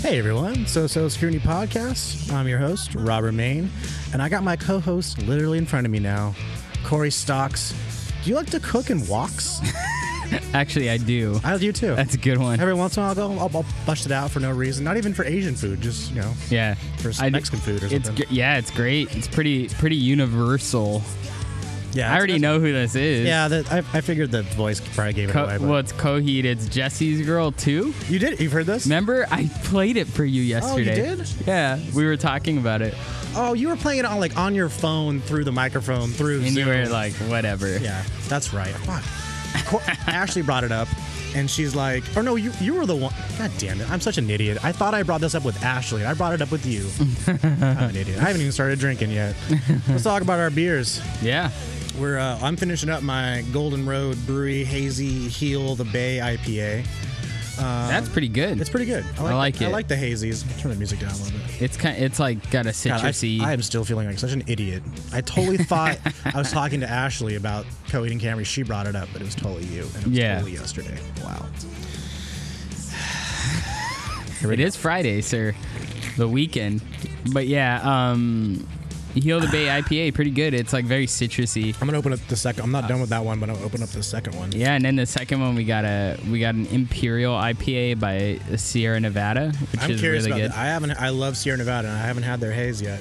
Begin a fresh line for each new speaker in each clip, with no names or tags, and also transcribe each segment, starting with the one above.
Hey everyone, So So Security Podcast. I'm your host, Robert Main, and I got my co host literally in front of me now, Corey Stocks. Do you like to cook and walks?
Actually, I do.
I do too.
That's a good one.
Every once in a while, I'll go, I'll, I'll bust it out for no reason. Not even for Asian food, just, you know,
yeah,
for
I-
Mexican food or
It's
something.
gr- yeah, it's great. It's pretty it's pretty universal.
yeah,
I
it's-
already
it's-
know who this is.
Yeah, that, I, I figured the voice probably gave it
Co-
away. But
well, it's Coheed. It's Jesse's girl too.
you did? You've heard this?
Remember, I played it for you
Oh, you
yesterday.
did?
Yeah, we were talking about it,
Oh, you were playing it on like on your phone through the microphone through
and you
Zoom.
were like, whatever.
Yeah, that's right. Fuck. Co- Ashley brought it up, and she's like, "Or no, you you were the one." God damn it! I'm such an idiot. I thought I brought this up with Ashley. I brought it up with you. I'm an idiot. I haven't even started drinking yet. Let's talk about our beers.
Yeah.
We're uh, I'm finishing up my Golden Road Brewery Hazy Heal the Bay IPA.
That's pretty good.
Um, It's pretty good. I like,
like
I
it.
like the hazies. Turn the music down a little bit.
It's kind. It's like got a
God,
citrusy.
I, I am still feeling like such an idiot. I totally thought I was talking to Ashley about co eating Camry. She brought it up, but it was totally you. And it was
Yeah.
totally yesterday. Wow.
It is Friday, sir. The weekend. But yeah, um Heal the Bay IPA, pretty good. It's like very citrusy.
I'm going to open up the second. I'm not done with that one, but I'll open up the second one.
Yeah, and then the second one we got a we got an Imperial IPA by Sierra Nevada, which
I'm
is
curious
really
about
good.
that. I haven't. I love Sierra Nevada, and I haven't had their haze yet.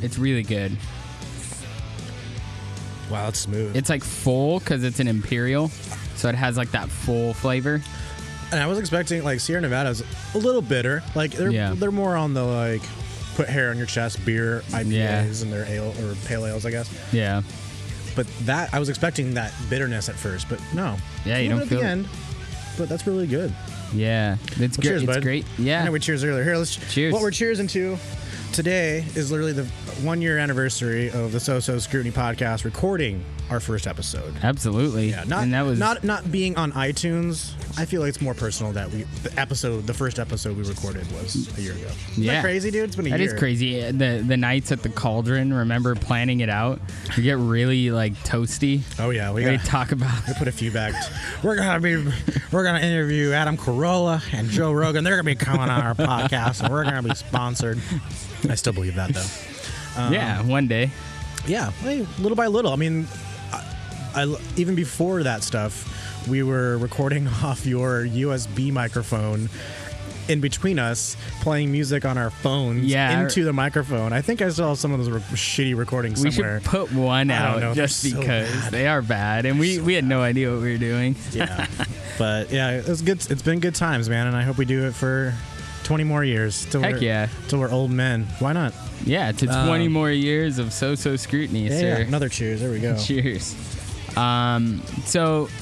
It's really good.
Wow, it's smooth.
It's like full because it's an Imperial, so it has like that full flavor.
and I was expecting like Sierra Nevada's a little bitter. Like they're
Yeah.
they're more on the like put hair on your chest beer IPAs
Yeah.
and their ale or pale ales, I guess.
Yeah,
But that I was expecting that bitterness at first, but no.
Yeah,
A
you
little
don't
bit at the
feel it.
end. But that's really good.
yeah. It's
Well,
great.
cheers,
it's
bud.
great.
I
Yeah.
know we cheers earlier. Here, let's
Cheers.
What we're cheersing to today is literally the one year anniversary of the So So Scrutiny podcast recording our first episode.
Absolutely.
Yeah, not
and that was
not not being on iTunes. I feel like it's more personal that we the episode, the first episode we recorded was a year ago. Isn't that
Yeah.
crazy, dude. It's been a
That
year.
is crazy. The the nights at the cauldron, remember planning it out? You get really like toasty.
Oh yeah, we
We
got
talk about
I put a few back. We're gonna be, we're gonna interview Adam Carolla and Joe Rogan. They're gonna be coming on our podcast, and we're gonna be sponsored. I still believe that though. Uh-huh.
yeah one day.
Yeah, hey, little by little. I mean, I, I- even before that stuff, we were recording off your USB microphone. In between us, playing music on our phones
Yeah.
into the microphone. I think I saw some of those re- shitty recordings
We
somewhere.
should put one
I don't
out
know, they're
just
so
because they are bad, and we we had no idea what we were doing.
yeah, but yeah, it was good. It's been good times, man, and I hope we do it for 20 more years. Till
Heck
we're,
yeah.
till we're old men. Why not?
Yeah, to twenty more years of so so scrutiny,
Um, Yeah, yeah,
sir.
another cheers. There we go.
Cheers. Um, so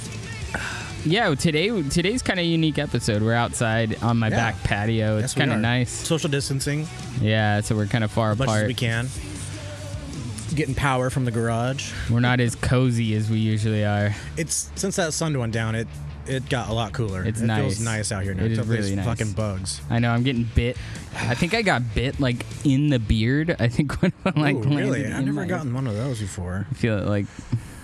yeah, today today's kind of unique episode. We're outside on my
Yeah.
back patio. It's
Yes, we
kind of
are.
nice.
Social distancing as
Yeah, so we're kind of far
much
apart.
as we can. Getting power from the garage.
We're not as cozy as we usually are.
It's since that sun went down. It it got a lot cooler.
It's
it feels
nice.
nice out here now.
It is
except for these
really nice.
Fucking bugs.
I know I'm getting bit. I think I got bit like in the beard. I think when I like
Ooh,
landed
really? I've
in
never
my-
gotten one of those before.
I feel it like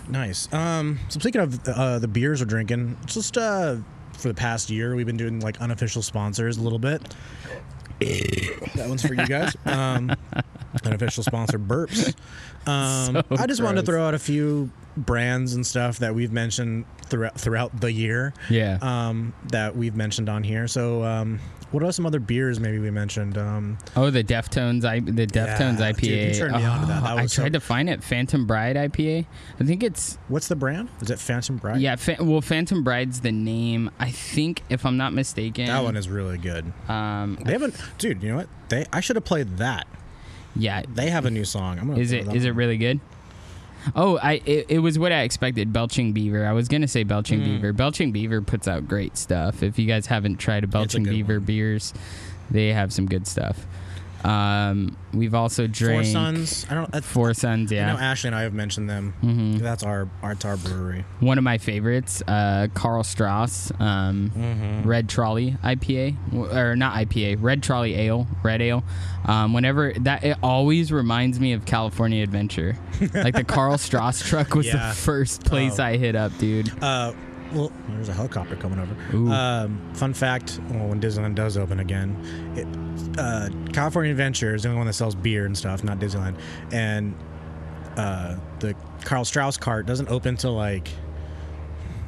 Nice. Um, so speaking of uh, the beers we're drinking, it's just uh, for the past year we've been doing like unofficial sponsors a little bit. that one's for you guys. Um, unofficial sponsor burps. Um,
So
I just wanted to
gross.
throw out a few brands and stuff that we've mentioned throughout throughout the year.
yeah.
Um, that we've mentioned on here. So, um, what are some other beers maybe we mentioned? Um,
oh, the Deftones, I, the Deftones
Yeah,
IPA.
dude, you turned me on to that. That
Oh, I
was so-
tried to find it. Phantom Bride IPA. I think it's
what's the brand? Is it Phantom Bride?
yeah. Fa- well, Phantom Bride's the name. I think if I'm not mistaken.
That one is really good.
Um.
They haven't, dude. You know what? They I should have played that.
Yeah.
They have a new song. I'm gonna
Is
play
it
that
is it
one.
really good? Oh, I it, it was what I expected. Belching Beaver. I was gonna say Belching
Hmm.
Beaver. Belching Beaver puts out great stuff. If you guys haven't tried a Belching
good
Beaver
one.
beers, they have some good stuff. Um, we've also
Four
drank
Sons? I don't. That's,
Four Sons,
I
yeah, Mm-hmm.
know Ashley and I have mentioned them. That's our our tar brewery.
one of my favorites. Uh, Carl Strauss, um,
Mm-hmm.
Red Trolley IPA, w- or not IPA, Red Trolley Ale, Red Ale. Um, whenever that, it always reminds me of California Adventure. like the Carl Strauss truck was
Yeah.
the first place
Oh.
I hit up, dude.
Uh, well, there's a helicopter coming
Ooh.
over. Um, fun fact: well, when Disneyland does open again, it, uh, California Adventure is the only one that sells beer and stuff, not Disneyland. And uh, the Carl Strauss cart doesn't open till like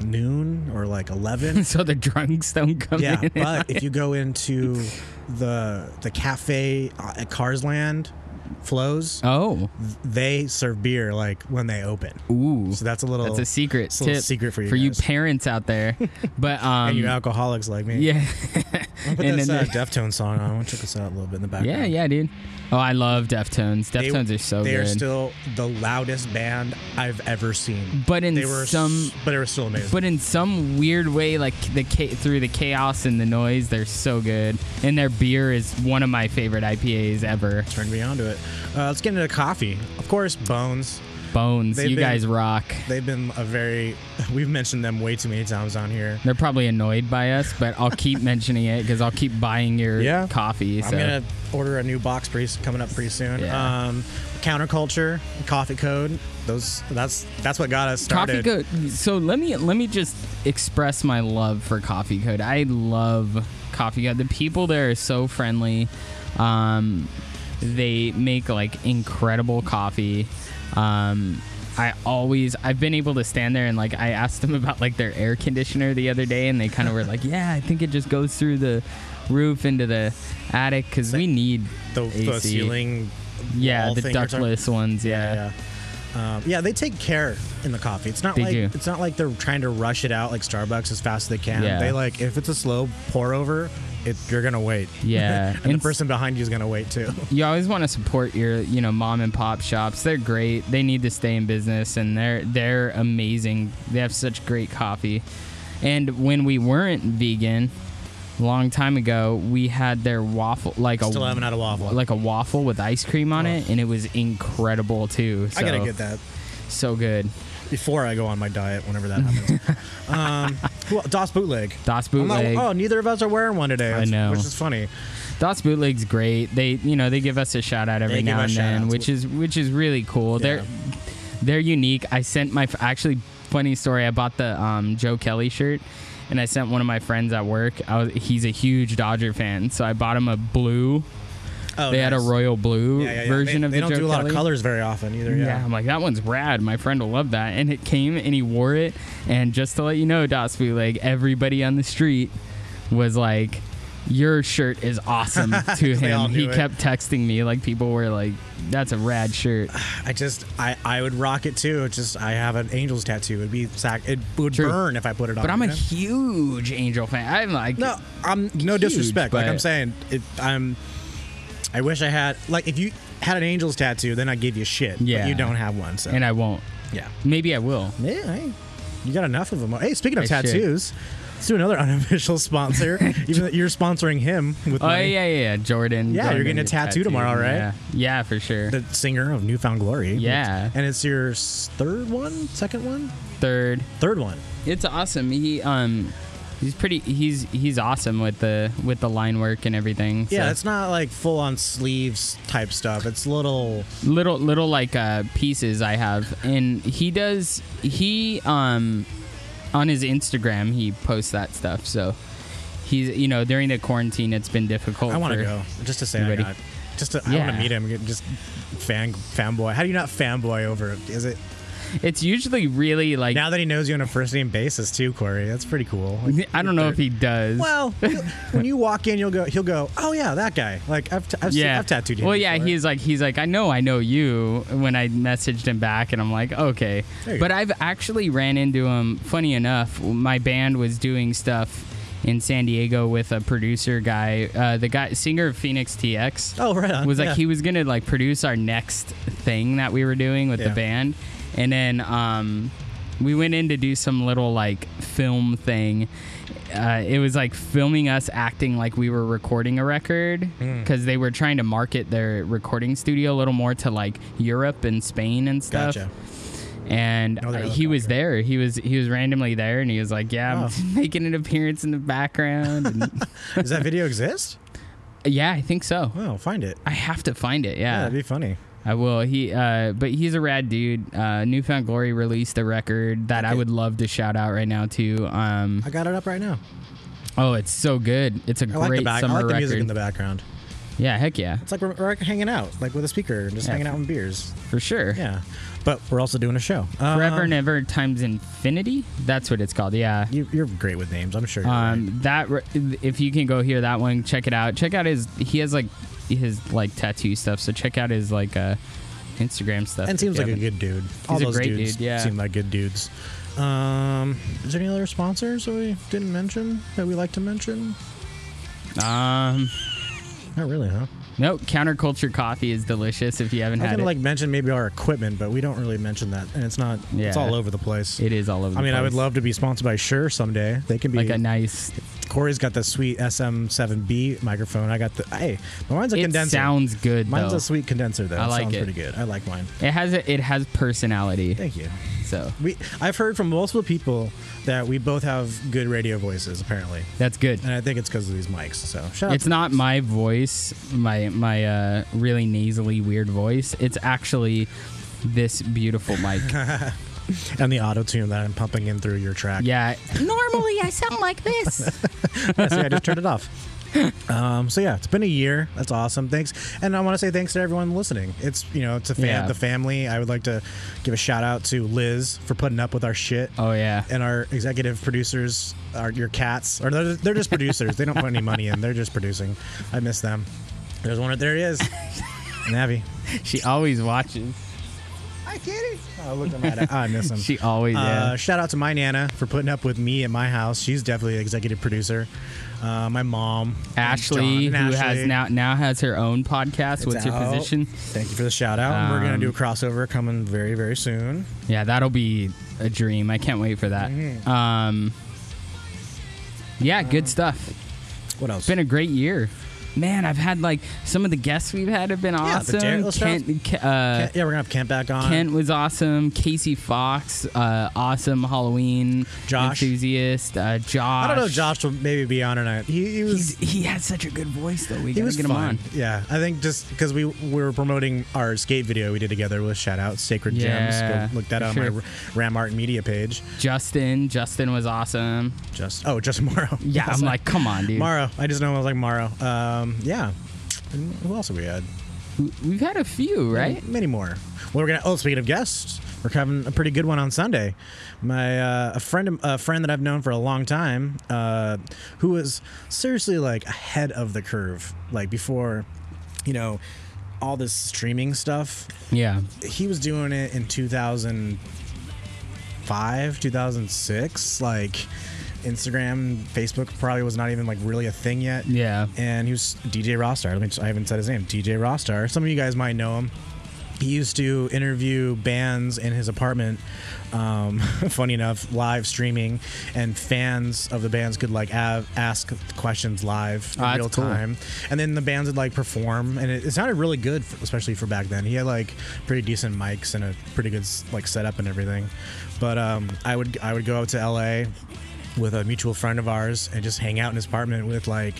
noon or like eleven.
so the drunks don't come
yeah,
in.
but if you go into the the cafe uh, at Cars Land, flows
oh,
they serve beer like when they open.
ooh,
So that's a little
that's a secret
it's a little
tip
secret for you
for you
guys.
parents out there. But um,
and you alcoholics like me.
yeah,
Put
and
this
then
uh,
the-
Deftone song on. I want to check this out a little bit in the background.
yeah, yeah, dude. Oh, I love Deftones.
They-
Deftones are so
They
good.
are still the loudest band I've ever seen.
but in
They were
some,
some, but they were still amazing.
but in some weird way, like the cha- through the chaos and the noise, they're so good. And their beer is one of my favorite IPAs ever.
Turned me onto it. Uh, let's get into coffee. Of course, Bones.
Bones,
They've
you
been-
guys rock.
They've been a very. We've mentioned them way too many times on here.
They're probably annoyed by us, but I'll keep mentioning it because I'll keep buying your
Yeah.
coffee. So
I'm gonna order a new box pretty s- coming up pretty soon.
Yeah.
Um, counterculture, coffee code. Those that's that's what got us
coffee
started.
code. So let me let me just express my love for coffee code. I love coffee code. The people there are so friendly. Um, they make like incredible coffee. Um, I always I've been able to stand there and like I asked them about like their air conditioner the other day and they kind of were like, yeah, I think it just goes through the roof into the attic because we need
The, the
AC.
ceiling.
Yeah,
wall
the
thing you're talking-
ductless ones. Yeah.
Yeah. Um, yeah, they take care in the coffee. It's not
They
like
do.
it's not like they're trying to rush it out like Starbucks as fast as they can.
Yeah.
They like if it's a slow pour over, it, you're gonna wait.
Yeah.
and the
And-
person behind you is gonna wait too.
You always want to support your, you know, mom and pop shops. They're great. They need to stay in business, and they're they're amazing. They have such great coffee. And when we weren't vegan, a long time ago, we had their waffle, like
Still
a
haven't had a waffle.
like a waffle with ice cream on it, and it was incredible too. So,
Oh. I gotta get that
So good.
before I go on my diet. Whenever that happens. um, well, DOS bootleg.
Das
I'm not-
bootleg.
oh, neither of us are wearing one today. which-
know.
which is funny.
Dots Bootleg's great. They you know they give us a shout out every
They give
now
us
and then,
shout-outs.
which is which is really cool. They're they're unique. I sent my actually funny story. I bought the um, Joe Kelly shirt. And I sent one of my friends at work. I was, he's a huge Dodger fan, so I bought him a blue.
Oh,
they had a
nice.
royal blue
Yeah, yeah, yeah.
version
They-
of
They
the
don't
Joe
do a lot
Kelly.
of colors very often either.
Yeah.
Yeah.
I'm like that one's rad. My friend will love that. And it came and he wore it. And just to let you know, Dots Bootleg, everybody on the street was like, "Your shirt is awesome." to
all
him, he
knew it.
kept texting me like people were like, "That's a rad shirt."
I just I I would rock it too. It's just I have an angel's tattoo. It'd be sac- it would
True.
burn if I put it on.
But I'm a
you know?
huge Angel fan. I'm like,
No, I'm no
Huge,
disrespect. Like
but-
I'm saying, it, I'm. I wish I had like if you had an angel's tattoo, then I'd give you shit.
Yeah.
but you don't have one, so
and I won't.
yeah.
Maybe I will.
Yeah, hey, you got enough of them. Hey, speaking of
I should.
tattoos, let's do another unofficial sponsor. even though you're sponsoring him with
Oh yeah,
money.
yeah, yeah, Jordan.
Yeah, you're
Jordan
getting a
gets
tattoo tomorrow, right?
Yeah, yeah for sure.
the singer of Newfound Glory.
Yeah.
and it's your s- third one, second one,
Third.
third one.
It's awesome. He um he's pretty he's he's awesome with the with the line work and everything. So
Yeah, it's not like full on sleeves type stuff. It's little.
little little like uh pieces I have and he does he um on his Instagram he posts that stuff. So he's you know during the quarantine it's been difficult.
I want to
for-
go just to say
You
I
ready?
got. Just to, I
Yeah.
want to meet him. get- Just fan fanboy. How do you not fanboy over? him? Is it
It's usually really like
now that he knows you on a first name basis too, Corey? That's pretty cool. Like,
I don't know if he does.
well, he'll- when you walk in, you'll go. He'll go. Oh yeah, that guy. Like I've, t- I've, seen,
yeah,
I've tattooed him.
Well, yeah,
before."
he's like he's like I know I know you. When I messaged him back, and I'm like, okay.
There you
But
go.
I've actually ran into him. Funny enough, my band was doing stuff in San Diego with a producer guy, uh, the guy singer of Phoenix TX.
Oh right. On.
was like
yeah.
he was gonna like produce our next thing that we were doing with the
Yeah.
band, and then um, we went in to do some little like film thing. Uh, it was like filming us acting like we were recording a record
Hmm.
because they were trying to market their recording studio a little more to like Europe and Spain and stuff.
Gotcha.
And
Oh, they're
uh, he was
helicopter.
there. He was he was randomly there, and he was like, "Yeah, I'm
Oh.
making an appearance in the background." And-
Does that video exist?
yeah, I think so.
Oh, find it.
I have to find it.
Yeah,
Yeah,
that'd be funny.
I will. He, uh, but he's a rad dude. Uh, Newfound Glory released a record that I would love to shout out right now too. Um,
I got it up right now.
oh, it's so good. It's a
I like
great
the back. I
summer
like the
record.
music in the background.
yeah, heck yeah,
It's like we're, we're hanging out, like with a speaker, and just hanging out with beers.
for sure.
Yeah, but we're also doing a show. Um,
Forever and ever times infinity. That's what it's called. Yeah.
You, you're great with names. I'm sure. You're right.
Um, that re- if you can go hear that one, check it out. Check out his he has like his like tattoo stuff. So check out his like uh, Instagram stuff.
And
if
seems
you
like a good
haven't.
dude. All
a
those
great
dudes
dude, yeah.
seem like good dudes. Um, is there any other sponsors that we didn't mention that we like to mention?
um
Not really, huh?
no counterculture coffee is delicious if you haven't
I
had
can
it.
like mention maybe our equipment, but we don't really mention that, and it's not. It's
Yeah.
all over the place.
it is all over.
I
the
mean, I would
place.
love to be sponsored by Sure someday. They can be.
like a nice.
Corey's got the sweet SM7B microphone. I got the. Hey, mine's a
It
condenser.
sounds good
mine's
though.
a sweet condenser though.
I like
sounds
it.
pretty good. I like mine.
it has a, it has personality.
Thank you.
So
We I've heard from multiple people that we both have good radio voices apparently,
that's good.
and I think it's because of these mics. So shout out.
It's
to-
not my voice, my my uh, really nasally weird voice. It's actually this beautiful mic.
and the auto tune that I'm pumping in through your track.
Yeah. Normally I sound like this.
Yeah, see, I just turned it off. Um, so yeah, it's been a year. That's awesome. Thanks, and I want to say thanks to everyone listening. It's you know to fam-
Yeah.
the family. I would like to give a shout out to Liz for putting up with our shit.
Oh yeah.
and our executive producers are your cats, or they're, they're just producers. they don't put any money in. They're just producing. I miss them. There's one. There he is. Navi.
She always watches.
I get it. Oh, look, I'm at it. I miss him.
She always
Uh,
yeah.
shout out to my nana for putting up with me at my house. She's definitely an executive producer. Uh, my mom, and
Ashley,
John,
who
and
has
Ashley.
now now has her own podcast. What's
It's
your
out.
position?
Thank you for the shout out. We're gonna
Um,
do a crossover coming very very soon.
Yeah, that'll be a dream. I can't wait for that.
Mm-hmm.
Um, yeah,
Uh,
good stuff.
What else?
Been a great year. Man, I've had like some of the guests we've had have been
the
awesome.
Dar- let's start
Kent, Ke- uh,
yeah, we're gonna have Kent back on.
Kent was awesome. Casey Fox, uh, awesome Halloween
Josh.
enthusiast. Uh, Josh.
I don't know. if Josh will maybe be on tonight. He, he was
He's, he had such a good voice though.
He
We gotta
was
get him
fun.
on.
Yeah, I think just because we, we were promoting our skate video we did together with shout out Sacred
Yeah,
Gems. Go look that
for
up on my
sure.
Ram Art Media page.
Justin. Justin was awesome.
Just oh, just Morrow.
Yeah, I'm like, come on, dude.
Morrow. I just know I was like Morrow. Um, yeah. And who else have we had?
We- We've had a few, right?
Many more. Well, we're gonna. Oh, speaking of guests, we're having a pretty good one on Sunday. My uh, a friend, a friend that I've known for a long time, uh, who was seriously like ahead of the curve, like before, you know, all this streaming stuff.
Yeah.
he was doing it in 2005 2006 like instagram facebook probably was not even like really a thing yet
Yeah.
and he was dj rostar let me just, i haven't said his name dj rostar some of you guys might know him he used to interview bands in his apartment um, funny enough live streaming and fans of the bands could like av- ask questions live in
Oh, that's
real
cool.
time and then the bands would like perform and it, it sounded really good for, especially for back then he had like pretty decent mics and a pretty good s- like setup and everything but um, i would i would go out to la with a mutual friend of ours and just hang out in his apartment with like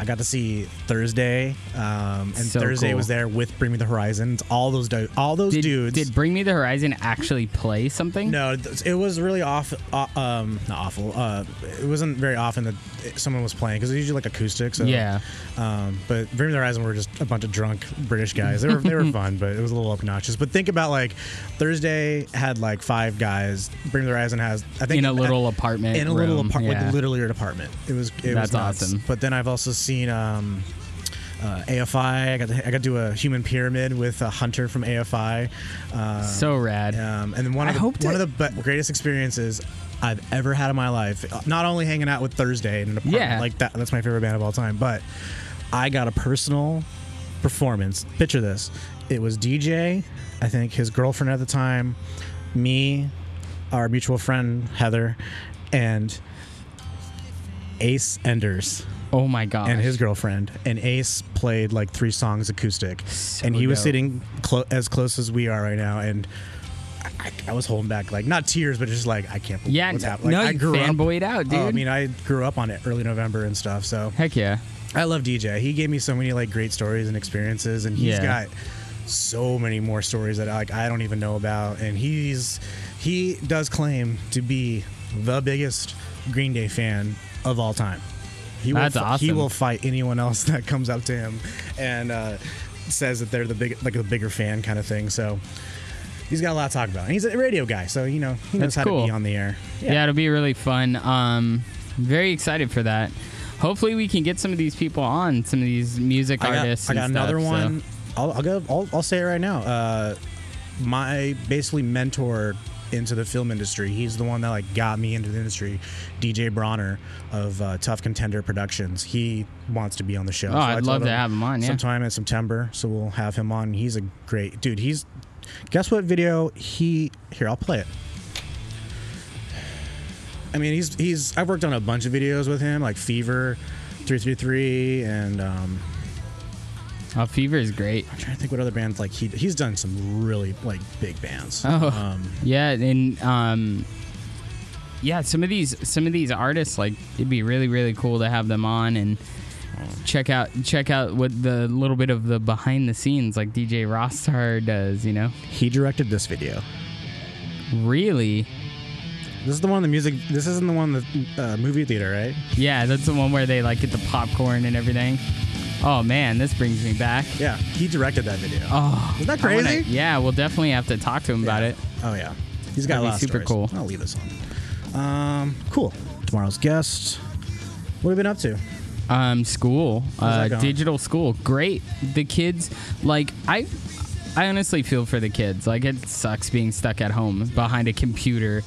i got to see thursday um, and
So
thursday
cool.
was there with bring me the horizons all those du- all those
Did,
dudes
did Bring Me the Horizon actually play something?
no, th- it was really off. Uh, um, not awful. Uh, it wasn't very often that it- someone was playing because it's usually like acoustic. So
Yeah.
Um, but Bring Me the Horizon were just a bunch of drunk British guys. They were they were fun, but it was a little obnoxious. But think about like Thursday had like five guys. Bring Me the Horizon has I think
In a little apartment.
in a little
room.
apartment,
Yeah.
like literally an apartment. It was it was
That's
nuts.
awesome.
But then I've also seen. Um, uh, AFI. I got to, I got to do a human pyramid with a hunter from AFI. Um,
So rad.
um, and then one
I
of the,
hope
one
that-
of the be- greatest experiences I've ever had in my life. Not only hanging out with Thursday in an apartment
Yeah.
like that, that's my favorite band of all time. But I got a personal performance. Picture this: it was DJ, I think his girlfriend at the time, me, our mutual friend Heather, and Ace Enders
Oh my gosh.
and his girlfriend. And Ace played like three songs acoustic, and he was
dope.
sitting clo- as close as we are right now, and. I, I- I was holding back, like not tears, but just like I can't believe
yeah.
what's happening.
no,
Like, I
you
grew up.
fanboyed out, dude.
Oh, I mean, I grew up on it early November and stuff. So
Heck yeah.
I love DJ. He gave me so many like great stories and experiences, and he's
Yeah.
got so many more stories that like I don't even know about, and he's he does claim to be the biggest Green Day fan of all time. He
That's
will, fi- He
awesome.
will fight anyone else that comes up to him and uh, says that they're the big like the bigger fan kind of thing. So he's got a lot to talk about, and he's a radio guy, so you know he knows
That's
how to
cool.
be on the air.
Yeah. it'll be really fun. Um, very excited for that. Hopefully, we can get some of these people on, some of these music
I got,
artists.
I got
and
another
stuff, so-
one. I'll, I'll go. I'll, I'll say it right now. Uh, my basically mentor into the film industry. He's the one that like got me into the industry. DJ Bronner of uh, Tough Contender Productions. He wants to be on the show.
Oh, I'd
I told
love to have him on, yeah.
sometime in September. So we'll have him on. He's a great dude. He's guess what video he here. I'll play it. I mean, he's he's. I've worked on a bunch of videos with him, like Fever, three three three, and um,
Oh, Fever is great.
I'm trying to think what other bands like he he's done some really like big bands.
Oh.
Um,
Yeah, and um, yeah, some of these some of these artists like it'd be really really cool to have them on and check out check out what the little bit of the behind the scenes like DJ Rossar does. You know,
he directed this video.
really.
This is the one the music. This isn't the one the uh, movie theater, right?
Yeah, that's the one where they like get the popcorn and everything. Oh man, this brings me back.
Yeah, he directed that video.
Oh,
Isn't that
I wanna-
crazy?
yeah, we'll definitely have to talk to him about it.
Oh yeah, he's got a
That'd be
lot. of
super
stories.
cool.
I'll leave this on. Um, cool. Tomorrow's guest. What have you been up to?
Um, school,
that
uh,
going?
digital school, great. The kids, like I, I honestly feel for the kids. Like it sucks being stuck at home behind a computer,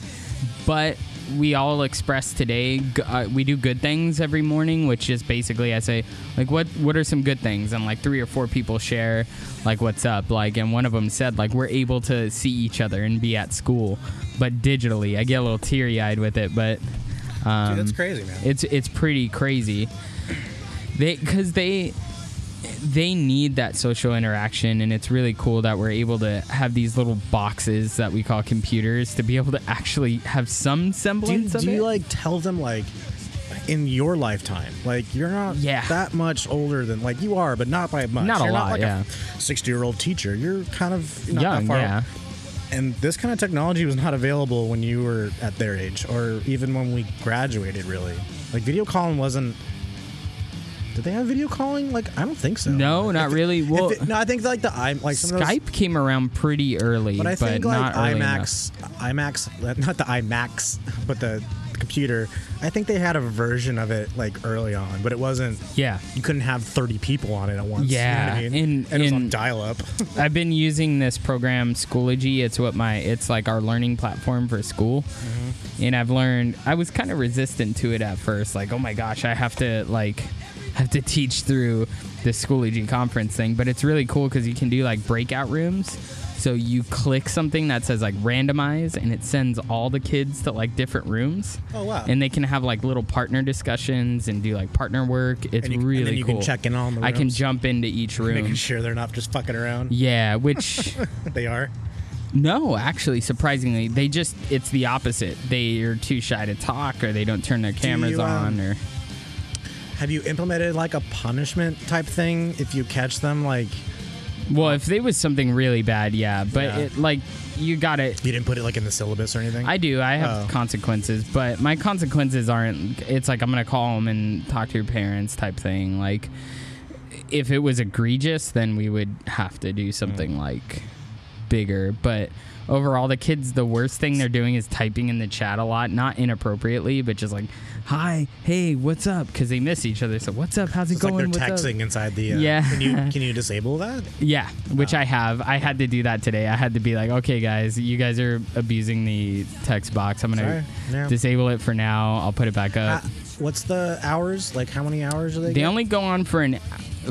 but we all express today. g- Uh, we do good things every morning, which is basically I say like what what are some good things, and like three or four people share like what's up. Like and one of them said like we're able to see each other and be at school, but digitally. I get a little teary eyed with it, but. Um,
crazy, man.
it's it's pretty crazy. They because they they need that social interaction, and it's really cool that we're able to have these little boxes that we call computers to be able to actually have some
do you,
semblance of
do
it.
you like tell them like in your lifetime like you're not
Yeah.
that much older than like you are but not by much
Not a
you're
lot,
not like
yeah.
a 60 year old teacher you're kind of not
Young,
that far
yeah.
and this kind of technology was not available when you were at their age or even when we graduated really like video calling wasn't did they have video calling like i don't think so
No,
If
not
it-
really.
if
Well-
it- no i think like the i like some of those-
Skype came around pretty early,
but I think like
not early
IMAX, IMAX, not the IMAX, but the computer. I think they had a version of it like early on, but it wasn't.
enough. Yeah,
You couldn't have thirty people on it at once.
Yeah,
you know what I mean?
and-
and it was on
and-
dial up.
I've been using this program Schoology. It's what my it's like our learning platform for school.
Mm-hmm.
And I've learned I was kind of resistant to it at first like oh my gosh, I have to like have to teach through the Schoology conference thing, but it's really cool cuz you can do like breakout rooms. So you click something that says like randomize and it sends all the kids to like different rooms.
Oh, wow.
And they can have like little partner discussions and do like partner work. It's
And you- and
really
then you
cool.
can check in on the
I can
rooms.
jump into each room.
Making sure they're not just fucking around.
Yeah, which
They are.
no, actually, surprisingly, they just—it's the opposite. They are too shy to talk, or they don't turn their cameras
you, um,
on, or
Have you implemented like a punishment type thing if you catch them? Like
well, if they was something really bad, yeah. But
Yeah.
It, like, you got it.
you didn't put it like in the syllabus or anything.
I do. I
Oh.
have consequences, but my consequences aren't. It's like I'm gonna call them and talk to your parents type thing. Like, if it was egregious, then we would have to do something
Mm.
like bigger. But overall, the kids, the worst thing they're doing is typing in the chat a lot, not inappropriately, but just like, "Hi, hey, what's up?" Because they miss each other. So, "What's up? How's it
It's like
going?"
they're
What's up?"
texting inside the. Uh,
Yeah.
Can you can you disable that?
Yeah, which I have. I had to do that today. I had to be like, okay, guys, you guys are abusing the text box. I'm gonna
Sorry. Yeah.
disable it for now. I'll put it back
Uh,
up.
what's the hours? Like how many hours are they?
they
get?
only go on for an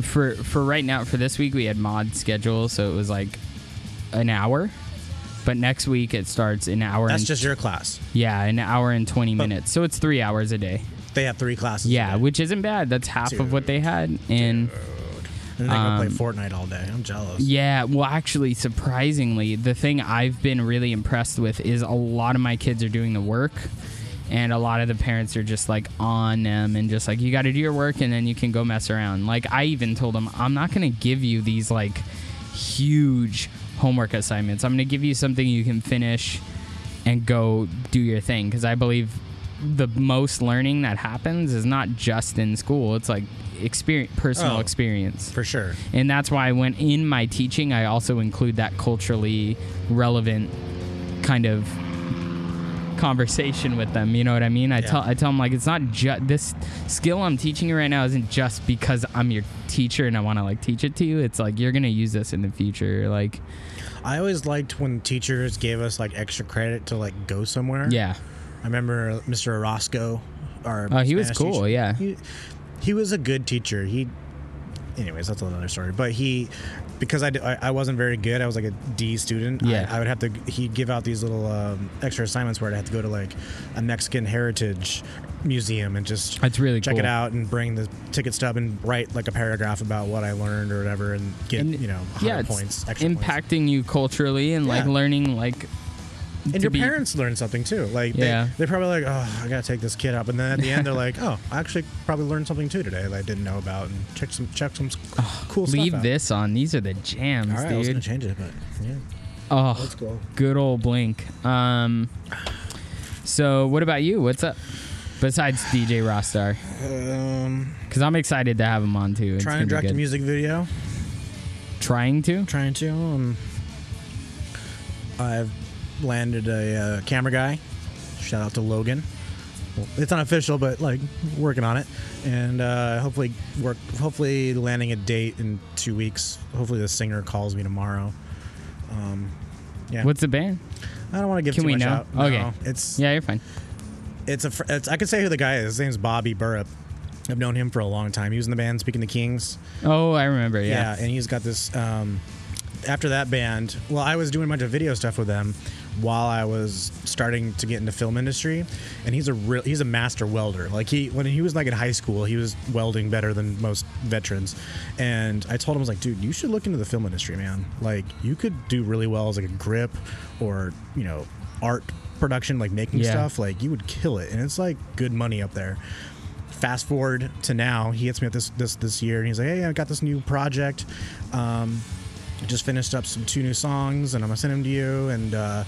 for for right now. For this week, we had mod schedule, so it was like an hour. But next week it starts an hour.
That's
and,
just your class.
yeah, an hour and twenty minutes. So it's three hours a day.
They have three classes. a
Yeah,
day.
which isn't bad. That's half of what they had. And
And then I go play Fortnite all day. I'm jealous.
um, Yeah, well, actually, surprisingly, the thing I've been really impressed with is a lot of my kids are doing the work, and a lot of the parents are just like on them and just like, you got to do your work and then you can go mess around. Like, I even told them, I'm not going to give you these like huge homework assignments. I'm going to give you something you can finish and go do your thing because I believe the most learning that happens is not just in school. It's like experience, personal
Oh.
experience.
for sure.
And that's why when in my teaching, I also include that culturally relevant kind of conversation with them. You know what I mean? I
Yeah.
tell I tell them like it's not just this skill I'm teaching you right now isn't just because I'm your teacher and I want to like teach it to you. It's like you're gonna use this in the future. Like
I always liked when teachers gave us like extra credit to like go somewhere.
yeah,
I remember Mr. Orozco. Our
Oh, he was
Spanish
cool,
teacher.
yeah.
he, he was a good teacher. He, anyways, that's another story. But he, because I, d- I- I wasn't very good, I was like a D student. I-
Yeah.
I, would have to. He'd give out these little um, extra assignments where I'd have to go to like a Mexican heritage museum and just
That's really
check it
cool.
out and bring the ticket stub and write like a paragraph about what I learned or whatever and get
and
you know 100
yeah, it's
points extra points.
impacting you culturally and like
Yeah.
learning like
And
to
your
be-
parents learn something too. Like
Yeah.
they, they're probably like, oh, I gotta take this kid up, and then at the end they're like, oh, I actually probably learned something too today that I didn't know about, and check some check some cool stuff.
leave
out."
this on. These are the jams,
All right, I was gonna
dude.
change it, but yeah,
Oh,
that's cool.
Good old Blink. Um, so what about you? What's up? Besides DJ Rostar,
Um,
because I'm excited to have him on too. It's
trying
gonna
to
be
direct a
good.
music video.
Trying to?
Trying to. Um, I've landed a uh, camera guy. Shout out to Logan. Well, it's unofficial, but like working on it, and uh, hopefully work. Hopefully landing a date in two weeks. Hopefully the singer calls me tomorrow. Um, yeah.
What's the band?
I don't want to give
Can
too
we
much
know?
out.
Okay.
No, it's
Yeah, you're fine.
it's a fr- it's, I can say who the guy is. His name's Bobby Burrup. I've known him for a long time. He was in the band Speaking the Kings.
Oh, I remember.
Yeah,
Yeah.
and he's got this. Um, after that band, well, I was doing a bunch of video stuff with them while I was starting to get into film industry, and he's a real he's a master welder. Like he when he was like in high school, he was welding better than most veterans. And I told him I was like, dude, you should look into the film industry, man. Like you could do really well as like a grip or you know art production, like making
Yeah.
stuff. Like you would kill it, and it's like good money up there fast forward to now he hits me up this this this year and he's like hey i got this new project um I just finished up some two new songs and i'm gonna send them to you and uh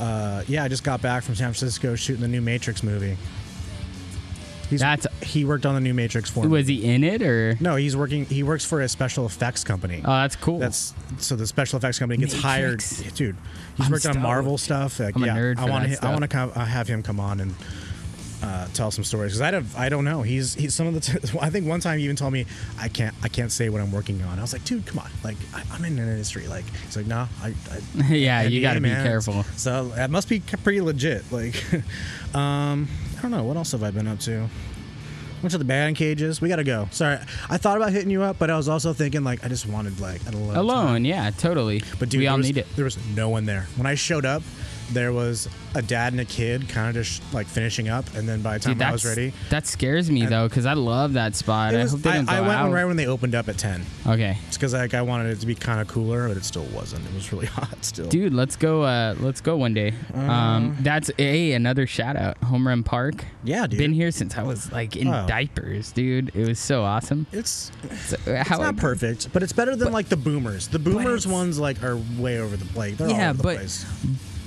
uh, yeah, I just got back from San Francisco shooting the new Matrix movie. He's,
That's-
he worked on the new Matrix for me.
Was he in it or?
no, he's working. He works for a special effects company.
Oh, that's cool.
That's so the special effects company gets
Matrix.
hired, dude. He's
I'm
worked on
stoked.
Marvel stuff. Like,
I'm a
yeah,
nerd
I
for
wanna
that
hi-
stuff.
I want to come, uh, have him come on and uh, tell some stories because I don't I don't know. He's he's some of the t- I think one time he even told me I can't I can't say what I'm working on. I was like, dude, come on, like I, I'm in an industry. Like he's like, nah, I, I
yeah, you
NBA,
got to be
man.
careful.
So that must be c- pretty legit. Like, um, I don't know. What else have I been up to? Went to the band cages. We gotta go. Sorry, I thought about hitting you up, but I was also thinking like I just wanted like an alone. time.
Alone, yeah, totally.
But dude,
we
there
all
was,
need it.
There was no one there when I showed up. There was a dad and a kid, kind of just like finishing up, and then by the time
Dude,
I was
that's-
ready,
That scares me though, because I love that spot.
it was-
I hope they don't go
I went
out.
right when they opened up at ten.
okay,
It's because like I wanted it to be kind of cooler, but it still wasn't. It was really hot still.
dude let's go uh let's go one day um that's a another shout out home run park
Yeah, dude.
been here since i was like in
Wow.
diapers dude it was so awesome
It's it's
so, how
not perfect, but it's better than like the boomers. The boomers
it's-
ones like are way over the place. They're all
Yeah,
over the
but-
place.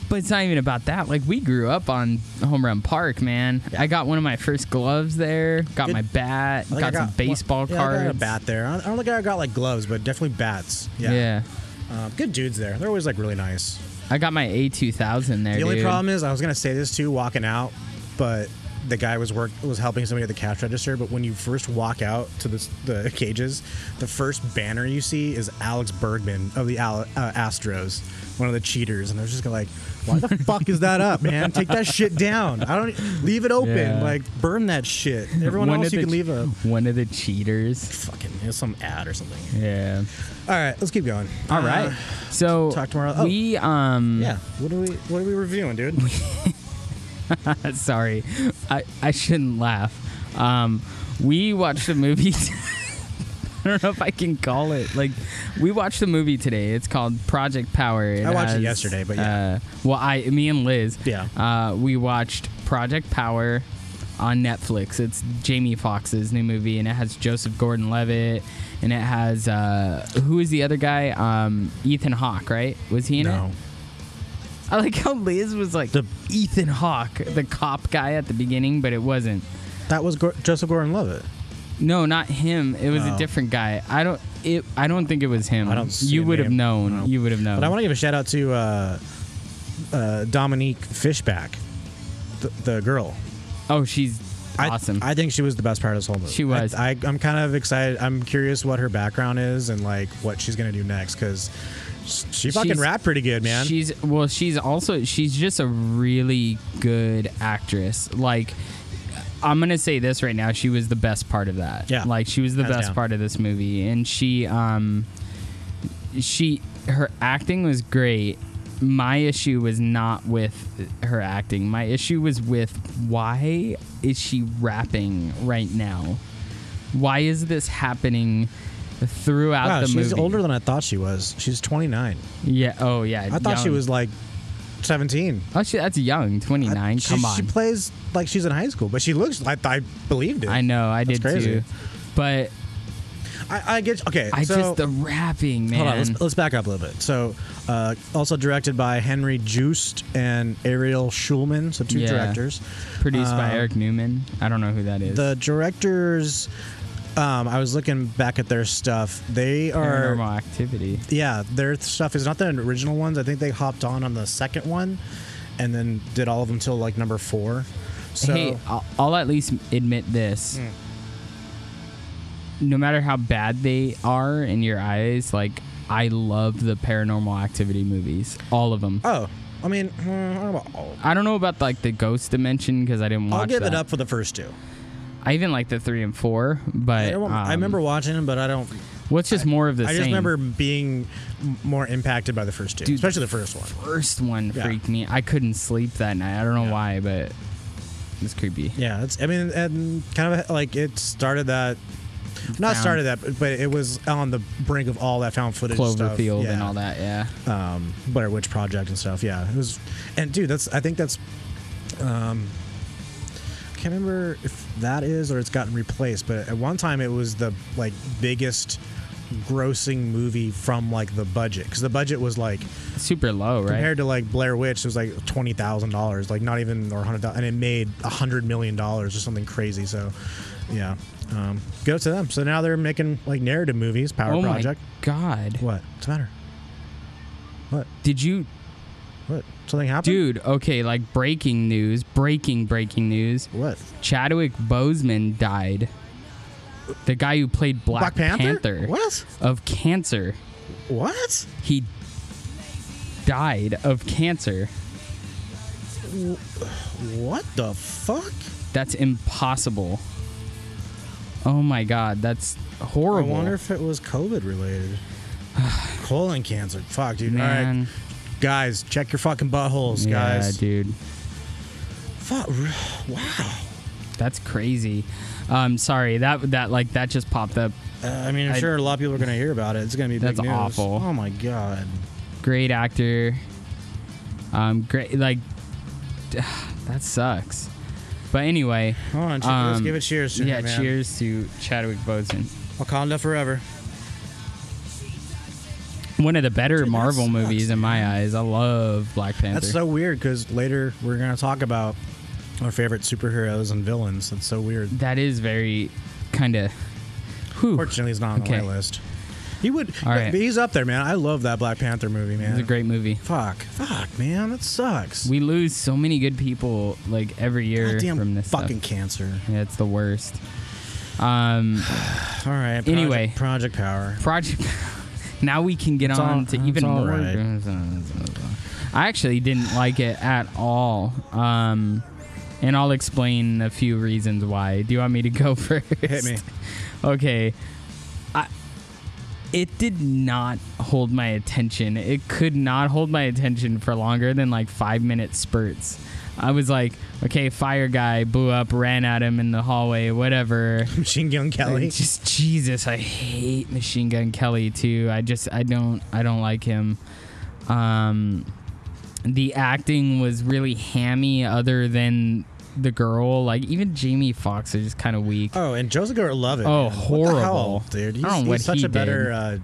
but it's not even about that like we grew up on home run park man i got one of my first gloves there got
Good.
my bat
I think
got,
I
some
one-
baseball
yeah,
cards
I got a bat there. I don't- I don't think I got like gloves, but definitely bats. Yeah,
yeah.
Uh, good dudes there. They're always like really nice.
i got my a2000 there
The only
dude.
problem is I was gonna say this too walking out, but the guy was work was helping somebody at the cash register. But when you first walk out to the, the cages, the first banner you see is Alex Bergman of the Al- uh, Astros, one of the cheaters, and I was just gonna like, why the fuck is that up, man? Take that shit down. I don't e, leave it open.
Yeah.
Like burn that shit. Everyone
One
else
of
you
the
can
che-
leave a
one of the cheaters
fucking it was some ad or something.
yeah
All right, let's keep going.
all right
Uh,
so
talk tomorrow- oh.
we um
yeah. What are we What are we reviewing, dude?
Sorry, I, I shouldn't laugh. Um, we watched a movie. I don't know if I can call it like we watched the movie today. It's called Project Power.
I watched it yesterday, but
yeah. Uh, well, I, me and Liz.
Yeah.
Uh, we watched Project Power, on Netflix. It's Jamie Foxx's new movie, and it has Joseph Gordon-Levitt, and it has uh, who is the other guy? Um, Ethan Hawke, right? Was he in it?
No.
I like how Liz was like
The-
Ethan Hawke, the cop guy at the beginning, but it wasn't.
That was Gor Joseph Gordon-Levitt.
No, not him. It was a
Oh.
different guy. I don't. It. I don't think it was him.
I don't see
you
a
would have
name.
known.
No.
You would have known.
But I want to give a shout out to uh, uh, Dominique Fishback, the, the girl.
oh, she's
I-
awesome.
I, think she was the best part of this whole movie.
She was.
I, I, I'm kind of excited. I'm curious what her background is and like what she's gonna do next because she fucking
She's-
rapped pretty good, man.
She's well, she's also she's just a really good actress. Like I'm gonna say this right now, she was the best part of that.
Yeah.
Like she was the
Hands
best
down.
part of this movie. And she um she her acting was great. My issue was not with her acting. My issue was with why is she rapping right now? Why is this happening throughout
wow,
the
she's
movie?
older than I thought she was. She's 29.
yeah. Oh yeah.
I thought she was like 17.
Oh, she, that's young, twenty
I-
nine.
she,
Come on,
She plays like she's in high school, but she looks like I believed it.
I know, I
That's
did
crazy.
too. But
I, I get okay.
I
so,
just the rapping, man.
Hold on, let's, let's back up a little bit. So, uh, also directed by Henry Joost and Ariel Schulman, so two
Yeah.
directors.
Produced by
Um,
Eric Newman. I don't know who that is.
The directors, um, I was looking back at their stuff. They are,
Paranormal Activity.
yeah, their stuff is not the original ones. I think they hopped on on the second one, and then did all of them till like number four. So, Hmm.
hey, I'll, I'll at least admit this. No matter how bad they are in your eyes, like I love the Paranormal Activity movies, all of them.
oh, I mean, hmm, I don't know about all. of them.
I don't know about like the Ghost Dimension because I didn't watch.
I'll give
that.
it up for the first two.
I even like the three and four,
I,
but
don't- I
um,
remember watching them, but I don't.
What's just more of the
I
same.
just remember being m- more impacted by the first two,
Dude,
especially the first one.
first one
Yeah.
freaked me. I couldn't sleep that night. I don't know
Yeah.
why, but it was creepy.
Yeah, it's. I mean, and kind of like it started that. Not
Found-
started that, but- but it was on the brink of all that found footage stuff.
Cloverfield
yeah.
and all that. Yeah.
Um, Blair Witch Project and stuff. Yeah, it was. And dude, that's. I think that's. Um, I can't remember if that is or it's gotten replaced, but at one time it was the like biggest grossing movie from like the budget because the budget was like
Super low, right?
Uh, compared to like Blair Witch, it was like twenty thousand dollars, like not even or hundred, and it made a hundred million dollars or something crazy. So, yeah, um, go to them. So now they're making like narrative movies, Power
oh
Project.
my god.
What? What's the matter? What?
Did you
What? Something happened?
dude, okay, like breaking news, breaking breaking news.
What?
Chadwick Boseman died. The guy who played Black,
Black Panther? What?
of cancer.
What?
He died of cancer.
What the fuck?
That's impossible. Oh my god, that's
I
horrible.
wonder if it was COVID related. Colon cancer. Fuck, dude. All
Man.
right. Guys, check your fucking buttholes, guys.
Yeah, dude.
Fuck. Wow.
That's crazy. Um, sorry, that that like that just popped up.
Uh, I mean, I'm
I-
sure a lot of people are going to hear about it. It's going to be big
That's
news.
awful.
Oh my god.
Great actor. Um, great like that sucks. But anyway, um,
Come on, che- let's give it cheers to
yeah,
her, man.
cheers to Chadwick Boseman.
Wakanda forever.
One of the better
Dude, that
Marvel
sucks,
movies in my eyes. I love Black Panther.
That's so weird because later we're going to talk about our favorite superheroes and villains. That's so weird.
that is very kind of. Whew.
Fortunately, he's not on
Okay.
my list. He would.
All right.
but He's up there, man. I love that Black Panther movie, man.
It's a great movie.
Fuck. Fuck, man. That sucks.
We lose so many good people like every year
Goddamn
from this
fucking
stuff.
cancer.
Yeah, it's the worst. Um,
All right. Project,
Anyway.
Project Power.
project. now we can get
It's
on
all-
to
it's
even
all
more.
right.
I actually didn't like it at all, um, and I'll explain a few reasons why. Do you want me to go first?
Hit me.
okay. I, it did not hold my attention. It could not hold my attention for longer than like five minute spurts. I was like, okay, fire guy blew up, ran at him in the hallway, whatever.
Machine Gun Kelly.
It's just Jesus, I hate Machine Gun Kelly too. I just I don't I don't like him. Um, the acting was really hammy, other than the girl, like even Jamie Foxx is just kind of weak.
Oh, and Joseph Gordon-Levitt.
Oh,
man. What the
horrible.
hell, dude. He's,
I don't know
he's
what
such
he
a better.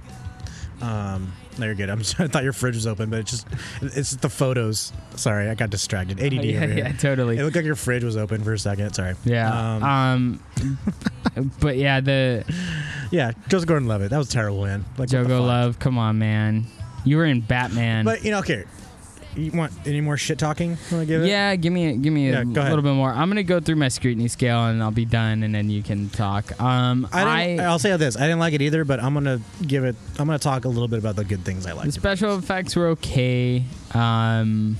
Uh, um, no, you're good. I'm sorry, I thought your fridge was open, but it's just it's just the photos. Sorry, I got distracted. ADD
yeah,
over here.
yeah, totally.
It looked like your fridge was open for a second. Sorry. Um,
yeah. Um, but yeah, the
yeah. Joseph Gordon-Levitt. That was terrible, man. Like what the
Jogo
fuck?
Love, come on, man. You were in Batman.
But you know, okay. You want any more shit talking? You want to give it?
yeah, give me give me
uh, Yeah,
a
go ahead.
little bit more. I'm gonna go through my scrutiny scale and I'll be done, and then you can talk. Um,
I didn't, I, will say this. I didn't like it either, but I'm gonna give it. I'm gonna talk a little bit about the good things I
The
liked.
special effects were okay. Um,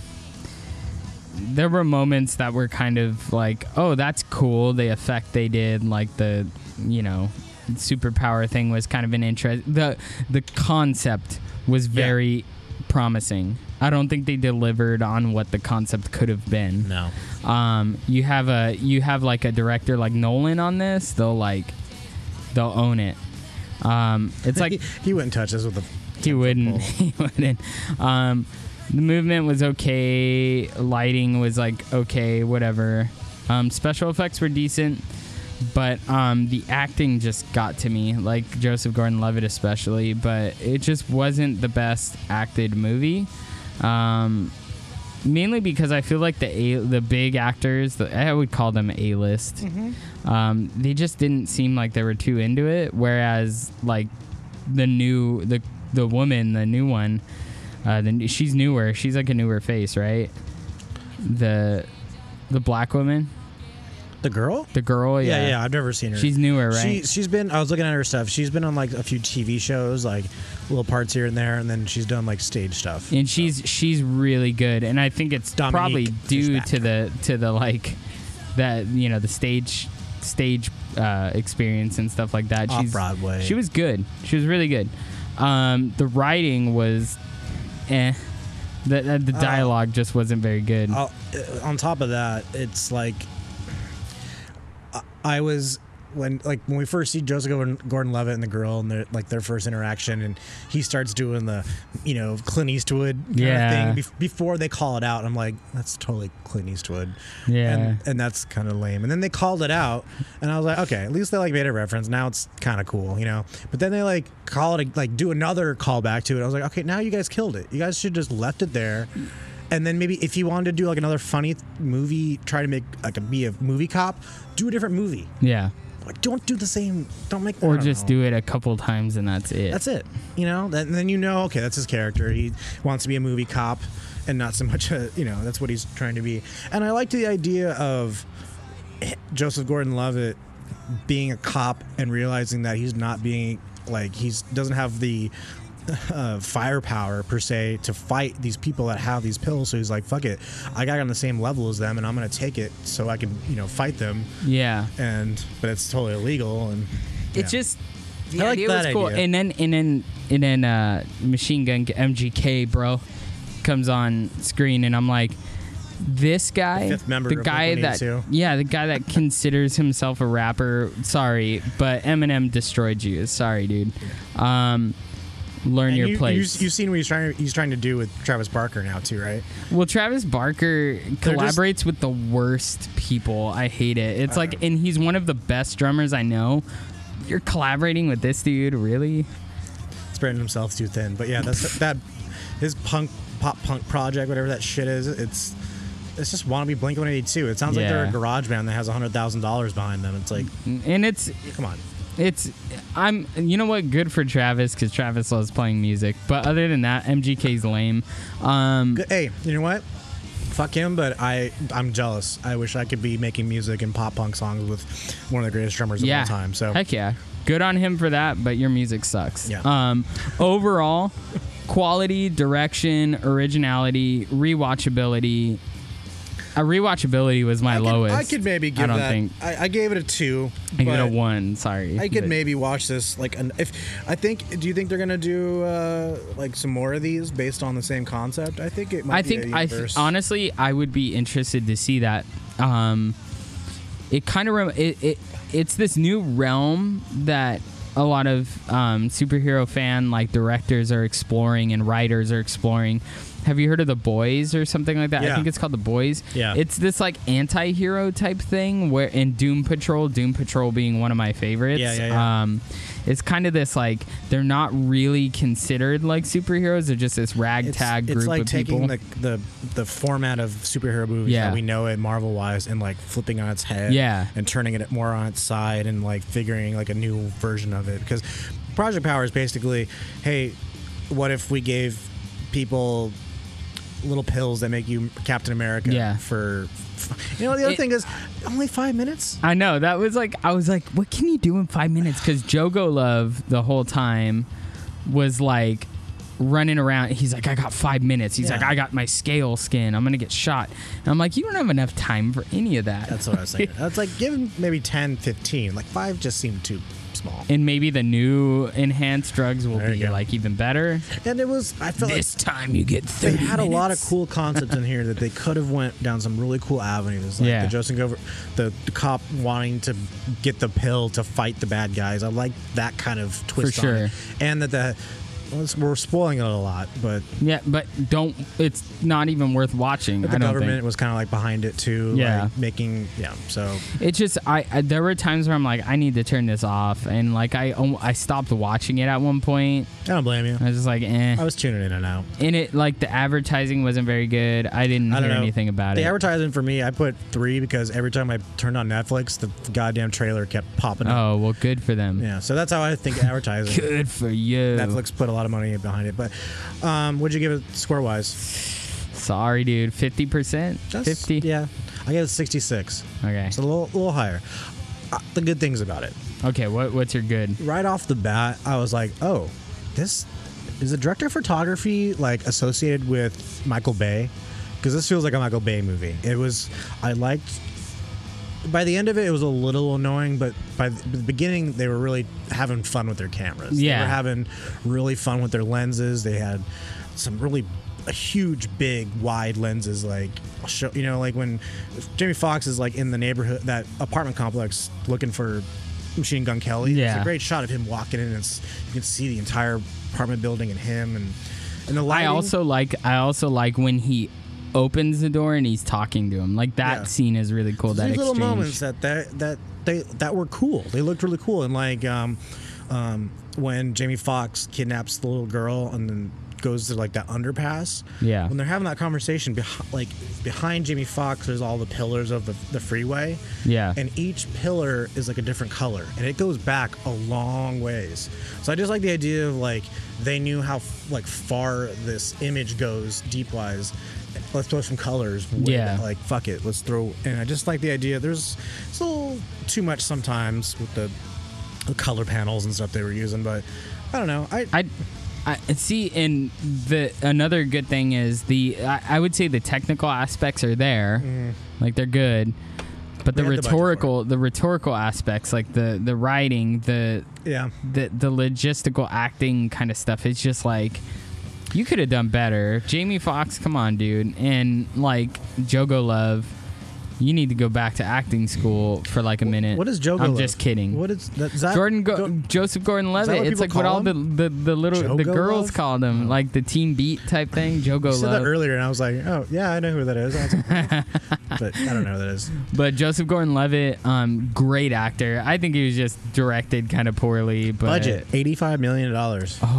there were moments that were kind of like, oh, that's cool. The effect they did, like the, you know, superpower thing was kind of an interest. The the concept was very promising. I don't think they delivered on what the concept could have been
No.
um, you have a you have like a director like Nolan on this, they'll like they'll own it. Um, it's like
he, he wouldn't touch this with a.
he wouldn't he wouldn't. Um, the movement was okay, lighting was like okay, whatever. Um, special effects were decent, but um, the acting just got to me, like Joseph Gordon-Levitt especially. But it just wasn't the best acted movie. Um, mainly because I feel like the a- the big actors, the, I would call them A list. Um, they just didn't seem like they were too into it. Whereas like the new the the woman, the new one, uh, the, new- she's newer. She's like a newer face, right? The the black woman,
The girl?
the girl, yeah,
yeah, I've never seen her.
She's newer, right?
She she's been. I was looking at her stuff. She's been on like a few TV shows, like little parts here and there, and then she's done like stage stuff.
and she's she's really good and i think it's
Dominique
probably due
Fishback.
to the to the like that you know the stage stage uh, experience and stuff like that
Off Broadway.
she was good she was really good um, the writing was eh the, uh, the, the dialogue just wasn't very good
I'll- uh, on top of that, it's like I- I was when like when we first see Joseph Gordon Levitt and the girl and their like their first interaction, and he starts doing the you know Clint Eastwood kind
Yeah.
of thing bef- before they call it out. I'm like, that's totally Clint Eastwood,
Yeah.
and, and that's kind of lame. And then they called it out, and I was like, okay, at least they like made a reference. Now it's kind of cool, you know. But then they like call it a, like do another callback to it. I was like, okay, now you guys killed it. You guys should just left it there. And then maybe if you wanted to do like another funny th- movie, try to make like a, be a movie cop, do a different movie.
yeah
Like don't do the same. Don't make
or just do it a couple times and that's it
That's it. You know. That, and then you know, okay, that's his character. He wants to be a movie cop, and not so much a you know that's what he's trying to be. And I liked the idea of Joseph Gordon-Levitt being a cop and realizing that he's not being like he's doesn't have the uh, firepower per se to fight these people that have these pills. So he's like, "Fuck it, I got on the same level as them, and I'm gonna take it so I can you know fight them."
yeah
And but it's totally illegal. And
It's
yeah.
just the
I like
idea was
that
cool.
idea.
And then and then and then uh, Machine Gun MGK bro comes on screen and I'm like this guy
fifth member
the
of
guy that
182.
yeah the guy that considers himself a rapper sorry but Eminem destroyed you sorry dude um learn
And
your
you,
place
You, have seen what he's trying. He's trying to do with Travis Barker now too, right?
Well, Travis Barker
just-
collaborates with the worst people. I hate it. It's like, and he's one of the best drummers I know. You're collaborating with this dude, really?
Spreading himself too thin. But yeah, that's that. His punk pop punk project, whatever that shit is, it's it's just wannabe Blink One Eighty Two. It sounds like they're
Yeah. Mm.
a garage band that has hundred thousand dollars behind them. It's like,
And it's
come on.
it's I'm you know what good for Travis because Travis loves playing music but other than that MGK's lame um
Good- Hey, you know what? Fuck him, but I I'm jealous. I wish I could be making music and pop punk songs with one of the greatest drummers
yeah
of all time. So
heck yeah good on him for that but your music sucks
Yeah.
um overall quality direction originality rewatchability uh, rewatchability was my
I could,
lowest
I could maybe give
I don't
that.
think
I, I gave it a two.
I give it a
but-
one sorry
I could
But-
maybe watch this like an, if I think. Do you think they're gonna do uh, like some more of these based on the same concept? I think it might.
I
be
think
a
I th-
universe.
honestly I would be interested to see that. Um, it kind of rem- it, it it's this new realm that a lot of um, superhero fan like directors are exploring and writers are exploring. Have you heard of The Boys or something like that? I
Yeah.
think it's called The Boys.
Yeah.
It's this like anti-hero type thing where in Doom Patrol, Doom Patrol being one of my favorites.
Yeah, yeah, yeah.
Um it's kind of this like they're not really considered like superheroes. They're just this
It's,
ragtag
it's
group
like
of
taking
people.
the, the the format of superhero movies
Yeah.
that we know it Marvel wise and like flipping on its head,
Yeah.
and turning it more on its side and like figuring like a new version of it. Because Project Power is basically, hey, what if we gave people little pills that make you Captain America?
Yeah.
For you know the other
It-
thing is only five minutes.
I know that was like I was like, what can you do in five minutes? Because Jogo Love the whole time was like running around. He's like, I got five minutes. He's
Yeah.
like, I got my scale skin. I'm gonna get shot. And I'm like, you don't have enough time for any of that.
That's what I was thinking. That's like give him maybe 10, 15. Like five just seemed too small.
and maybe the new enhanced drugs will
There you
be
go.
like even better.
And it was I felt like
This time you get
they
30
had a lot of
minutes.
cool concepts in here that they could have went down some really cool avenues. Like
Yeah.
the Joseph Gover, the, the cop wanting to get the pill to fight the bad guys. I like that kind of twist on
sure.
it. And that the well, it's- we're spoiling it a lot, but
Yeah, but don't. It's not even worth watching.
the
I don't
government
think.
was kind of like behind it too.
Yeah.
like making yeah. So
It's just I, I there were times where I'm like I need to turn this off and like I al- I stopped watching it at one point.
I don't blame you.
I was just like eh.
I was tuning in and out.
In it like the advertising wasn't very good. I didn't
I don't
hear
know
anything about
the
it.
advertising for me, I put three because every time I turned on Netflix, the goddamn trailer kept popping up.
oh well, good for them.
Yeah, so that's how I think advertising.
Good for you.
Netflix put a lot of money behind it. But um, would you give it score wise?
Sorry, dude. Fifty percent. Fifty.
Yeah, I gave it sixty six.
Okay.
It's a little, little higher. Uh, the good things about it,
Okay. What What's your good?
right off the bat, I was like, oh, this is the director of photography like associated with Michael Bay because this feels like a Michael Bay movie. It was I liked. By the end of it, it was a little annoying, but by the beginning, they were really having fun with their cameras. they
Yeah.
were having really fun with their lenses. They had some really huge, big, wide lenses. Like, show, you know, like when Jamie Foxx is like in the neighborhood, that apartment complex, looking for Machine Gun Kelly. It's
Yeah.
a great shot of him walking in, and it's, you can see the entire apartment building and him and and the
I
lighting.
also like I also like when he opens the door and he's talking to him. Like that
Yeah.
scene is really cool.
There's
that
these little
exchange.
moments that that that they that were cool. They looked really cool, and like um, um, when Jamie Foxx kidnaps the little girl and then goes to like that underpass.
Yeah.
When they're having that conversation, beh- like behind Jamie Foxx, there's all the pillars of the, the freeway.
Yeah.
And each pillar is like a different color, and it goes back a long ways. So I just like the idea of like they knew how f- like far this image goes deep wise. Let's throw some colors. way
Yeah.
back, Like fuck it, let's throw. And I just like the idea. There's it's a little too much sometimes with the, the color panels and stuff they were using, but I don't know. I,
I, I see. And the another good thing is the I, I would say the technical aspects are there, like they're good, but the
Mm-hmm. We had the budget for it.
rhetorical the rhetorical aspects, like the the writing, the
yeah.
the the logistical acting kind of stuff is just like you could have done better. Jamie Foxx, come on, dude, and like Jogo Love, you need to go back to acting school for like a minute.
What is Joe?
I'm
Golo?
just kidding.
What is that? Is that
Jordan Go-
Go-
Joseph Gordon
Uh, Is that
Levitt.
what
It's
people
like what
call
all the, the the little the
Jogo
girls
Love?
called him, like the team beat type thing. Jogo
You said that
Love.
earlier, and I was like, "Oh, yeah, I know who that is." I was like, but I don't know who that is.
But Joseph Gordon Levitt, um, great actor. I think he was just directed kind of poorly, but Oh.
Budget eighty-five million dollars.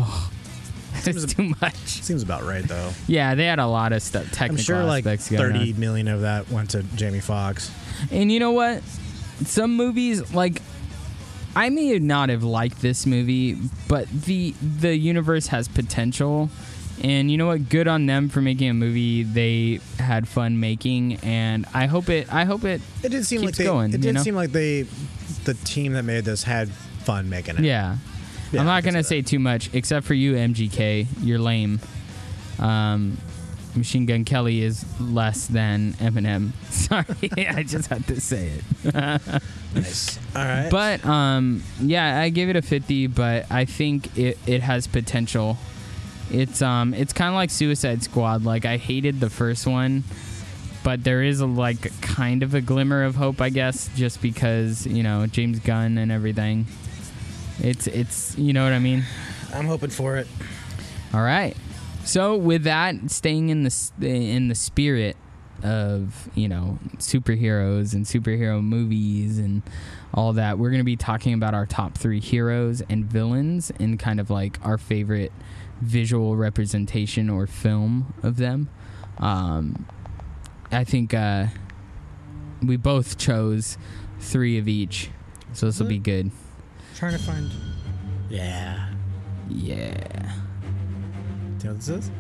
it's too much.
Seems about right, though.
Yeah, they had a lot of stuff
I'm
technical
sure like
aspects going
thirty million of that went to Jamie Foxx.
on. And you know what? Some movies like I may not have liked this movie, but the the universe has potential. And you know what? Good on them for making a movie they had fun making, and I hope it. I hope it.
It did seem like
Keeps
they.
going, you
it did
know?
seem like they, the team that made this had fun making it.
Yeah,
Yeah,
I'm
I
not
can
gonna
see
say too much, except for you, MGK. You're lame. Um, Machine Gun Kelly is less than Eminem. Sorry, I just had to say it.
Nice. All right.
But um, yeah, I give it a 50, but I think it, it has potential. It's um, it's kind of like Suicide Squad. Like I hated the first one, but there is a like kind of a glimmer of hope, I guess, just because you know James Gunn and everything. It's it's you know what I mean.
I'm hoping for it.
All right. So with that, staying in the s- in the spirit of you know superheroes and superhero movies and all that, we're gonna be talking about our top three heroes and villains and kind of like our favorite visual representation or film of them. Um, I think uh, we both chose three of each, so this will be good.
trying to find. Yeah.
Yeah.
Do you know what this is?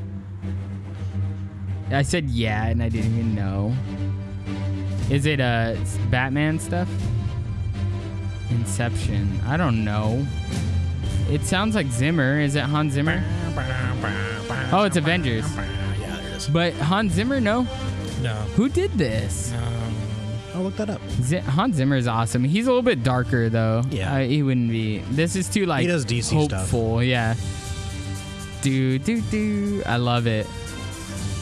I said yeah, and I didn't even know. Is it uh Batman stuff? Inception. I don't know. It sounds like Zimmer. Is it Hans Zimmer?
Oh,
Oh, it's Avengers.
Yeah, there it is.
But Hans Zimmer, no.
No.
Who did this?
Um, I'll look that up.
Z- Hans Zimmer is awesome. He's a little bit darker though.
Yeah.
Uh, he wouldn't be. This is too like
does DC stuff.
hopeful. Yeah. Do do do. I love it.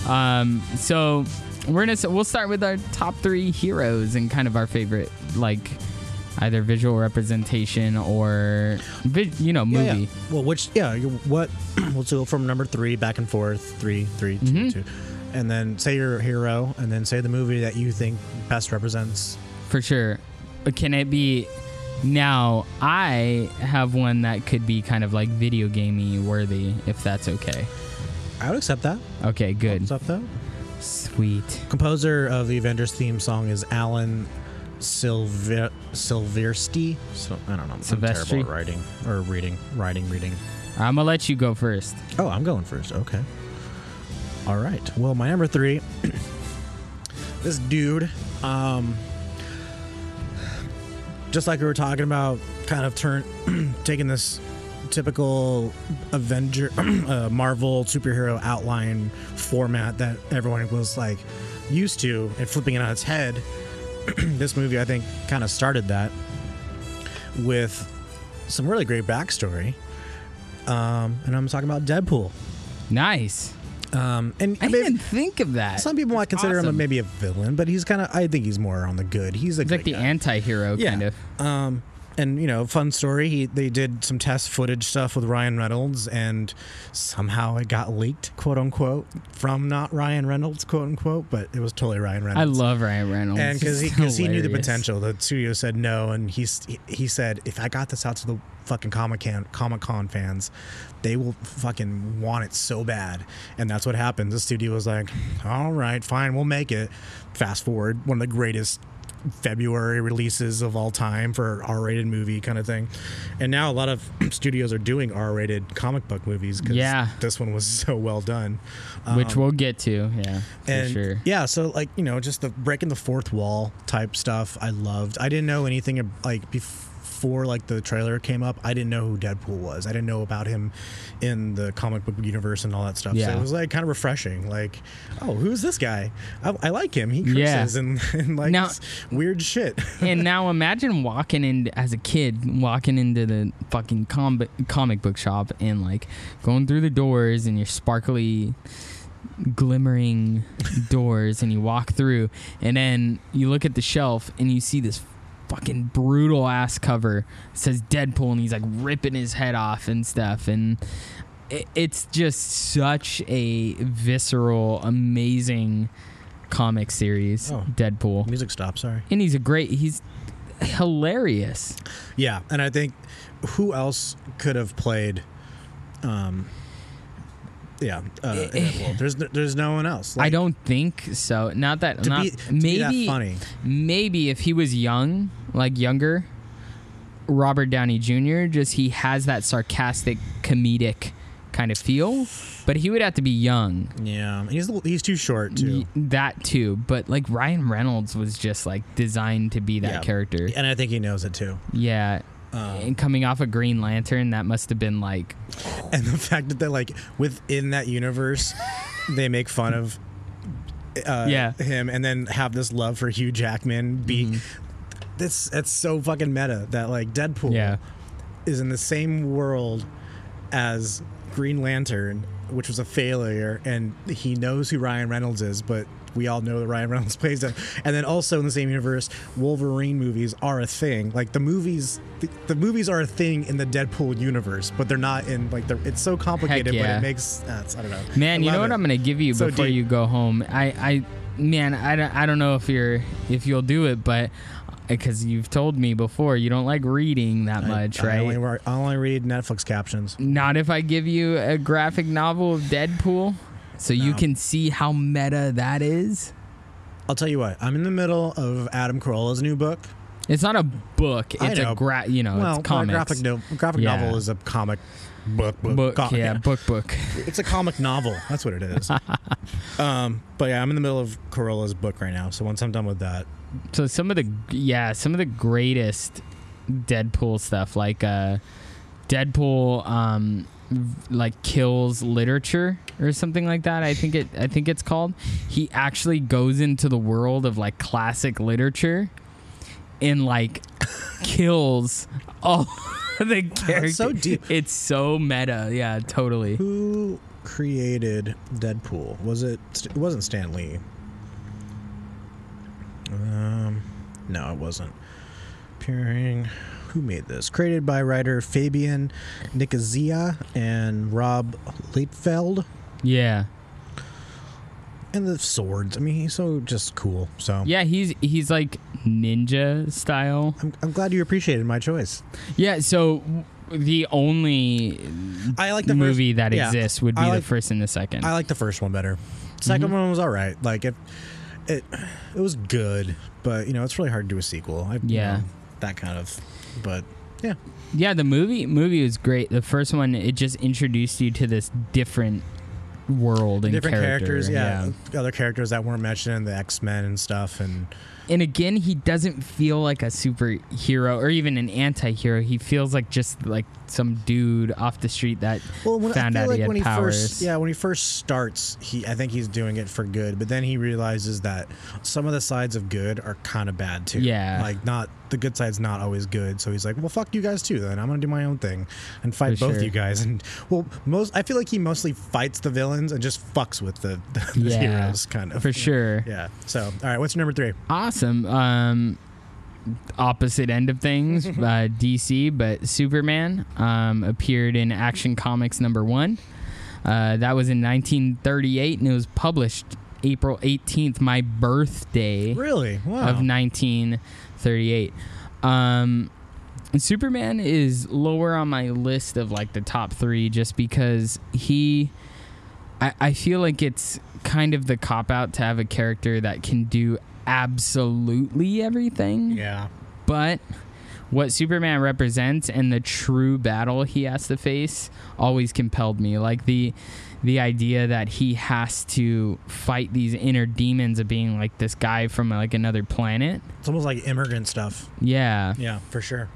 Um. So we're gonna s- we'll start with our top three heroes and kind of our favorite like either visual representation or vi- you know
Yeah,
movie.
yeah. Well, which yeah, you- what? Let's go from number three back and forth, three, three, two,
Mm-hmm.
two. and then say your hero, and then say the movie that you think best represents.
for sure. But can it be? Now I have one that could be kind of like video gamey worthy, if that's okay.
I would accept that.
Okay, good.
Stuff though.
Sweet.
Composer of the Avengers theme song is Alan Silver Silverstein. So I don't know. I'm
Silvestri?
terrible at writing or reading, writing, reading.
I'm gonna let you go first.
Oh, I'm going first. Okay. All right. Well, my number three. this dude, um, just like we were talking about, kind of turn taking this typical Avenger, uh, Marvel superhero outline format that everyone was like used to, and flipping it on its head. this movie, I think, kind of started that with some really great backstory. Um, and I'm talking about Deadpool.
Nice.
Um, and
I
maybe-
didn't think of that.
some people might
That's
consider him
awesome.
a, maybe a villain, but he's kind of. I think he's more on the good. He's a
It's like
good
the
guy.
anti-hero
yeah.
kind of.
Um, and you know, fun story. He they did some test footage stuff with Ryan Reynolds, and somehow it got leaked, quote unquote, from not Ryan Reynolds, quote unquote, but it was totally Ryan
I
Reynolds.
love Ryan Reynolds.
and because he,
He's
'cause he knew the
hilarious.
potential, the studio said no, and he s- he- he said, if I got this out to the fucking Comic Con Comic Con fans, they will fucking want it so bad, and that's what happened. The studio was like, all right, fine, we'll make it. Fast forward, one of the greatest February releases of all time for R-rated movie kind of thing, and now a lot of studios are doing R-rated comic book movies because
Yeah.
this one was so well done.
which we'll get to. Yeah, for
Um, And
sure.
yeah, so like you know, just the breaking the fourth wall type stuff. I loved. I didn't know anything ab- like before like the trailer came up. I didn't know who Deadpool was. I didn't know about him in the comic book universe and all that stuff. So
Yeah.
it was like kind of refreshing. Like, oh, who's this guy? I, I like him. He curses
Yeah.
and, and likes
Now-
weird shit.
and now imagine walking in as a kid, walking into the fucking com- comic book shop and like going through the doors and your sparkly, glimmering doors, and you walk through, and then you look at the shelf and you see this fucking brutal ass cover It says Deadpool, and he's like ripping his head off and stuff, and. it- It's just such a visceral, amazing comic series,
Oh.
Deadpool
Music stop. Sorry.
and he's a great he's hilarious
Yeah, and I think who else could have played? Um, yeah, uh, Deadpool. There's no- there's no one else.
Eh, i
Like,
don't think so not that
to
not
be, to be
maybe
that funny.
maybe if he was young like younger robert downey jr just he has that sarcastic comedic kind of feel but he would have to be young
Yeah, and he's a little- he's too short too.
Y- that too but like ryan reynolds was just like designed to be that
Yeah. Um,
character
And I think he knows it too.
yeah and coming off a green lantern that must have been like
And the fact that they like within that universe, they make fun of uh,
Yeah.
him, and then have this love for Hugh Jackman. Be
Mm-hmm.
that's that's so fucking meta that like Deadpool
yeah
is in the same world as Green Lantern, which was a failure, and he knows who Ryan Reynolds is, but we all know that Ryan Reynolds plays them. And then also in the same universe, Wolverine movies are a thing. Like the movies, the, the movies are a thing in the Deadpool universe, but they're not in like the. It's so complicated, but
yeah.
it makes. Uh, it's- I don't know.
Man,
I
you know
love
what
it.
I'm gonna give you
So
before
deep.
you go home. I, I, man, I, don't- I don't know if you're if you'll do it, but because you've told me before, you don't like reading that much,
I
right?
only, re- I only read Netflix captions.
Not if I give you a graphic novel of Deadpool, so you
No.
can see how meta that is.
I'll tell you what. I'm in the middle of Adam Carolla's new book.
It's not a book.
I
It's
know.
a gra- you know,
well,
it's comics.
graphic oh, no- graphic
Yeah.
novel is a comic book. Book.
book,
co-
yeah, book, book.
It's a comic novel. That's what it is. um, but yeah, I'm in the middle of Corolla's book right now. So once I'm done with that,
So some of the yeah, some of the greatest Deadpool stuff, like uh, Deadpool, um, v- like kills literature or something like that. I think it, I think it's called. He actually goes into the world of like classic literature, and like kills all the characters.
so deep.
It's so meta. Yeah, totally.
who created Deadpool? Was it? It wasn't Stan Lee. Um, no, it wasn't. Appearing. Who made this? Created by writer Fabian Nicazia and Rob Leitfeld.
Yeah,
And the swords. I mean, he's so just cool. So
yeah. He's he's like ninja style.
I'm, I'm glad you appreciated my choice.
Yeah. So. w- The only
I like the
movie
first,
that
yeah.
exists would be
I
the Mm-hmm.
like,
first and the second.
I like the first one better. 2nd one was all right. Like it, it, it was good, but you know it's really hard to do a sequel. I, you
Yeah.
know, that kind of. But yeah,
yeah, the movie movie was great. The first one it just introduced you to this different world and
different
character,
characters. Yeah, other characters that weren't mentioned, in the X Men and stuff, and
And again, he doesn't feel like a superhero or even an anti-hero. He feels like just like some dude off the street that
well, when,
found
I
out
feel like
he had
when
powers.
he first, yeah, when he first starts, he I think he's doing it for good, but then he realizes that some of the sides of good are kind of bad too.
Yeah.
like not the good side's not always good. So he's like, well, fuck you guys too. Then I'm gonna do my own thing and fight
For
both
sure.
you guys. And well, most I feel like he mostly fights the villains and just fucks with the, the,
Yeah,
heroes kind of
for sure.
Yeah. So all right, what's number three?
Awesome. Um, opposite end of things, uh, DC, but Superman um, appeared in Action Comics number one. Uh, that was in 1938, and it was published April 18th, my birthday
Really? Wow.
of 1938. Um, Superman is lower on my list of like the top three just because he. I, I feel like it's kind of the cop out to have a character that can do absolutely everything.
yeah.
But what Superman represents and the true battle he has to face always compelled me. Like the the idea that he has to fight these inner demons of being like this guy from like another planet.
It's almost like immigrant stuff.
Yeah.
Yeah, for sure.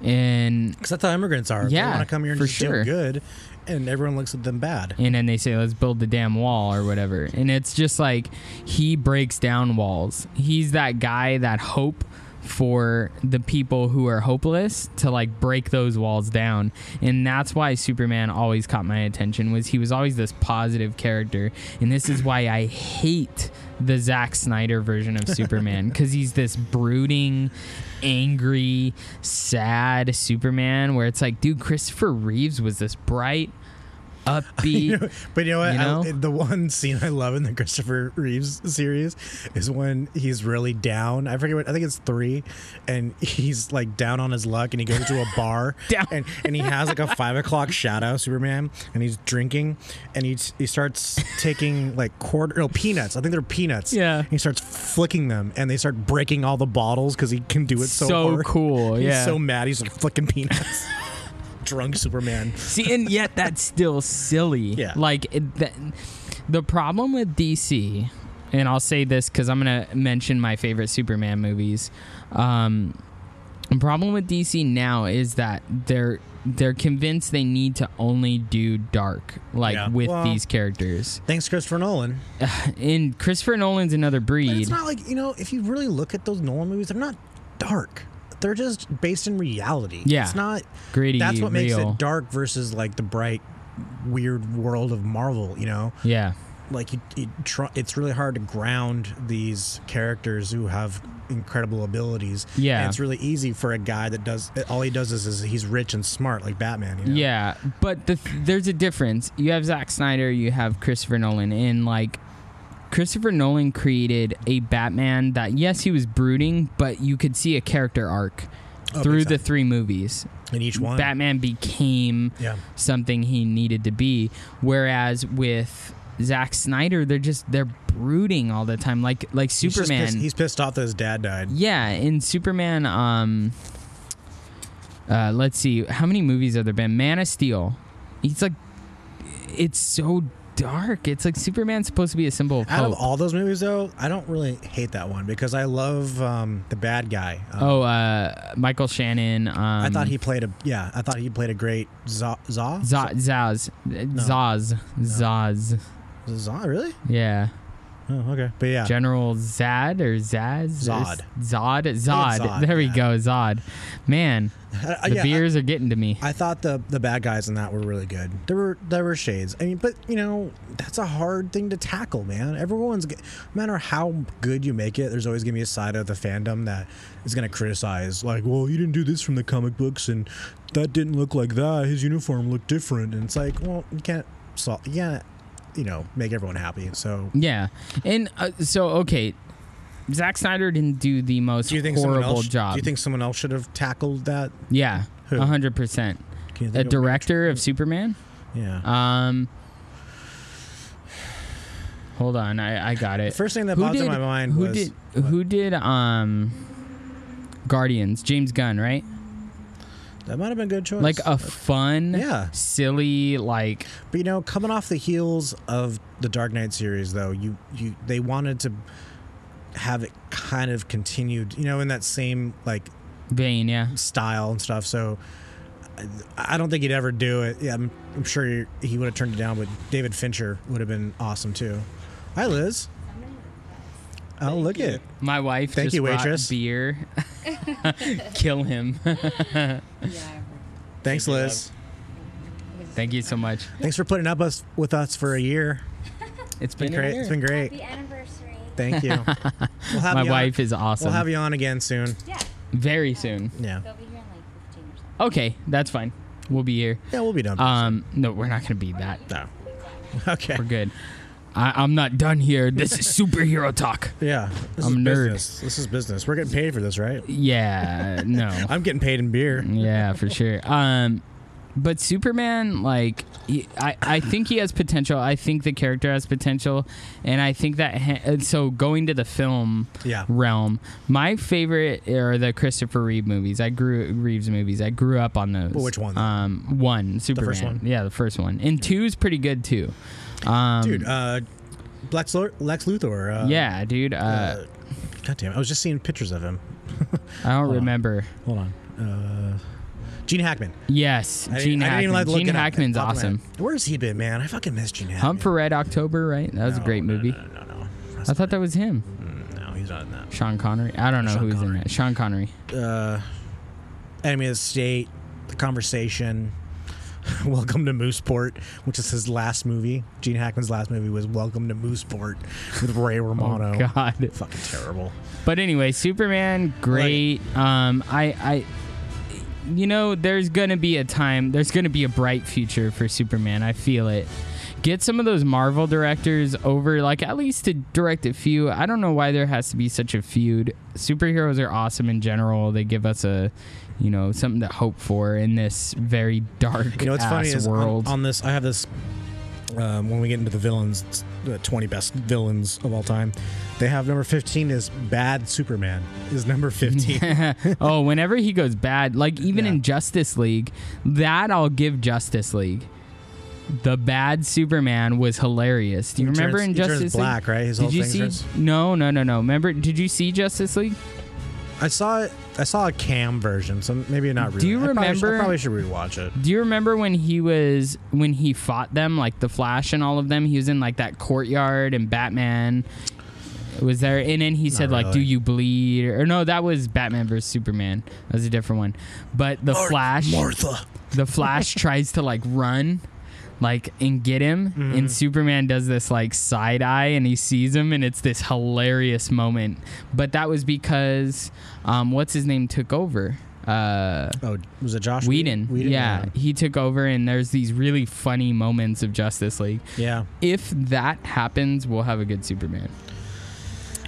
And
Because that's how immigrants are.
Yeah,
they want to come here and
for
just
sure.
do good, and everyone looks at them bad.
and then they say let's build the damn wall or whatever and it's just like he breaks down walls he's that guy that hope for the people who are hopeless to like break those walls down and that's why superman always caught my attention was he was always this positive character and this is why i hate the Zack Snyder version of Superman because he's this brooding, angry, sad Superman. Where it's like, dude, Christopher Reeves was this bright, upbeat,
You know- but you know what?
You
I-
know?
the one scene I love in the Christopher Reeves series is when he's really down. I forget what I think it's three, and he's like down on his luck, and he goes to a bar,
Down.
and and he has like a five o'clock shadow Superman, and he's drinking, and he he starts taking like quarter no, peanuts. I think they're peanuts.
Yeah.
And he starts flicking them, and they start breaking all the bottles because he can do it so,
So
hard.
cool,
He's
yeah.
so mad, he's like flicking peanuts. Drunk Superman.
See, and yet that's still silly.
Yeah.
Like it, the, the problem with DC, and I'll say this because I'm gonna mention my favorite Superman movies. Um, the problem with DC now is that they're they're convinced they need to only do dark, like
Yeah.
with
Well-
these characters.
Thanks, Christopher Nolan.
And Christopher Nolan's another
But
breed.
it's not like you know, if you really look at those Nolan movies, they're not dark. They're just based in reality.
Yeah.
it's not
Gritty,
That's what makes
real.
it dark versus like the bright, weird world of Marvel. You know,
Yeah.
like you, you try, it's really hard to ground these characters who have incredible abilities.
Yeah.
and it's really easy for a guy that does all he does is, is he's rich and smart like Batman. You know?
Yeah, but the th- there's a difference. You have Zack Snyder, you have Christopher Nolan, and like Christopher Nolan created a Batman that yes, he was brooding, but you could see a character arc
Oh,
through
big
the
time.
three movies.
and each one.
Batman became
Yeah,
something he needed to be. Whereas with Zack Snyder, they're just they're brooding all the time, like like
He's just
Superman.
pissed- he's pissed off that his dad died.
yeah, in Superman, um, uh, let's see, how many movies have there been? Man of Steel. He's like, it's so dark. It's like Superman's supposed to be a symbol of
Out
hope.
of all those movies, though, I don't really hate that one because I love um, the bad guy. Um,
oh, uh, Michael Shannon. Um,
I thought he played a yeah. I thought he played a great Za Za
Za- Zaz, Zaz, Zaz.
Za really?
Yeah.
Oh, okay, but yeah,
General Zad or Zaz?
Zod.
Zod? Zod.
Zod,
there we
yeah.
go, Zod. Man,
I- I-
the
Uh, yeah, I-
beers are getting to me.
I thought the the bad guys in that were really good. There were there were shades. I mean, but you know that's a hard thing to tackle, man. Everyone's g- no matter how good you make it, there's always gonna be a side of the fandom that is gonna criticize, like, well, you didn't do this from the comic books, and that didn't look like that. His uniform looked different, and it's like, well, you can't solve, you can't, you know, make everyone happy. So
yeah. And uh, so, okay, Zack Snyder didn't do the most
do you think
horrible
someone else?
job.
Do you think someone else should have tackled that?
yeah,
Who?
100%.
Can you
A
think of-
director of Superman?
yeah.
Um, hold on, I, I got it.
First thing that popped in my mind
who
was
did who did um Guardians? James Gunn, right?
that might have been a good choice.
Like a fun,
Yeah.
silly, like
But you know, coming off the heels of the Dark Knight series, though, you you they wanted to have it kind of continued, you know, in that same like
vein, yeah.
style and stuff. So I, I don't think he'd ever do it. Yeah, I'm, I'm sure he, he would have turned it down, but David Fincher would have been awesome too. Hi, Liz. Oh, look at
My wife
Thank
just
you,
brought
waitress.
beer. Kill him.
Yeah,
Thanks, Liz.
Thank you so much.
Thanks for putting up us with us for a year.
It's been
Been great. It's been great.
happy anniversary.
Thank you. We'll have
My
you on-
wife is awesome.
We'll have you on again soon.
Yeah,
Very soon.
Yeah.
they'll be here in like 15 or something.
Okay, that's fine. We'll be here.
Yeah, we'll be done.
Um, no, we're not gonna be that.
no. Okay.
We're good. I, I'm not done here. This is superhero talk.
Yeah, this
I'm a
is
nerd.
business. This is business. We're getting paid for this, right?
Yeah, no.
I'm getting paid in beer.
yeah, for sure. Um, but Superman, like, he- I, I think he has potential. I think the character has potential, and I think that ha- and so going to the film
Yeah.
realm, my favorite are the Christopher Reeve movies. I grew Reeves movies. I grew up on those.
which ones?
Um, one Superman.
first one?
Yeah, the first one. And two is pretty good too. Um,
Dude, uh, Lex, Lur- Lex Luthor. Uh,
yeah, dude. Uh,
Uh, God damn it. I was just seeing pictures of him.
I don't
on.
remember.
Hold on. Uh, Gene Hackman.
Yes,
I didn't-
Gene
I didn't even
Hackman.
like to look
Gene
it up.
Hackman's
Off the
awesome.
bat. Where's he been, man? I fucking miss Gene Hackman.
Hunt for Red October, right? That was a
No,
great
no,
movie.
No, no, no.
I thought that was him.
that. No, he's not in that.
Sean Connery. I don't know
Sean
who's in
Connery.
that. Sean Connery.
Uh, Enemy of the State, The Conversation, Welcome to Mooseport, which is his last movie. Gene Hackman's last movie was Welcome to Mooseport with Ray Romano.
Oh, God.
Fucking terrible.
But anyway, Superman, great. Um, I, I, you know, there's gonna be a time. There's gonna be a bright future for Superman. I feel it. Get some of those Marvel directors over, like at least to direct a few. I don't know why there has to be such a feud. Superheroes are awesome in general. They give us a, you know, something to hope for in this very dark
You know what's
ass
funny is um, on-
world.
On, this, I have this. Um, when we get into the villains, it's the 20 best villains of all time, they have number 15 is Bad Superman is number 15.
oh, whenever he goes bad, like even
Yeah.
in Justice League, that I'll give Justice League. The bad Superman was hilarious. Do you
He
remember
turns-
in
he turns
Justice
black,
League?
right? His
did
whole
you
thing
see?
turns-
No, no, no, no. Remember? Did you see Justice League?
I saw it. I saw a cam version, so maybe not really.
Do you
I probably should-
remember-
I probably should rewatch it.
Do you remember when he was when he fought them, like the Flash and all of them? He was in like that courtyard, and Batman was there. And then he said, like,
really.
"Do you bleed?" Or no, that was Batman versus Superman. That was a different one. But the Flash,
Martha.
the Flash tries to like run, like and get him
Mm-hmm.
and superman does this like side eye and he sees him and it's this hilarious moment but that was because um what's his name took over uh
Oh, was it Josh
Whedon. yeah, he took over, and there's these really funny moments of Justice League.
yeah.
If that happens, we'll have a good Superman.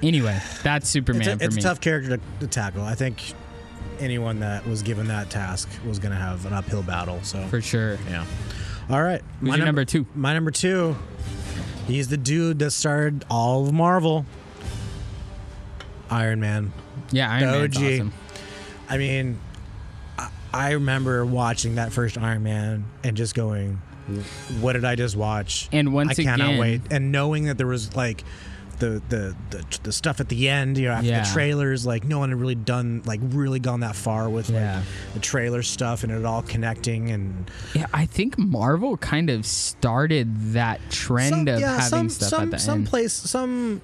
Anyway, that's Superman
It's, a,
for
it's a
me.
tough character to, to tackle. I think anyone that was given that task was going to have an uphill battle. So
for sure.
yeah. All right.
Who's your number two?
My number two. He's the dude that started all of Marvel. Iron Man.
Yeah, Iron
The
Man's
OG.
awesome.
I mean, I, I remember watching that first Iron Man and just going, "What did I just watch?"
And once
I cannot
again-
wait. And knowing that there was like the the the, the stuff at the end, you know, after
Yeah.
the trailers, like no one had really done like really gone that far with
Yeah.
like the trailer stuff and it all connecting and
Yeah, I think Marvel kind of started that trend
some,
of
yeah,
having
some
stuff
some
at the
some
end.
place some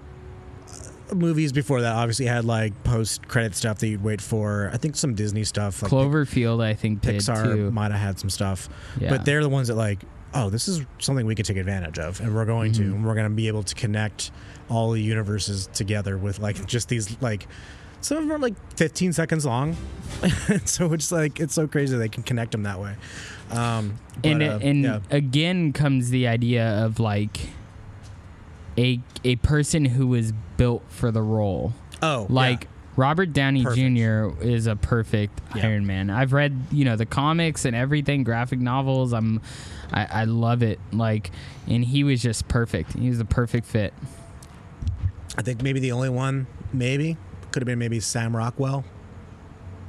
uh, movies before that obviously had like post credit stuff that you'd wait for. I think some Disney stuff like
Cloverfield, I think, did
Pixar
too.
might have had some stuff,
Yeah.
but they're the ones that like, oh, this is something we could take advantage of, and we're going
Mm-hmm.
to, and we're going to be able to connect all the universes together with like just these like, some of them are like 15 seconds long, so it's like it's so crazy they can connect them that way. Um, but,
and
uh,
and
yeah.
again comes the idea of like a a person who was built for the role.
oh, yeah.
Like Robert Downey
Perfect.
Jr. is a perfect
Yeah.
Iron Man. I've read you know the comics and everything, graphic novels. I'm I, I love it. Like and he was just perfect. He was the perfect fit.
I think maybe the only one, maybe could have been maybe Sam Rockwell,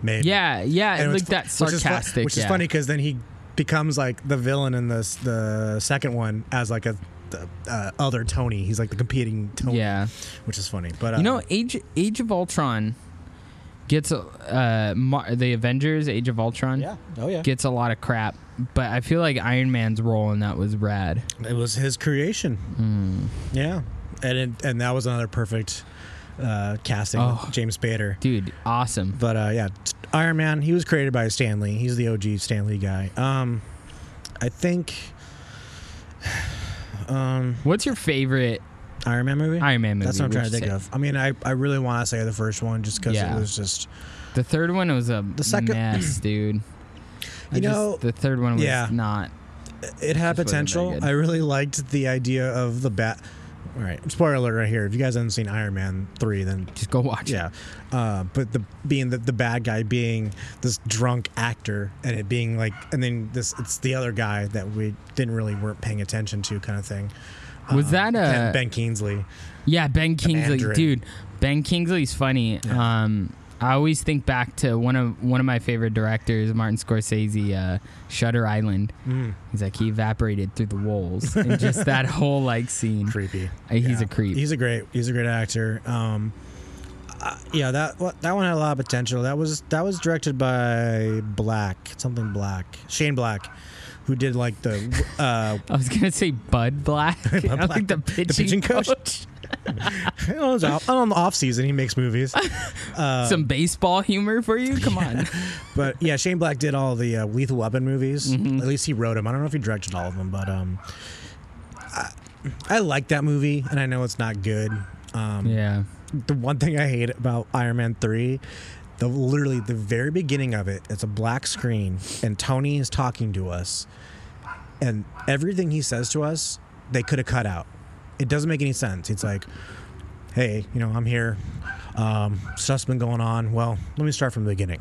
maybe
Yeah, yeah,
And
like
what's fu-
that sarcastic.
Which is, fu- which is
yeah.
funny because then he becomes like the villain in the the second one as like a the, uh, other Tony. He's like the competing Tony,
Yeah.
which is funny. But uh,
You know, Age Age of Ultron gets a uh, Mar- the Avengers Age of Ultron.
oh yeah,
gets a lot of crap, but I feel like Iron Man's role in that was rad.
it was his creation.
Hmm.
Yeah, and it, and that was another perfect uh, casting, with
Oh.
James Spader.
Dude, awesome.
But uh, yeah, t- Iron Man. He was created by Stanley. He's the OG Stanley guy. Um, I think. Um,
What's your favorite
Iron Man movie.
Iron Man movie?
That's what I'm
would
trying to
you
think
say?
of. I mean, I, I really want to say the first one just because
Yeah.
it was just
The third one was a the
second-
mess, dude. You
You know,
the third one was
yeah.
not.
it had
wasn't very
potential.
good.
I really liked the idea of the bat. All right, spoiler alert right here. If you guys haven't seen Iron Man three, then
Just go watch it.
yeah, uh, but the being the, the bad guy being this drunk actor and it being like and then this it's the other guy that we didn't really weren't paying attention to kind of thing.
Was
Um,
that
Ben-
a-
Ben Kingsley?
Yeah, Ben Kingsley,
Mandarin.
dude. Ben Kingsley's funny. Um, I always think back to one of one of my favorite directors, Martin Scorsese, uh, Shutter Island. He's like he evaporated through the walls, and just that whole like scene.
Creepy.
Uh, he's a creep.
He's a great. He's a great actor. Um, uh, yeah, that wa- that one had a lot of potential. That was that was directed by Black, something Black, Shane Black, who did like the uh,
I was gonna say Bud Black. I
Black,
like the pitching, coach.
on his off- on the off season he makes movies,
Some baseball humor for you. Come on.
but yeah, Shane Black did all the uh, Lethal Weapon movies. At least he wrote them. I don't know if he directed all of them, but um, I, I like that movie, and I know it's not good. Um,
Yeah.
the one thing I hate about Iron Man 3, the literally the very beginning of it, it's a black screen and Tony is talking to us and everything he says to us, they could have cut out. It doesn't make any sense. It's like, "Hey, you know, I'm here. Um, stuff's been going on. Well, let me start from the beginning."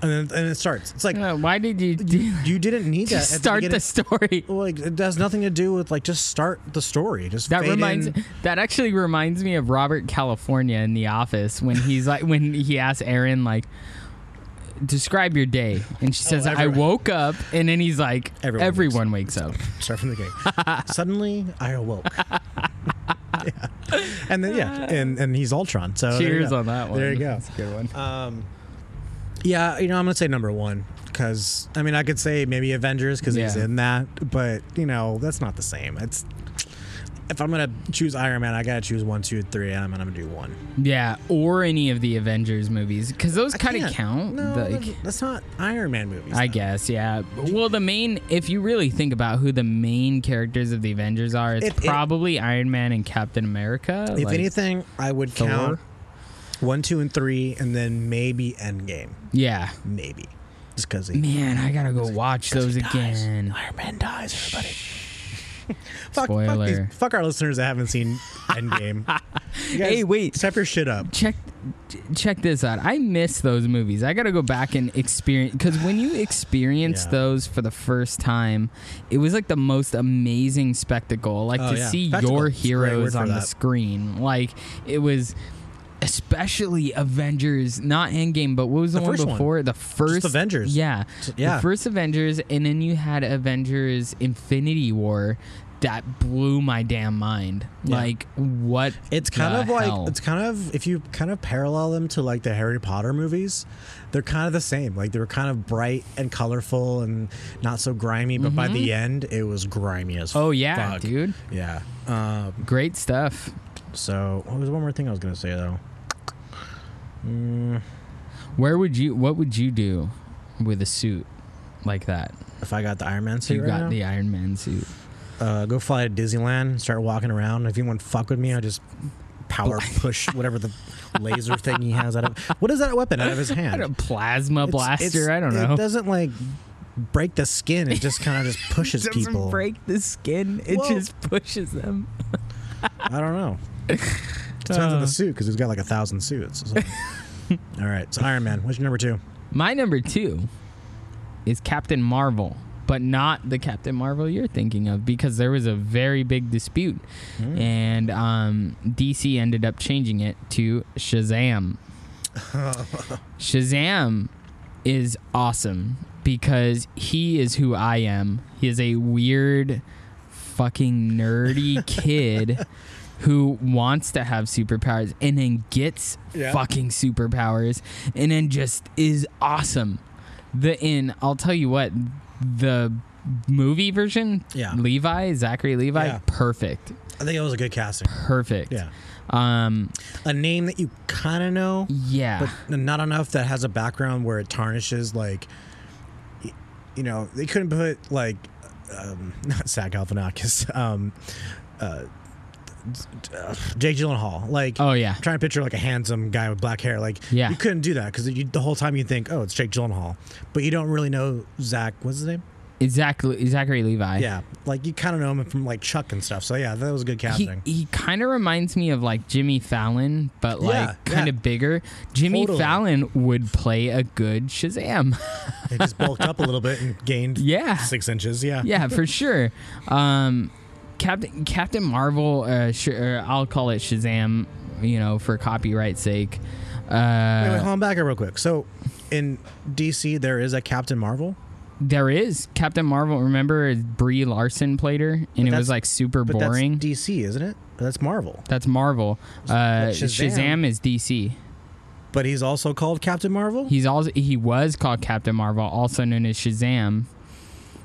And then and it starts. It's like
Uh, why did you do?
you didn't need that.
Just
at
start
beginning.
the story.
like it has nothing to do with like just start the story. Just
That
fade
reminds
in.
that actually reminds me of Robert California in The Office when he's like when he asks Aaron like describe your day and she says
Oh,
I
everyone-
woke up and then he's like everyone,
Everyone
wakes, up.
start from the beginning. Suddenly, I awoke. Yeah. And then yeah, and and he's Ultron. So Oh, there you
Cheers
go.
on that one.
There you go.
That's a good one.
Um, yeah, you know I'm gonna say number one because I mean I could say maybe Avengers because he's
Yeah.
in that, but you know that's not the same. It's if I'm gonna choose Iron Man, I gotta choose one, two, three, and I'm gonna do one.
Yeah, or any of the Avengers movies because those
I
kind of
can't.
count.
No,
like,
that's- that's not Iron Man movies.
I
though.
guess, yeah. Well, the main, if you really think about who the main characters of the Avengers are, it's
If it-
probably Iron Man and Captain America.
If
like-
anything, I would
Thor?
count one, two, and three, and then maybe Endgame.
yeah.
Maybe just because he
Man, I gotta go watch those
dies.
again.
Iron Man dies. Everybody. fuck, fuck,
Spoiler.
these, fuck our listeners that haven't seen Endgame. You guys,
Hey, wait.
Step your shit up.
Check, check this out. I miss those movies. I gotta go back and experience because when you experience
Yeah.
those for the first time, it was like the most amazing spectacle. Like
Oh,
to
yeah.
see
Spectacle
your
is a great word
heroes
for
on the
that.
screen. Like it was. Especially Avengers, not Endgame, but what was the,
The
one
first one.
before? The first
Avengers.
Yeah,
yeah.
The first Avengers, and then you had Avengers: Infinity War, that blew my damn mind.
Yeah.
Like what?
It's kind
the
of like
hell?
it's kind of if you kind of parallel them to like the Harry Potter movies, they're kind of the same. Like they were kind of bright and colorful and not so grimy, but by the end it was grimy as
Mm-hmm. Oh yeah,
fuck.
dude,
Yeah. Um,
great stuff.
so what was one more thing I was gonna say though?
Where would you? What would you do with a suit like that?
If I got the Iron Man
If
suit,
you
right
got
now,
the Iron Man suit.
uh, go fly to Disneyland, start walking around. If anyone fuck with me, I just power push whatever the laser thing he has out of. What is that weapon out of his hand?
A plasma
It's-
blaster.
it's-
I don't know.
It doesn't like break the skin. It just kind of just pushes people.
the skin. It
Whoa. just
pushes them.
I don't know. Depends on
Uh.
the suit because he's got like a thousand suits. so. All right, so Iron Man. What's your number two?
My number two is Captain Marvel, but not the Captain Marvel you're thinking of because there was a very big dispute, and um, DC ended up changing it to Shazam. Shazam is awesome because he is who I am. He is a weird, fucking nerdy kid who wants to have superpowers and then gets
Yeah.
fucking superpowers and then just is awesome. The in I'll tell you what the movie version
Yeah.
Levi Zachary Levi
Yeah.
perfect
I think it was a good casting.
perfect
Yeah,
um
a name that you kind of know,
yeah
but not enough that has a background where it tarnishes. Like, y- you know, they couldn't put like, um, not Zach Galifianakis, um, uh, Jake Gyllenhaal. Like,
oh yeah
trying to picture like a handsome guy with black hair. Like,
Yeah.
you couldn't do that because the whole time you think, oh, it's Jake Gyllenhaal, but you don't really know Zach. What's his name?
exactly Zachary Levi
Yeah, like you kind of know him from like Chuck and stuff. So yeah, that was a good
he,
casting.
he kind of reminds me of like Jimmy Fallon, but like
Yeah,
kind of
yeah.
bigger. Jimmy
Totally.
Fallon would play a good Shazam.
He just bulked up a little bit and gained
yeah.
six inches. Yeah,
Yeah, for sure. Um, Captain Captain Marvel, uh, sh- or I'll call it Shazam, you know, for copyright sake.
Wait, wait,
Uh,
hold on back up real quick. So in DC, there is a Captain Marvel,
there is Captain Marvel. Remember, Brie Larson played her, and it
that's-
was like super
but
boring.
that's DC, isn't it? That's Marvel.
That's Marvel. Uh,
Shazam-
Shazam is DC.
But he's also called Captain Marvel.
He's also he was called Captain Marvel, also known as Shazam.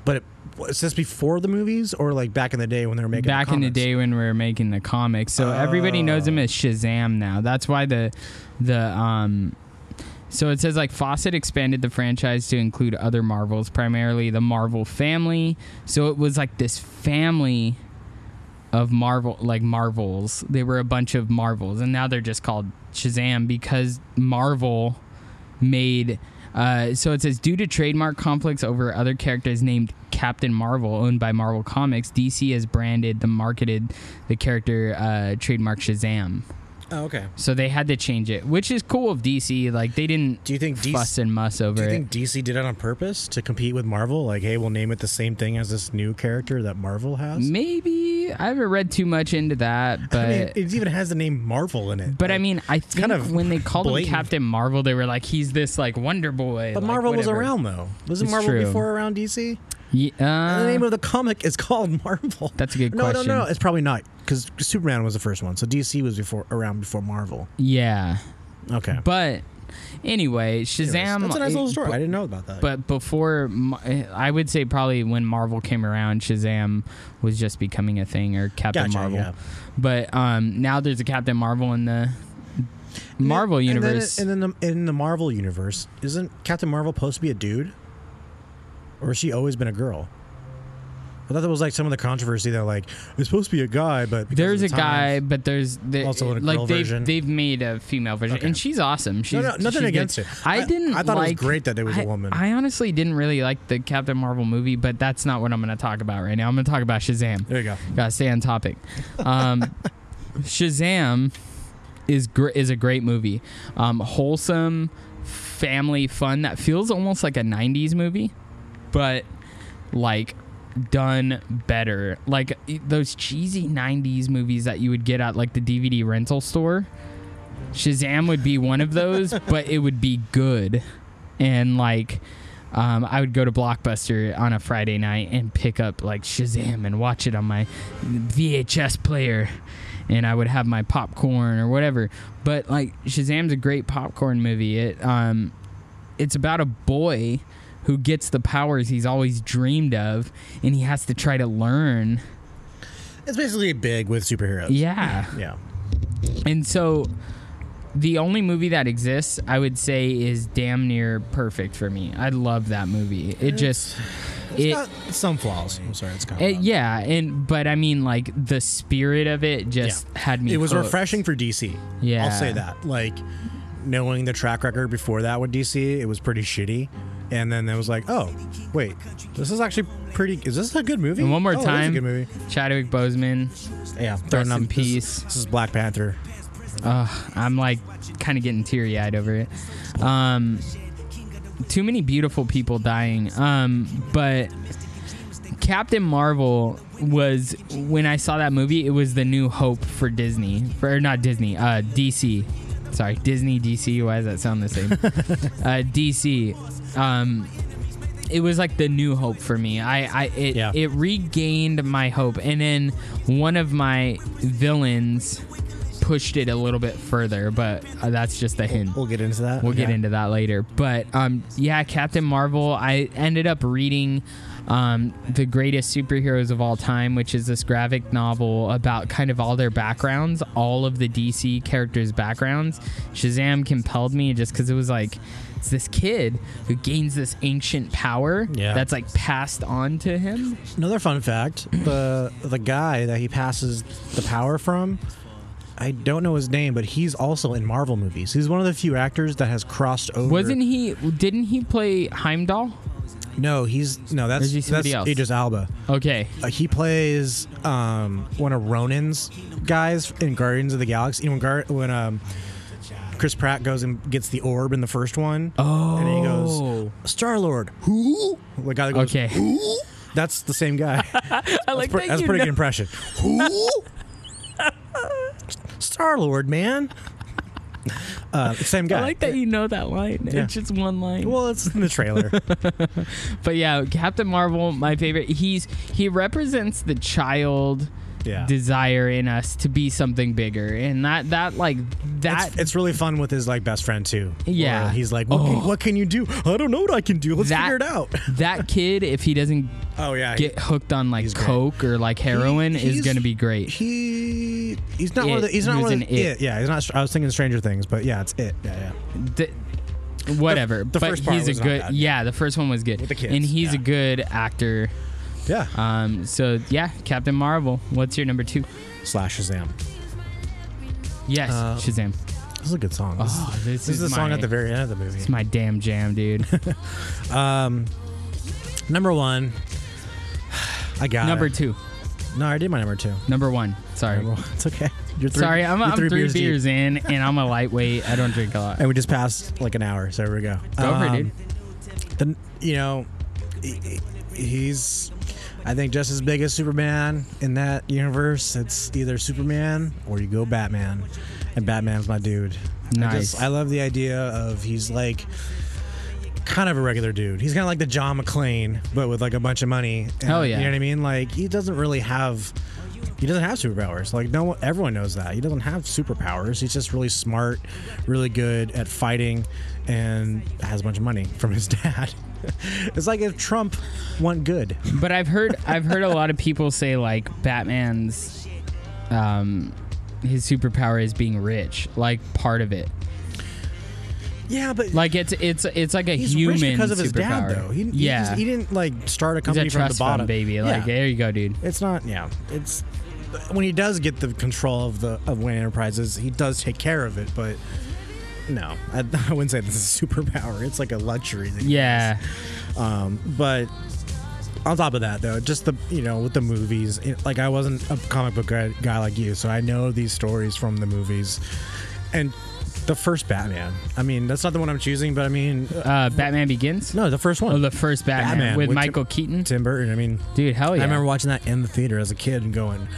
but it, is this before the movies or like back in the day when they were making
back in the
comics? Oh.
day when we were making the comics. So everybody knows him as Shazam now. That's why the the um so it says like Fawcett expanded the franchise to include other Marvels, primarily the Marvel family. So it was like this family of Marvel like Marvels. They were a bunch of Marvels and now they're just called Shazam because Marvel made uh, so it says due to trademark conflicts over other characters named Captain Marvel, owned by Marvel Comics, DC has branded the marketed the character uh, trademark Shazam.
Oh, okay.
So they had to change it, which is cool of DC. Like they didn't
Do you think DC
fuss and muss over
Do you
it.
think DC did it on purpose to compete with Marvel? Like, hey, we'll name it the same thing as this new character that Marvel has.
Maybe I haven't read too much into that, but
I mean, it even has the name Marvel in it.
but I
Like,
mean I think
kind of
when they called
blatant.
him Captain Marvel, they were like he's this like Wonder Boy.
but
like,
Marvel was
whatever.
around though. Wasn't
It's
Marvel
true.
before around DC?
Ye-
the name
uh,
of the comic is called Marvel.
That's a good
no,
question.
No, no, no. It's probably not because Superman was the first one, so DC was before around before Marvel.
yeah.
Okay,
But Anyway, Shazam.
Anyways, That's a nice
it-
little story. I didn't know about that.
but before Ma- eh, I would say probably when Marvel came around, Shazam was just becoming a thing or Captain
Gotcha,
Marvel.
yeah.
But um, now there's a Captain Marvel in the Marvel
And then-
universe.
And then, the, in the Marvel universe, isn't Captain Marvel supposed to be a dude? Or has she always been a girl? I thought that was like some of the controversy that like it's supposed to be a guy, but because
there's a
of the
guy,
times-
but there's the,
Also in a
like
girl
they've
version.
they've made a female version,
Okay.
and she's awesome. She's
no, nothing
she's good.
against it.
I
I-
didn't.
I thought it was
like-
great that it was a
I-
woman.
I honestly didn't really like the Captain Marvel movie, but that's not what I'm going to talk about right now. I'm going to talk about Shazam.
There you go.
Gotta stay on topic. Um, Shazam is gr- is a great movie, um, wholesome, family fun that feels almost like a '90s movie, but like done better. Like e- those cheesy '90s movies that you would get at like the DVD rental store. Shazam would be one of those, but it would be good, and like. Um, I would go to Blockbuster on a Friday night and pick up like Shazam and watch it on my VHS player, and I would have my popcorn or whatever. But like Shazam's a great popcorn movie. It um, it's about a boy who gets the powers he's always dreamed of, and he has to try to learn.
It's basically big with superheroes.
Yeah.
Yeah.
And so the only movie that exists, I would say, is damn near perfect for me. I love that movie. It just it,
It's got some flaws. I'm sorry, it's got.
it- Uh, yeah, and but I mean like the spirit of it just had me
It was
hooked.
refreshing for DC.
Yeah.
I'll say that. Like knowing the track record before that with DC, it was pretty shitty. And then it was like, oh, wait, this is actually pretty. Is this a good movie?
And one more
Oh, it is a
time
good movie.
Chadwick Boseman.
Yeah,
in
up- this-
peace.
This, is Black Panther.
Ugh, I'm like kind of getting teary eyed over it. Um, too many beautiful people dying. Um, but Captain Marvel was when I saw that movie, it was the new hope for Disney, for or not Disney, uh, DC. Sorry, Disney DC. Why does that sound the same? uh, DC. Um, it was like the new hope for me. I, I it,
Yeah.
it regained my hope, and then one of my villains pushed it a little bit further, but uh, that's just a hint.
We'll get into that.
We'll get
Yeah.
into that later. But um, yeah, Captain Marvel. I ended up reading um, the greatest superheroes of all time, which is this graphic novel about kind of all their backgrounds, all of the DC characters' backgrounds. Shazam compelled me just because it was like it's this kid who gains this ancient power
Yeah.
that's like passed on to him.
Another fun fact: the the guy that he passes the power from. I don't know his name, but he's also in Marvel movies. He's one of the few actors that has crossed over.
Wasn't he? Didn't he play Heimdall?
No, he's no. That's
is he somebody
that's
else?
Idris Alba.
Okay,
Uh, he plays um, one of Ronan's guys in Guardians of the Galaxy. You know, when Gar- when um, Chris Pratt goes and gets the orb in the first one, and he goes
Oh.
Star Lord. Who? The guy that goes.
Okay.
Who? That's the same guy.
I like
Pre- that's a pretty good impression. Who? Star Lord, man. Uh, same guy.
I like that you know that line.
Yeah.
It's just one line.
Well, it's in the trailer.
But yeah, Captain Marvel, my favorite. He's he represents the child
Yeah.
desire in us to be something bigger, and that that like that
it's, it's really fun with his like best friend too.
Yeah.
Where he's like, what, can,
Oh.
what can you do? I don't know what I can do. Let's
that
figure it out.
that kid, if he doesn't
Oh yeah,
get hooked on like
He's great.
coke or like heroin, is
he's-
going to be great.
he he's not one of
It.
the he's
He
not
was
one of
in
the,
It.
it. Yeah, he's not. I was thinking Stranger Things, but yeah, it's it. Yeah, yeah.
Th- whatever,
the
but
first part
he's a
was not
good.
bad.
Yeah, the first one was good,
With the kids,
and he's a
yeah.
good actor.
Yeah.
Um, so yeah, Captain Marvel. What's your number two?
Slash Shazam.
Yes,
Uh,
Shazam.
This is a good song. This,
Oh, this,
this is the
my,
song at the very end of the movie.
It's my damn jam, dude.
Number one. I got
number
it.
two.
No, I did my number two.
Number one. Sorry.
Number one. It's okay. You're three,
Sorry, I'm,
you're
I'm three, beers,
deep. Uh,
in, and I'm a lightweight. I don't drink a lot.
and we just passed like an hour. So here we go. Um,
Go for it, dude.
the you know he- he's I think just as big as Superman in that universe. It's either Superman or you go Batman, and Batman's my dude. I,
Nice.
just, I love the idea of he's like kind of a regular dude. He's kind of like the John McClane, but with like a bunch of money. And,
Hell yeah.
You know what I mean? Like he doesn't really have He doesn't have superpowers. Like no, one- everyone knows that. He doesn't have superpowers. He's just really smart, really good at fighting, and has a bunch of money from his dad. it's like if Trump won good.
But I've heard I've heard a lot of people say like Batman's um his superpower is being rich, like part of it.
Yeah, but
Like it's it's it's like a
he's
human
rich because of his
superpower.
dad, though. He, he
yeah,
just- he didn't like start a
he's
company
a
from
trust
the bottom,
fund baby.
Yeah.
Like there you go, dude.
It's not. Yeah, it's when he does get the control of the of Wayne Enterprises, he does take care of it. But no, I, I wouldn't say this is a superpower. It's like a luxury. That he
Yeah,
Um, but on top of that, though, just the you know with the movies, it, like I wasn't a comic book guy, guy like you, so I know these stories from the movies, and the first Batman. I mean, that's not the one I'm choosing, but I mean, uh,
uh, Batman Begins.
no, the first one.
Oh, the first Batman,
Batman
with,
with Tim-
Michael Keaton.
Tim Burton. I mean,
Dude, hell yeah!
I remember watching that in the theater as a kid and going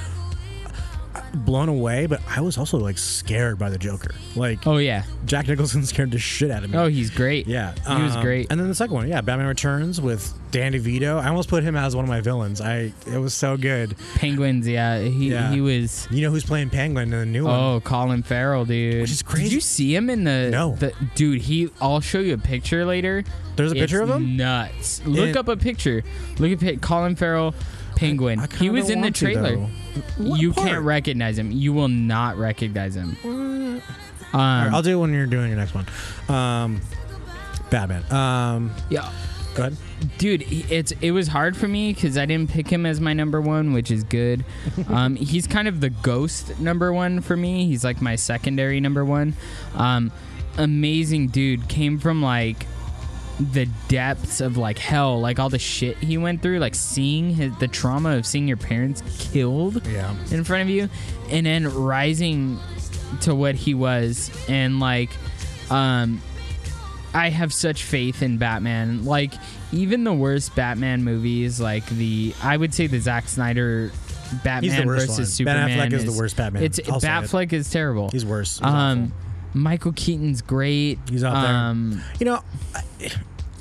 uh, blown away, but I was also like scared by the Joker. Like
oh yeah.
Jack Nicholson scared the shit out of me.
Oh, he's great.
Yeah,
he was
um,
great.
And then the second one, yeah, Batman Returns with Dan DeVito. I almost put him as one of my villains. I it was so good.
Penguins. Yeah, he
Yeah.
he was.
You know who's playing Penguin in the new one?
Oh, Colin Farrell, dude.
Which is crazy.
Did you see him in the?
No.
the- dude, he. I'll show you a picture later.
There's a
It's
picture of him.
Nuts. Look
It-
up a picture. Look at pic- Colin Farrell, Penguin.
I
he
kinda
was in the
want to,
trailer.
though.
you
part?
can't recognize him. You will not recognize him. Um,
I'll do it when you're doing your next one. Um, Batman. Um,
yeah,
go ahead.
dude, he- it's it was hard for me because I didn't pick him as my number one, which is good. um, he's kind of the ghost number one for me. He's like my secondary number one. Um, amazing dude came from like the depths of like hell, like all the shit he went through, like seeing his, the trauma of seeing your parents killed
Yeah.
in front of you, and then rising to what he was, and like, um, I have such faith in Batman. Like, even the worst Batman movies, like the I would say the Zack Snyder Batman
worst
versus
one. Ben
Superman.
Affleck is the worst Batman.
It's
I'll say it.
Batfleck is terrible.
He's worse. He's
um, Michael Keaton's great.
He's out there.
um,
You know, I,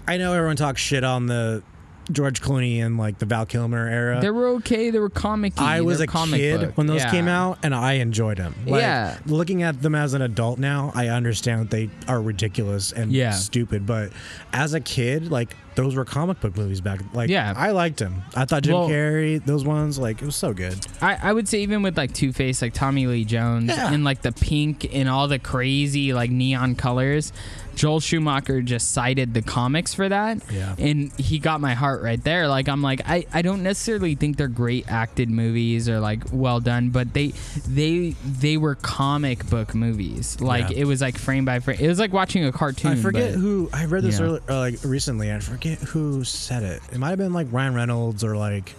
I know everyone talks shit on the George Clooney and like the Val Kilmer era.
They were okay. They were comic.
I was a kid when those came out, and I enjoyed them. Like,
Yeah.
Looking at them as an adult now, I understand that they are ridiculous and
Yeah.
stupid. But as a kid, like those were comic book movies back. Like,
Yeah.
I liked them. I thought Jim
Well-
Carrey, those ones, like it was so good.
I, I would say even with like Two Face, like Tommy Lee Jones,
Yeah.
and like the pink and all the crazy like neon colors. Joel Schumacher just cited the comics for that,
Yeah.
and he got my heart right there. Like I'm like I, I don't necessarily think they're great acted movies or like well done, but they they they were comic book movies. Like
Yeah.
it was like frame by frame. It was like watching a cartoon.
I forget
but-
who I read this
yeah.
earlier, uh, like recently. I forget who said it. It might have been like Ryan Reynolds or like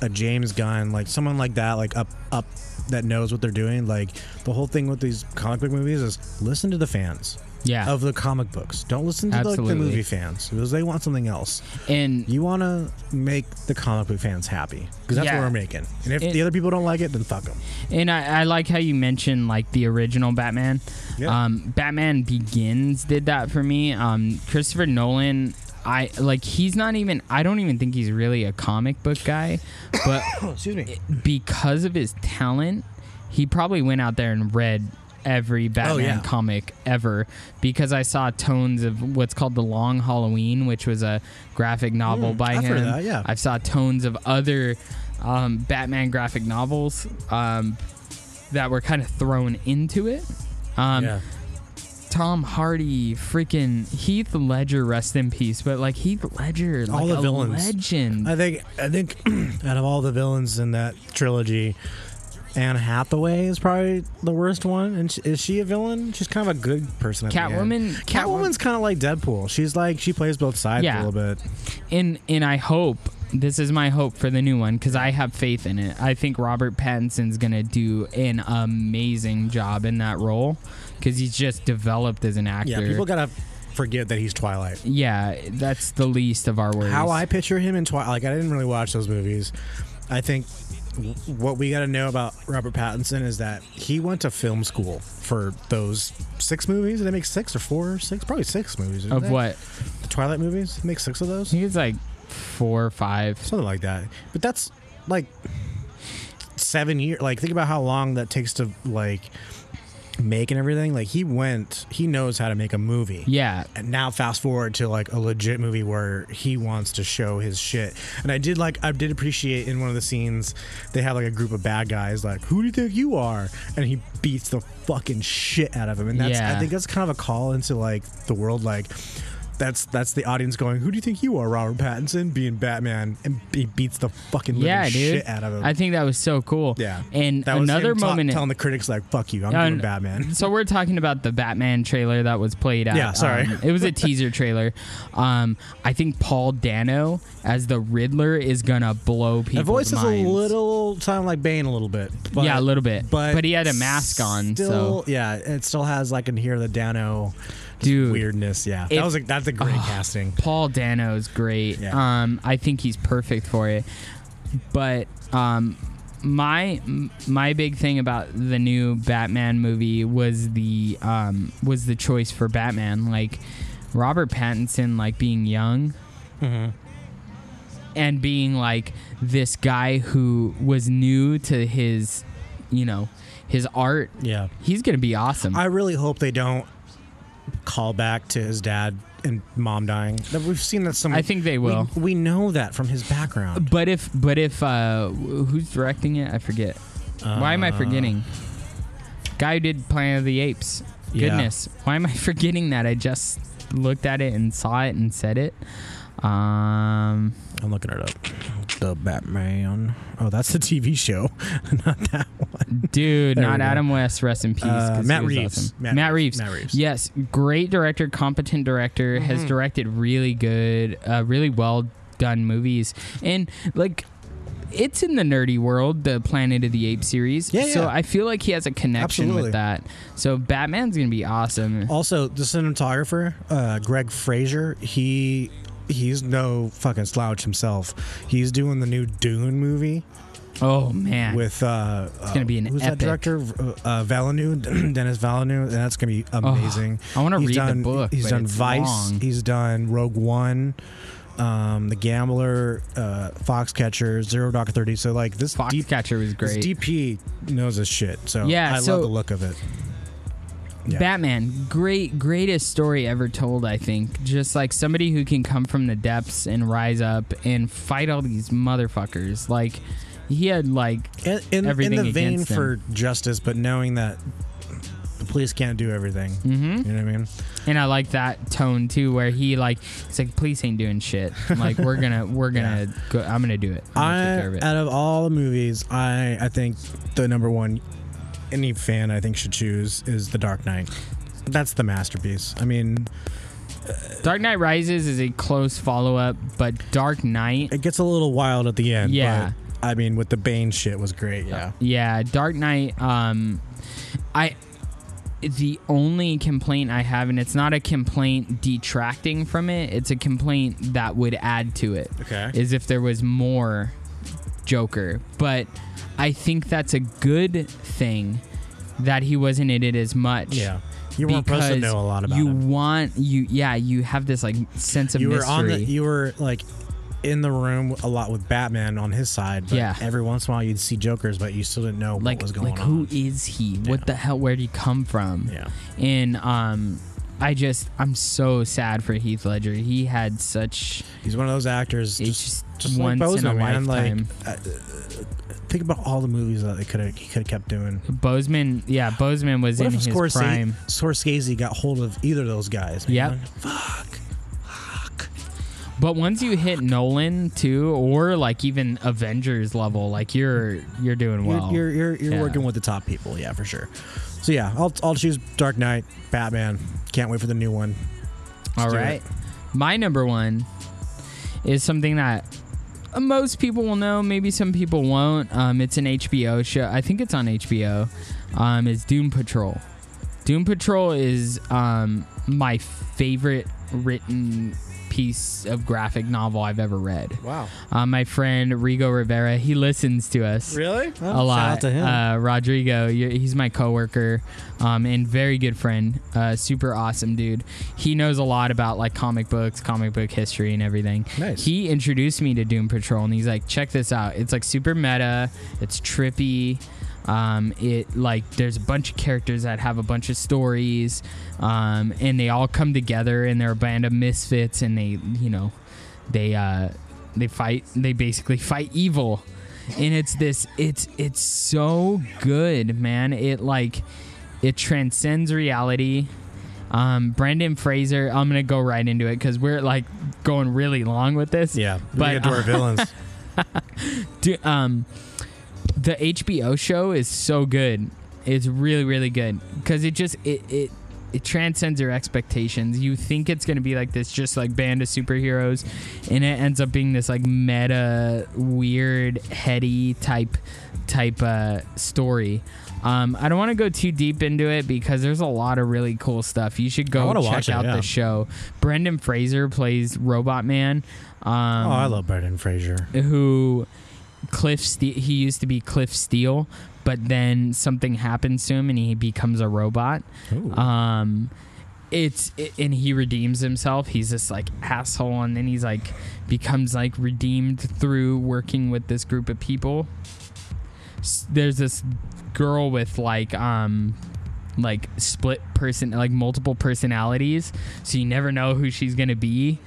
a James Gunn, like someone like that, like up up that knows what they're doing. Like the whole thing with these comic book movies is listen to the fans
Yeah,
of the comic books. Don't listen to like the
Absolutely.
movie fans because they want something else.
and
You want to make the comic book fans happy because that's
Yeah.
what we're making. And if
It-
the other people don't like it, then fuck them.
And I, I like how you mentioned like the original Batman.
Yeah.
Um, Batman Begins did that for me. Um, Christopher Nolan, I like he's not even. I don't even think he's really a comic book guy, but
Oh, excuse me.
because of his talent, he probably went out there and read every Batman
Oh, yeah.
comic ever because I saw tones of what's called The Long Halloween, which was a graphic novel by
Mm, I've
him.
heard of that, yeah.
I saw tones of other um, Batman graphic novels um, that were kind of thrown into it. Um,
yeah.
Tom Hardy, freaking Heath Ledger, rest in peace. But like Heath Ledger,
All
like
the
a
villains.
legend.
I think I think out of all the villains in that trilogy, Anne Hathaway is probably the worst one. And sh- is she a villain? She's kind of a good person. At the end.
Catwoman-
Catwoman's kind of like Deadpool. She's like she plays both sides a
Yeah.
little bit.
and and I hope this is my hope for the new one because I have faith in it. I think Robert Pattinson's gonna do an amazing job in that role because he's just developed as an actor.
Yeah, people gotta forget that he's Twilight.
Yeah, that's the least of our worries.
How I picture him in Twilight, like I didn't really watch those movies. I think w- what we got to know about Robert Pattinson is that he went to film school for those six movies. Did they make six or four or six? Probably six movies. didn't
of
they?
what?
The Twilight movies? They make six of those?
I think it's like four or five.
Something like that. But that's like seven years. Like, think about how long that takes to like make and everything. Like, he went, he knows how to make a movie.
Yeah.
And now fast forward to like a legit movie where he wants to show his shit. And I did like I did appreciate in one of the scenes they had like a group of bad guys like, Who do you think you are? And he beats the fucking shit out of him. And that's I
Yeah.
think that's kind of a call into like the world like that's that's the audience going, Who do you think you are, Robert Pattinson, being Batman? And he beats the fucking living
Yeah, dude.
shit out of him.
I think that was so cool.
yeah.
And
that was
another
him ta-
moment.
telling the critics like, fuck you, I'm
Uh,
doing Batman.
So we're talking about the Batman trailer that was played out.
Yeah, sorry.
it was a teaser trailer. Um, I think Paul Dano as the Riddler is gonna blow people's
The voice is a
minds.
little sound like Bane a little bit. But,
yeah, a little bit.
But
he had a mask on.
Still,
so
yeah, it still has like in here the Dano
dude,
weirdness. Yeah, that
If-
was a, that's a great casting.
Paul Dano's great.
Yeah.
Um, I think he's perfect for it. But um, my m- my big thing about the new Batman movie was the um, was the choice for Batman, like Robert Pattinson, like being young.
Mm-hmm.
And being like this guy who was new to his, you know, his art,
Yeah,
he's gonna be awesome.
I really hope they don't call back to his dad and mom dying. That- We've seen that some.
I think they
we-
will.
We, know that from his background.
But if but if uh wh- who's directing it? I forget. why am I
Uh,
forgetting? Guy who did Planet of the Apes.
Yeah.
Goodness. Why am I forgetting that? I just looked at it and saw it and said it. Um
I'm looking it up. The Batman. Oh, that's the TV show, not that one.
dude,
There we
not
go.
Adam West, rest in peace.
Uh,
'cause he
Matt
was
Reeves.
awesome.
Matt
Matt,
Reeves.
Reeves.
Matt Reeves.
Yes, great director, competent director, has directed really good, uh, really well done movies. And like it's in the nerdy world, the Planet of the Apes series.
Yeah,
So
yeah.
I feel like he has a connection
Absolutely. Oh,
with that. So Batman's gonna be awesome.
Also, the cinematographer, uh, Greg Fraser, he he's no fucking slouch himself. He's doing the new Dune movie.
Oh man.
with uh it's
gonna be an
who's that
epic.
director V- uh Valenu Dennis Villeneuve and that's gonna be amazing
I wanna
He's
read the
done-
book,
he's
but
done
it's
Vice
long.
he's done Rogue One um the Gambler uh Foxcatcher Zero Dark Thirty so like this deep
Foxcatcher was
this
great.
DP knows his shit so
Yeah,
I
so-
love the look of it Yeah.
Batman, great, greatest story ever told, I think. Just like somebody who can come from the depths and rise up and fight all these motherfuckers. Like, he had, like,
in, in, in
Everything
the vein
against him.
for justice but knowing that the police can't do everything mm-hmm. you know what I mean
and I like that tone too, where he, like, it's like, police ain't doing shit. Like, we're gonna, we're gonna go, I'm gonna do it. I'm gonna take
I, uh,
care of it.
out of all the movies, I I think the number one any fan I think should choose is The Dark Knight. That's the masterpiece. I mean,
Dark Knight Rises is a close follow up, but Dark Knight
it gets a little wild at the end.
Yeah.
But, I mean, with the Bane shit was great. Yeah.
Yeah, Dark Knight. Um, I the only complaint I have, and it's not a complaint detracting from it. It's a complaint that would add to it.
Okay.
Is if there was more Joker, but I think that's a good thing that he wasn't in it as much.
Yeah. You weren't supposed to
because
know a lot about
you
him.
want you yeah you have this like sense of
You
mystery
were on the. e- You were like. In the room a lot with Batman on his side, but
Yeah.
every once in a while you'd see Jokers, but you still didn't know
like
what was going
like
on.
who is he what the hell where did he come from
Yeah.
and um i just i'm so sad for heath ledger he had such
He's one of those actors.
It's
Just,
just
just
once in
like
a
Bozeman, man.
lifetime.
Like, uh, think about all the movies that they could have he could have kept doing.
bozeman yeah bozeman was
What
in
if
his
Scorsese,
prime
Scorsese got hold of either of those guys?
Yep.
man? Fuck. Fuck.
but once you hit nolan too or like even avengers level like you're you're doing well
you're you're, you're, you're
yeah.
working with the top people, yeah, for sure. So yeah, I'll I'll choose Dark Knight, Batman. Can't wait for the new one.
all
do it.
right my number one is something that most people will know maybe some people won't um, it's an hbo show i think it's on hbo um, it's doom patrol Doom Patrol is um, my favorite written piece of graphic novel I've ever read.
Wow.
Uh, my friend Rigo Rivera, he listens to us
Really?
a lot.
Shout out to him.
Uh, Rodrigo, you- he's my coworker, um, and very good friend. Uh, super awesome dude. He knows a lot about like comic books, comic book history, and everything.
Nice.
He introduced me to Doom Patrol, and he's like, "Check this out. It's like super meta. It's trippy." Um, it like there's a bunch of characters that have a bunch of stories, um, and they all come together, and they're a band of misfits, and they you know, they uh, they fight. They basically fight evil, and it's this it's it's so good man it like it transcends reality um brandon fraser i'm gonna go right into it because we're like going really long with this
yeah. we
but, uh, um,
get to our villains.
do, um, the HBO show is so good. It's really really good because it just it it it transcends your expectations. You think it's gonna be like this, just like band of superheroes, and it ends up being this like meta, weird, heady type type uh, story. Um, I don't want to go too deep into it because there's a lot of really cool stuff. You should
I
go
wanna
check
watch it,
out
yeah.
the show. Brendan Fraser plays Robot Man. Um,
oh, I love Brendan Fraser.
who Cliff Ste- he used to be Cliff Steele, but then something happens to him and he becomes a robot.
Ooh.
Um it's it, and he redeems himself. He's this like asshole and then he's like becomes like redeemed through working with this group of people. S- There's this girl with like um like split person like multiple personalities, so you never know who she's going to be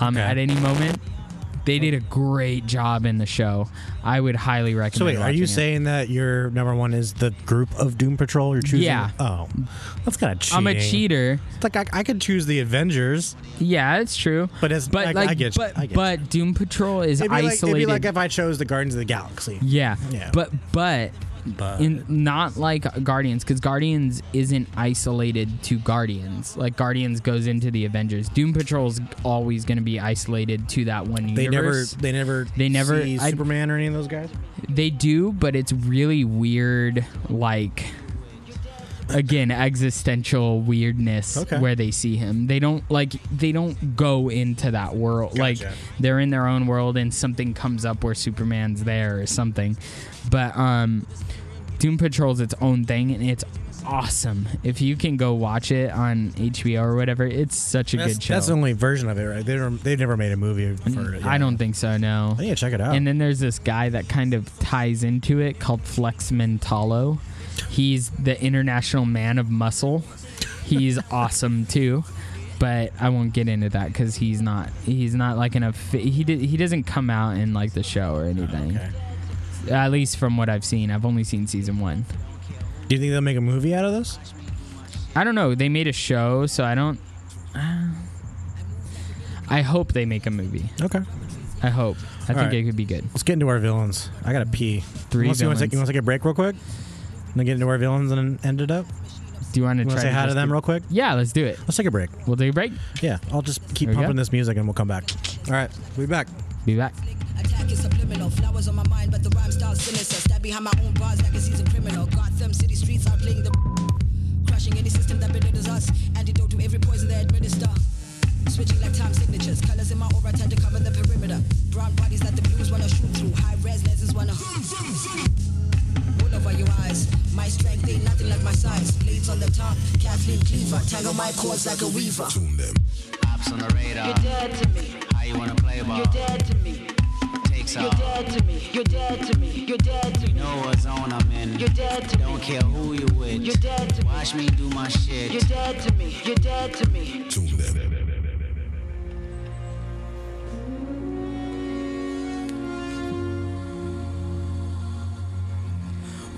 um
Okay.
at any moment. They did a great job in the show. I would highly recommend.
so wait, are
watching
you
it.
saying that your number one is the group of Doom Patrol? You're choosing?
Yeah.
Oh, that's kind of cheating.
I'm a cheater?
It's like I, I could choose the Avengers,
Yeah, it's true.
but it's
But
I,
like,
I get you.
but
I get you.
but Doom Patrol is
It'd be, like, it'd be
isolated.
like if I chose the Guardians of the Galaxy.
yeah.
Yeah.
but but
But
in not like Guardians because Guardians isn't isolated to Guardians. Like Guardians goes into the Avengers. Doom Patrol's always going to be isolated to that one
they never,
universe.
they never,
They never-
see
I-
Superman or any of those guys.
They do, but it's really weird, like again, existential weirdness
Okay.
where they see him. They don't like they don't go into that world. Like
Gotcha.
they're in their own world and something comes up where Superman's there or something. But um Doom Patrol's its own thing and it's awesome. If you can go watch it on HBO or whatever, it's such a
That's,
good show. Mm,
that's the only version of it, right? They never, they've never made a movie for it.
I don't think so, no.
Yeah, check it out.
And then there's this guy that kind of ties into it called Flex Mentalo. He's the international man of muscle. He's awesome too, but I won't get into that because he's not he's not like an offi- he did, he doesn't come out in like the show or anything.
okay.
At least from what I've seen, I've only seen season one.
Do you think they'll make a movie out of this?
I don't know. They made a show, so I don't. uh, I hope they make a movie.
Okay.
I hope. I think
right.
it could be good.
Let's get into our villains. I gotta pee.
Three
Unless you want to
villains.
take, you want to take a break real quick? And then get into our villains and end it up.
Do you want to
You
try
want to say
to
hi to
just
them
do-
real quick?
Yeah, let's do it.
Let's take a break.
We'll take a break.
Yeah, I'll just keep
There we go.
pumping this music and we'll come back. All right, we'll be back.
Be back.
Attack is subliminal. Flowers on my mind, but the rhyme style's sinister. Stab behind my own bars like a seasoned criminal. Gotham City streets outlaying the. Crushing any system that belittles us. Antidote to every poison they administer. Switching like time signatures. Colors in my aura tend to cover the perimeter. Brown bodies that the blues wanna shoot through. High res lenses wanna. Wool over your eyes. My strength ain't nothing like my size. Blades on the top. Kathleen Cleaver. Tangle my cords like a weaver.
Ops on the radar.
You're dead to me.
How you wanna play ball?
You're dead to me.
Takes
You're
off.
dead to me. You're dead to me. You're dead to me.
Know what zone I'm in.
You're dead to
Don't
me.
care who you with.
You're dead to me.
Watch me do my shit.
You're dead to me. You're dead to me.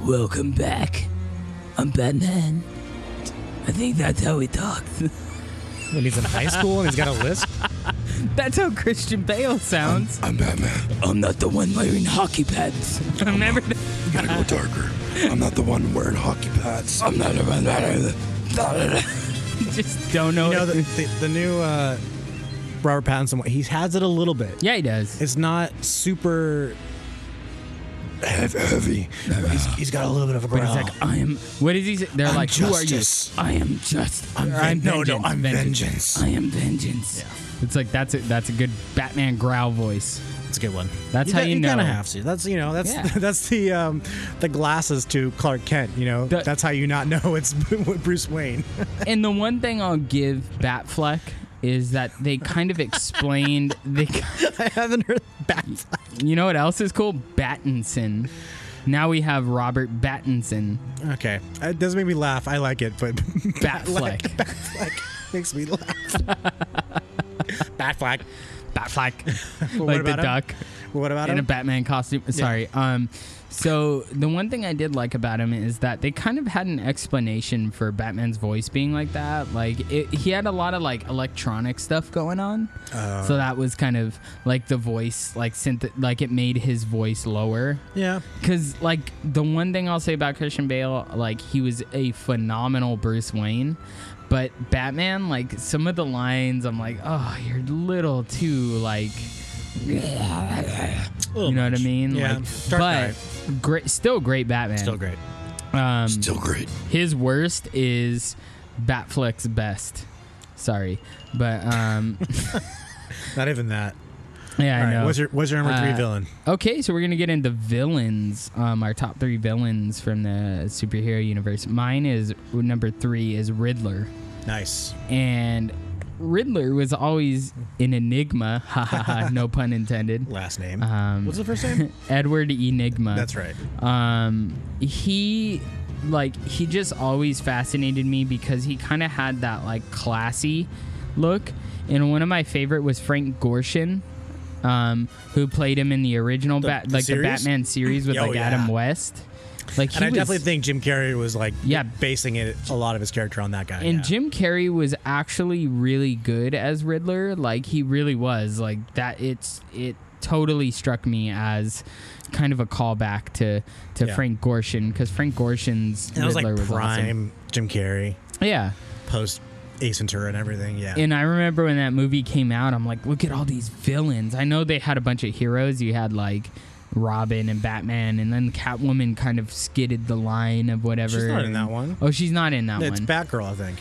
Welcome back. I'm Batman. I think that's how we talk.
When he's in high school and he's got a list.
That's how Christian Bale sounds.
I'm Batman.
I'm not the one wearing hockey pads.
Remember that?
You gotta go darker. I'm not the one wearing hockey pads.
I'm not a runner.
Just don't know.
You know,
it.
the, the, the new uh, Robert Pattinson, he has it a little bit.
yeah, he does.
It's not super.
Hev- heavy.
He's, he's got a little bit of a Oh,
But he's
growl.
like, I am. What is he? Say? They're like, who are you?
justice.
I am just. I'm,
I'm
no, no,
vengeance,
I'm
vengeance.
vengeance.
I am vengeance.
It's like that's a, that's a good Batman growl voice.
It's a good one.
That's
you
how
ki-
you know.
kind of have to. That's you know. That's
Yeah.
that's the um, the glasses to Clark Kent. You know.
The-
that's how you not know it's Bruce Wayne.
and the one thing I'll give Batfleck is that they kind of explained they
I haven't heard back.
you know what else is cool? Battinson. Now we have Robert Battinson.
Okay, it does make me laugh. I like it, but
Batfleck.
Batfleck makes me laugh. Batfleck.
Batfleck.
Well, what
like the
about him?
duck.
Well, what about
in a
him?
Batman costume. Sorry. Um, so the one thing I did like about him is that they kind of had an explanation for Batman's voice being like that. Like it, he had a lot of like electronic stuff going on,
Oh.
so that was kind of like the voice, like synth, like it made his voice lower.
yeah.
Because like the one thing I'll say about Christian Bale, like he was a phenomenal Bruce Wayne. But Batman, like some of the lines, I'm like, oh, you're a little too like you know what I mean?
Yeah.
Like,
Dark
but great, still great Batman.
Still great.
Um,
Still great.
his worst is Batfleck's best. Sorry, but um,
Not even that.
yeah,
All
I
right.
know.
What's your What's your number three
Uh,
villain?
Okay, so we're gonna get into villains. Um, our top three villains from the superhero universe. Mine is number three is Riddler,
Nice.
and Riddler was always an enigma. Ha ha ha! No pun intended.
Last name.
Um,
What's the first name?
Edward Enigma.
That's right.
um he like he just always fascinated me because he kind of had that like classy look and one of my favorite was frank gorshin um who played him in the original
The-
bat
the
like the
series?
batman series with
Oh,
like
yeah.
adam west like
And
he
I definitely
was-
think Jim Carrey was like
Yeah.
basing it a lot of his character on that guy.
and
yeah.
Jim Carrey was actually really good as Riddler. Like he really was. Like that. It's it totally struck me as kind of a callback to to
Yeah.
Frank Gorshin because Frank Gorshin's
And that was
Riddler
like
was awesome.
prime Jim Carrey
Yeah.
post Ace Ventura and everything. Yeah.
And I remember when that movie came out, I'm like, look at all these villains. I know they had a bunch of heroes. You had like Robin and Batman, and then Catwoman kind of skidded the line of whatever.
She's not in that one.
Oh, she's not in that
it's
one.
Batgirl, I think.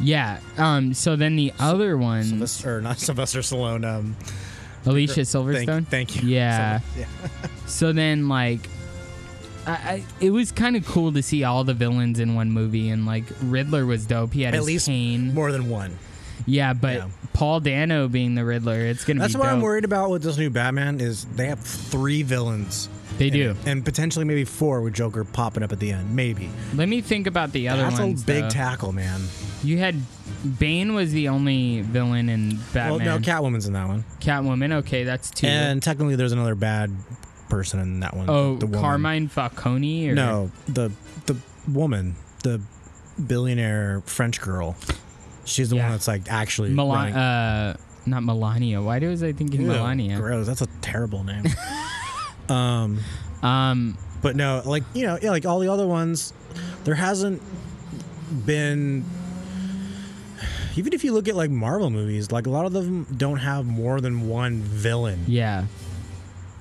yeah. Um. So then the other one,
Sylvester, or not Sylvester Stallone. Um,
Alicia
thank,
Silverstone.
thank you.
Yeah.
Sylvester- yeah.
So then, like, I, I it was kind of cool to see all the villains in one movie, and like Riddler was dope. He had
At
his
least
cane.
more than one.
yeah, but
Yeah.
Paul Dano being the Riddler, it's gonna
That's
be.
what I'm
dope.
worried about with this new Batman is they have three villains.
They
in
do.
it, and potentially maybe four with Joker popping up at the end. Maybe
Let me think about the other
that's
ones.
a big
though.
tackle, man.
You had Bane was the only villain in Batman.
Well, no, Catwoman's in that one,
Catwoman. Okay, that's two.
and technically there's another bad person in that one.
oh,
the woman.
Carmine Falcone. Or,
No, the the woman, the billionaire French girl. She's the
Yeah.
one that's like actually
Mel-
running-
uh, not Melania. Why was I thinking
Ew,
Melania?
Gross. That's a terrible name.
Um,
But no, like you know, yeah, like all the other ones, there hasn't been. Even if you look at like Marvel movies, like a lot of them don't have more than one villain,
yeah.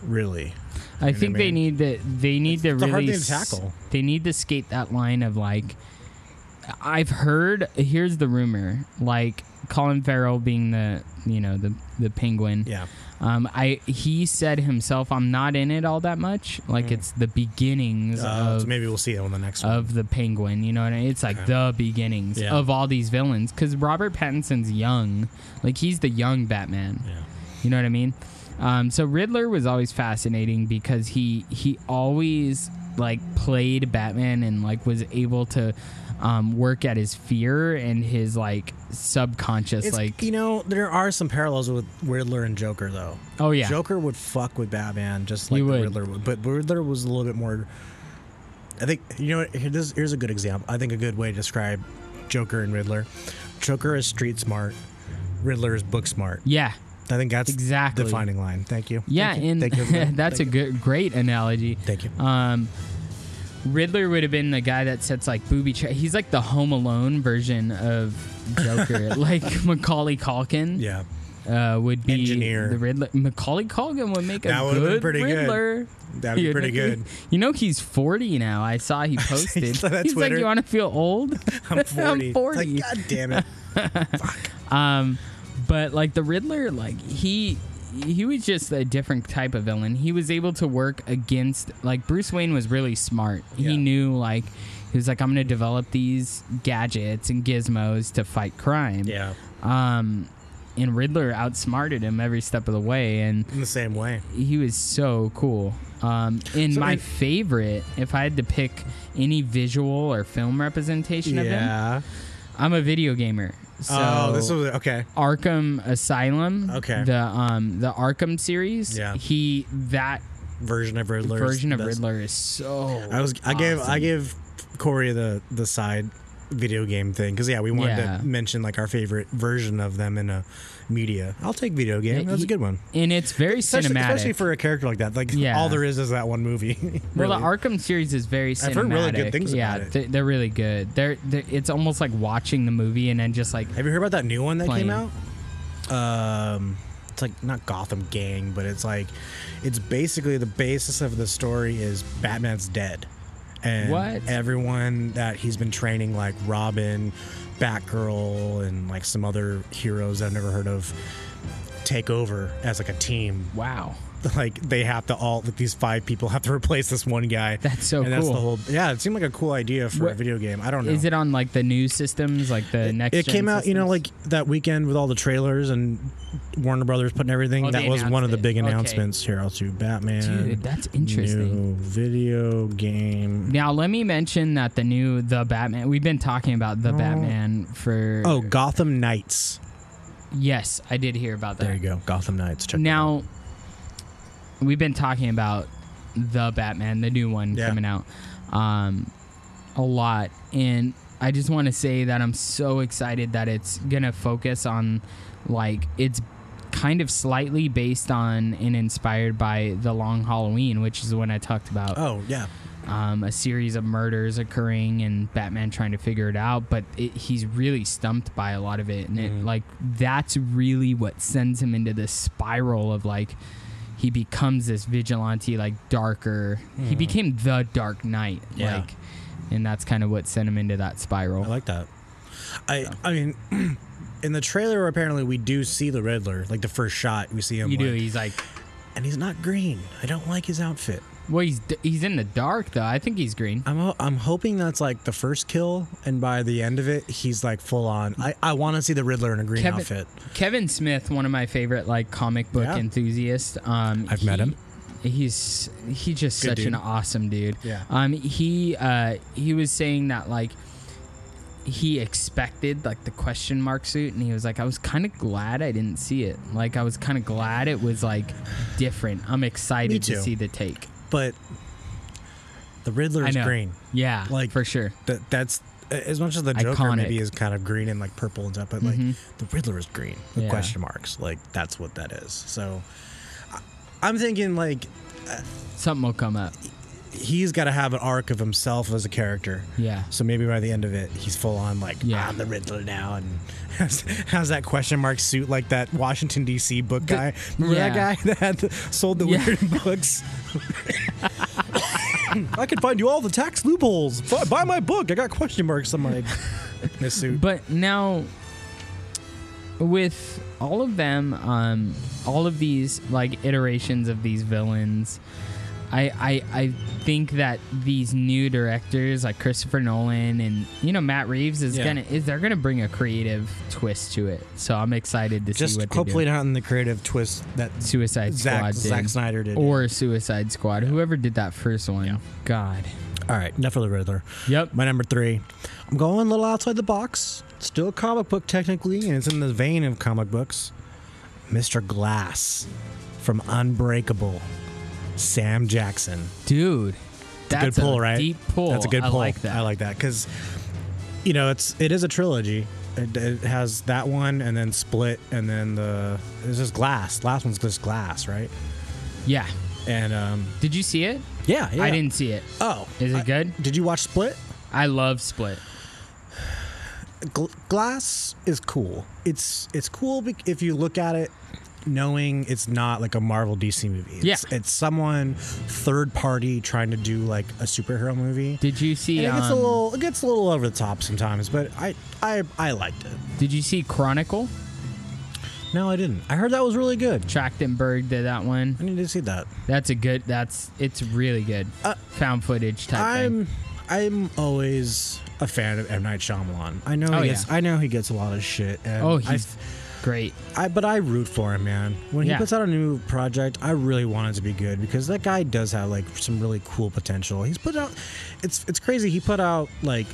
really.
I
You know
think
what I
they
mean?
need to they need to
it's a hard
really
thing to
s-
tackle.
They need to skate that line of like I've heard here's the rumor like Colin Farrell being the you know the the penguin.
Yeah.
Um I he said himself I'm not in it all that much like it's the beginnings
Mm. Uh,
of
so maybe we'll see it on the next one.
of the penguin. You know what I mean? It's like the beginnings
Yeah.
of all these villains because Robert Pattinson's young, like he's the young Batman.
Yeah.
You know what I mean? Um, so Riddler was always fascinating because he he always like played Batman and like was able to um, work at his fear and his like subconscious
It's
like
like you know, there are some parallels with Riddler and Joker though.
oh yeah
Joker would fuck with Batman just like
He
the
would.
Riddler would, but Riddler was a little bit more. I think you know what, here, this, here's a good example. I think a good way to describe Joker and Riddler. Joker is street smart. Riddler is book smart.
yeah
I think that's
Exactly.
defining line. Thank you.
yeah
Thank you.
and
Thank you, everybody.
that's
Thank
a good great analogy
you. Thank you.
Um, Riddler would have been the guy that sets like booby trap. He's like the Home Alone version of Joker, like Macaulay Culkin.
yeah,
uh, would be
Engineer.
the Riddler. Macaulay Culkin would make a
That would've been
good
pretty good.
Riddler.
that'd be
He would
pretty
make-
good.
You know he's forty now. I saw he posted.
saw that
he's like,
Twitter.
you want to feel old?
I'm 40. It's
40.
Like, God damn it.
Um, But like the Riddler, like he he was just a different type of villain. He was able to work against like Bruce Wayne was really smart.
Yeah.
He knew like he was like I'm going to develop these gadgets and gizmos to fight crime.
Yeah,
Um and Riddler outsmarted him every step of the way and
in the same way.
he was so cool. Um, and
So
my
in-
favorite, if I had to pick any visual or film representation of him,
Yeah.
I'm a video gamer. So
oh, this was okay.
Arkham Asylum.
Okay.
The um the Arkham series.
Yeah.
He that
Version of Riddler. is
version
the
of
best.
Riddler is so.
I was. I gave. I
awesome.
gave Corey the the side video game thing because yeah, we wanted
Yeah.
to mention like our favorite version of them in a media. I'll take video game. That's a good one.
And it's very
Especially,
cinematic.
especially for a character like that. Like
Yeah.
all there is is that one movie.
well,
really.
the Arkham series is very cinematic.
I've heard really good things
yeah,
about it.
they- they're really good. They're, they're it's almost like watching the movie and then just like
Have you heard about that new one that came
Playing.
out? Um, it's like not Gotham Gang, but it's like it's basically the basis of the story is Batman's dead, and
What?
everyone that he's been training, like Robin, Batgirl, and like some other heroes I've never heard of, take over as like a team.
wow.
Like they have to all like these five people have to replace this one guy.
That's so
and That's the
cool.
whole yeah. It seemed like a cool idea for a
What-
video game. I don't know
Is it on like the new systems, like the next?
it came
gen
out you know
systems?
like that weekend with all the trailers and warner brothers putting everything
Oh,
that
they
was one of the
announced
big
it. Okay.
announcements here i'll do batman
Dude, that's interesting.
new video game
Now let me mention that the new the Batman. We've been talking about the Batman for.
oh gotham knights
yes, I did hear about that.
there you go gotham knights check it out.
Now we've been talking about the Batman, the new one
Yeah.
coming out, um, a lot, and I just want to say that I'm so excited that it's gonna focus on like it's kind of slightly based on and inspired by the Long Halloween, which is the one I talked about
oh yeah
um, a series of murders occurring and Batman trying to figure it out, but it, he's really stumped by a lot of it, and
Mm-hmm.
it like that's really what sends him into this spiral of like he becomes this vigilante, like darker. He became the Dark Knight,
Mm-hmm. Yeah.
like, and that's kind of what sent him into that spiral.
i like that i i mean in the trailer apparently we do see the riddler like the first shot we see him
you do.
like-
He's like,
and he's not green i don't like his outfit
well, he's d- he's in the dark though. I think he's green.
I'm ho- I'm hoping that's like the first kill, and by the end of it, he's like full on. I, I want to see the Riddler in a green
Kevin-
outfit.
Kevin Smith, one of my favorite like comic book
Yeah.
enthusiasts. Um,
I've met him.
He's he's just
Good
such
dude.
an awesome dude.
Yeah.
Um, he uh he was saying that like he expected like the question mark suit, and he was like, I was kind of glad I didn't see it. Like I was kind of glad it was like different. I'm excited to
too.
see the take.
But the Riddler
I
is
know.
green.
Yeah.
Like-
Like for sure.
That that's as much as the Joker
Iconic. Mm-hmm.
maybe is kind of green and like purple and stuff, but like the Riddler is green with
Yeah.
question marks. Like that's what that is. So I, I'm thinking like
Something will come up.
he's got to have an arc of himself as a character.
Yeah.
So maybe by the end of it, he's full on like
Yeah.
I'm the Riddler now, and has, has that question mark suit like that Washington D.C. book guy. Remember
yeah.
that guy that had the, sold the
Yeah.
weird books? I can find you all the tax loopholes. Buy, buy my book. I got question marks on my this suit.
But now, with all of them, um, all of these like iterations of these villains, I, I I think that these new directors like Christopher Nolan and you know Matt Reeves is
Yeah.
gonna is they're gonna bring a creative twist to it. So I'm excited to see
Just
what
hopefully
they do.
not in the creative twist that
Suicide
Zack,
Squad
Zack
did.
Snyder did.
or Suicide Squad, whoever did that first one. God.
all right, enough of the Riddler.
Yep.
My number three. I'm going a little outside the box. Still a comic book technically, and it's in the vein of comic books. Mr. Glass from Unbreakable. Sam Jackson.
Dude. That's
good pull,
a
right?
deep pull.
That's a good
I
pull.
like that.
I like that because you know it's it is a trilogy. It, it has that one, and then Split, and then the it's just Glass. Last one's just Glass, right?
Yeah.
And um,
Did you see it?
yeah, yeah.
I didn't see it.
Oh,
Is it
I-
good?
Did you watch Split?
I love Split.
Gl- glass is cool. It's it's cool bec- if you look at it knowing it's not like a Marvel DC movie. It's,
Yeah.
it's someone third party trying to do like a superhero movie.
Did you see?
And it gets a
um,
little it gets a little over the top sometimes, but I I I liked it.
Did you see Chronicle?
No, I didn't. I heard that was really good.
Trachtenberg did that one.
I need to see that.
That's a good. That's it's really good. Found footage type thing.
Uh, I'm I'm always a fan of M Night Shyamalan. I know
Oh,
he gets,
yeah.
I know he gets a lot of shit. And
Oh,
I-
he's great.
I, but I root for him, man. When he
Yeah.
puts out a new project, I really want it to be good because that guy does have like some really cool potential. He's put out, it's it's crazy. He put out like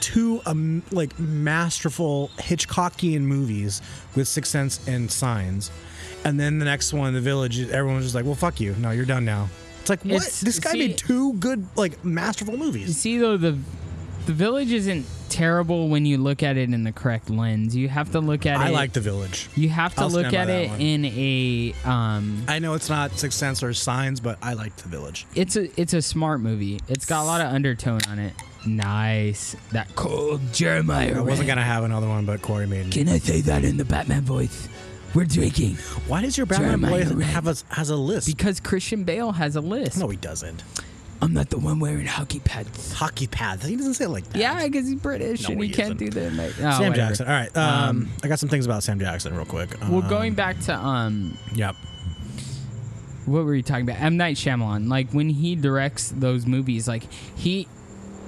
two um, like masterful Hitchcockian movies with Sixth Sense and Signs, and then the next one, The Village. Everyone was just like, "Well, fuck you, no, you're done now." It's like what?
It's-
this guy
see-
made two good like masterful movies.
You see though the the village isn't terrible when you look at it in the correct lens. You have to look at
I
it.
like the village.
You have to
I'll
look
stand by
at
that
it
one.
in a um
I know it's not Sixth Sense or Signs, but I like the village.
it's a it's a smart movie. It's got a lot of undertone on it. Nice. That cold Jeremiah.
I wasn't gonna have another one, but Corey made me.
Can I say that in the Batman voice? We're drinking.
Why does your Batman
Jeremiah
boy
Wren.
have a has a list?
Because Christian Bale has a list.
no, he doesn't.
I'm not the one wearing hockey pads.
Hockey pads. He doesn't say it like that.
Yeah, because he's British
No,
and
he
he can't
isn't.
do that. Like, oh,
Sam
whatever.
Jackson. All right. Um, I got some things about Sam Jackson real quick. Um,
Well, going back to um,
Yep.
what were you talking about? M Night Shyamalan. Like when he directs those movies, like he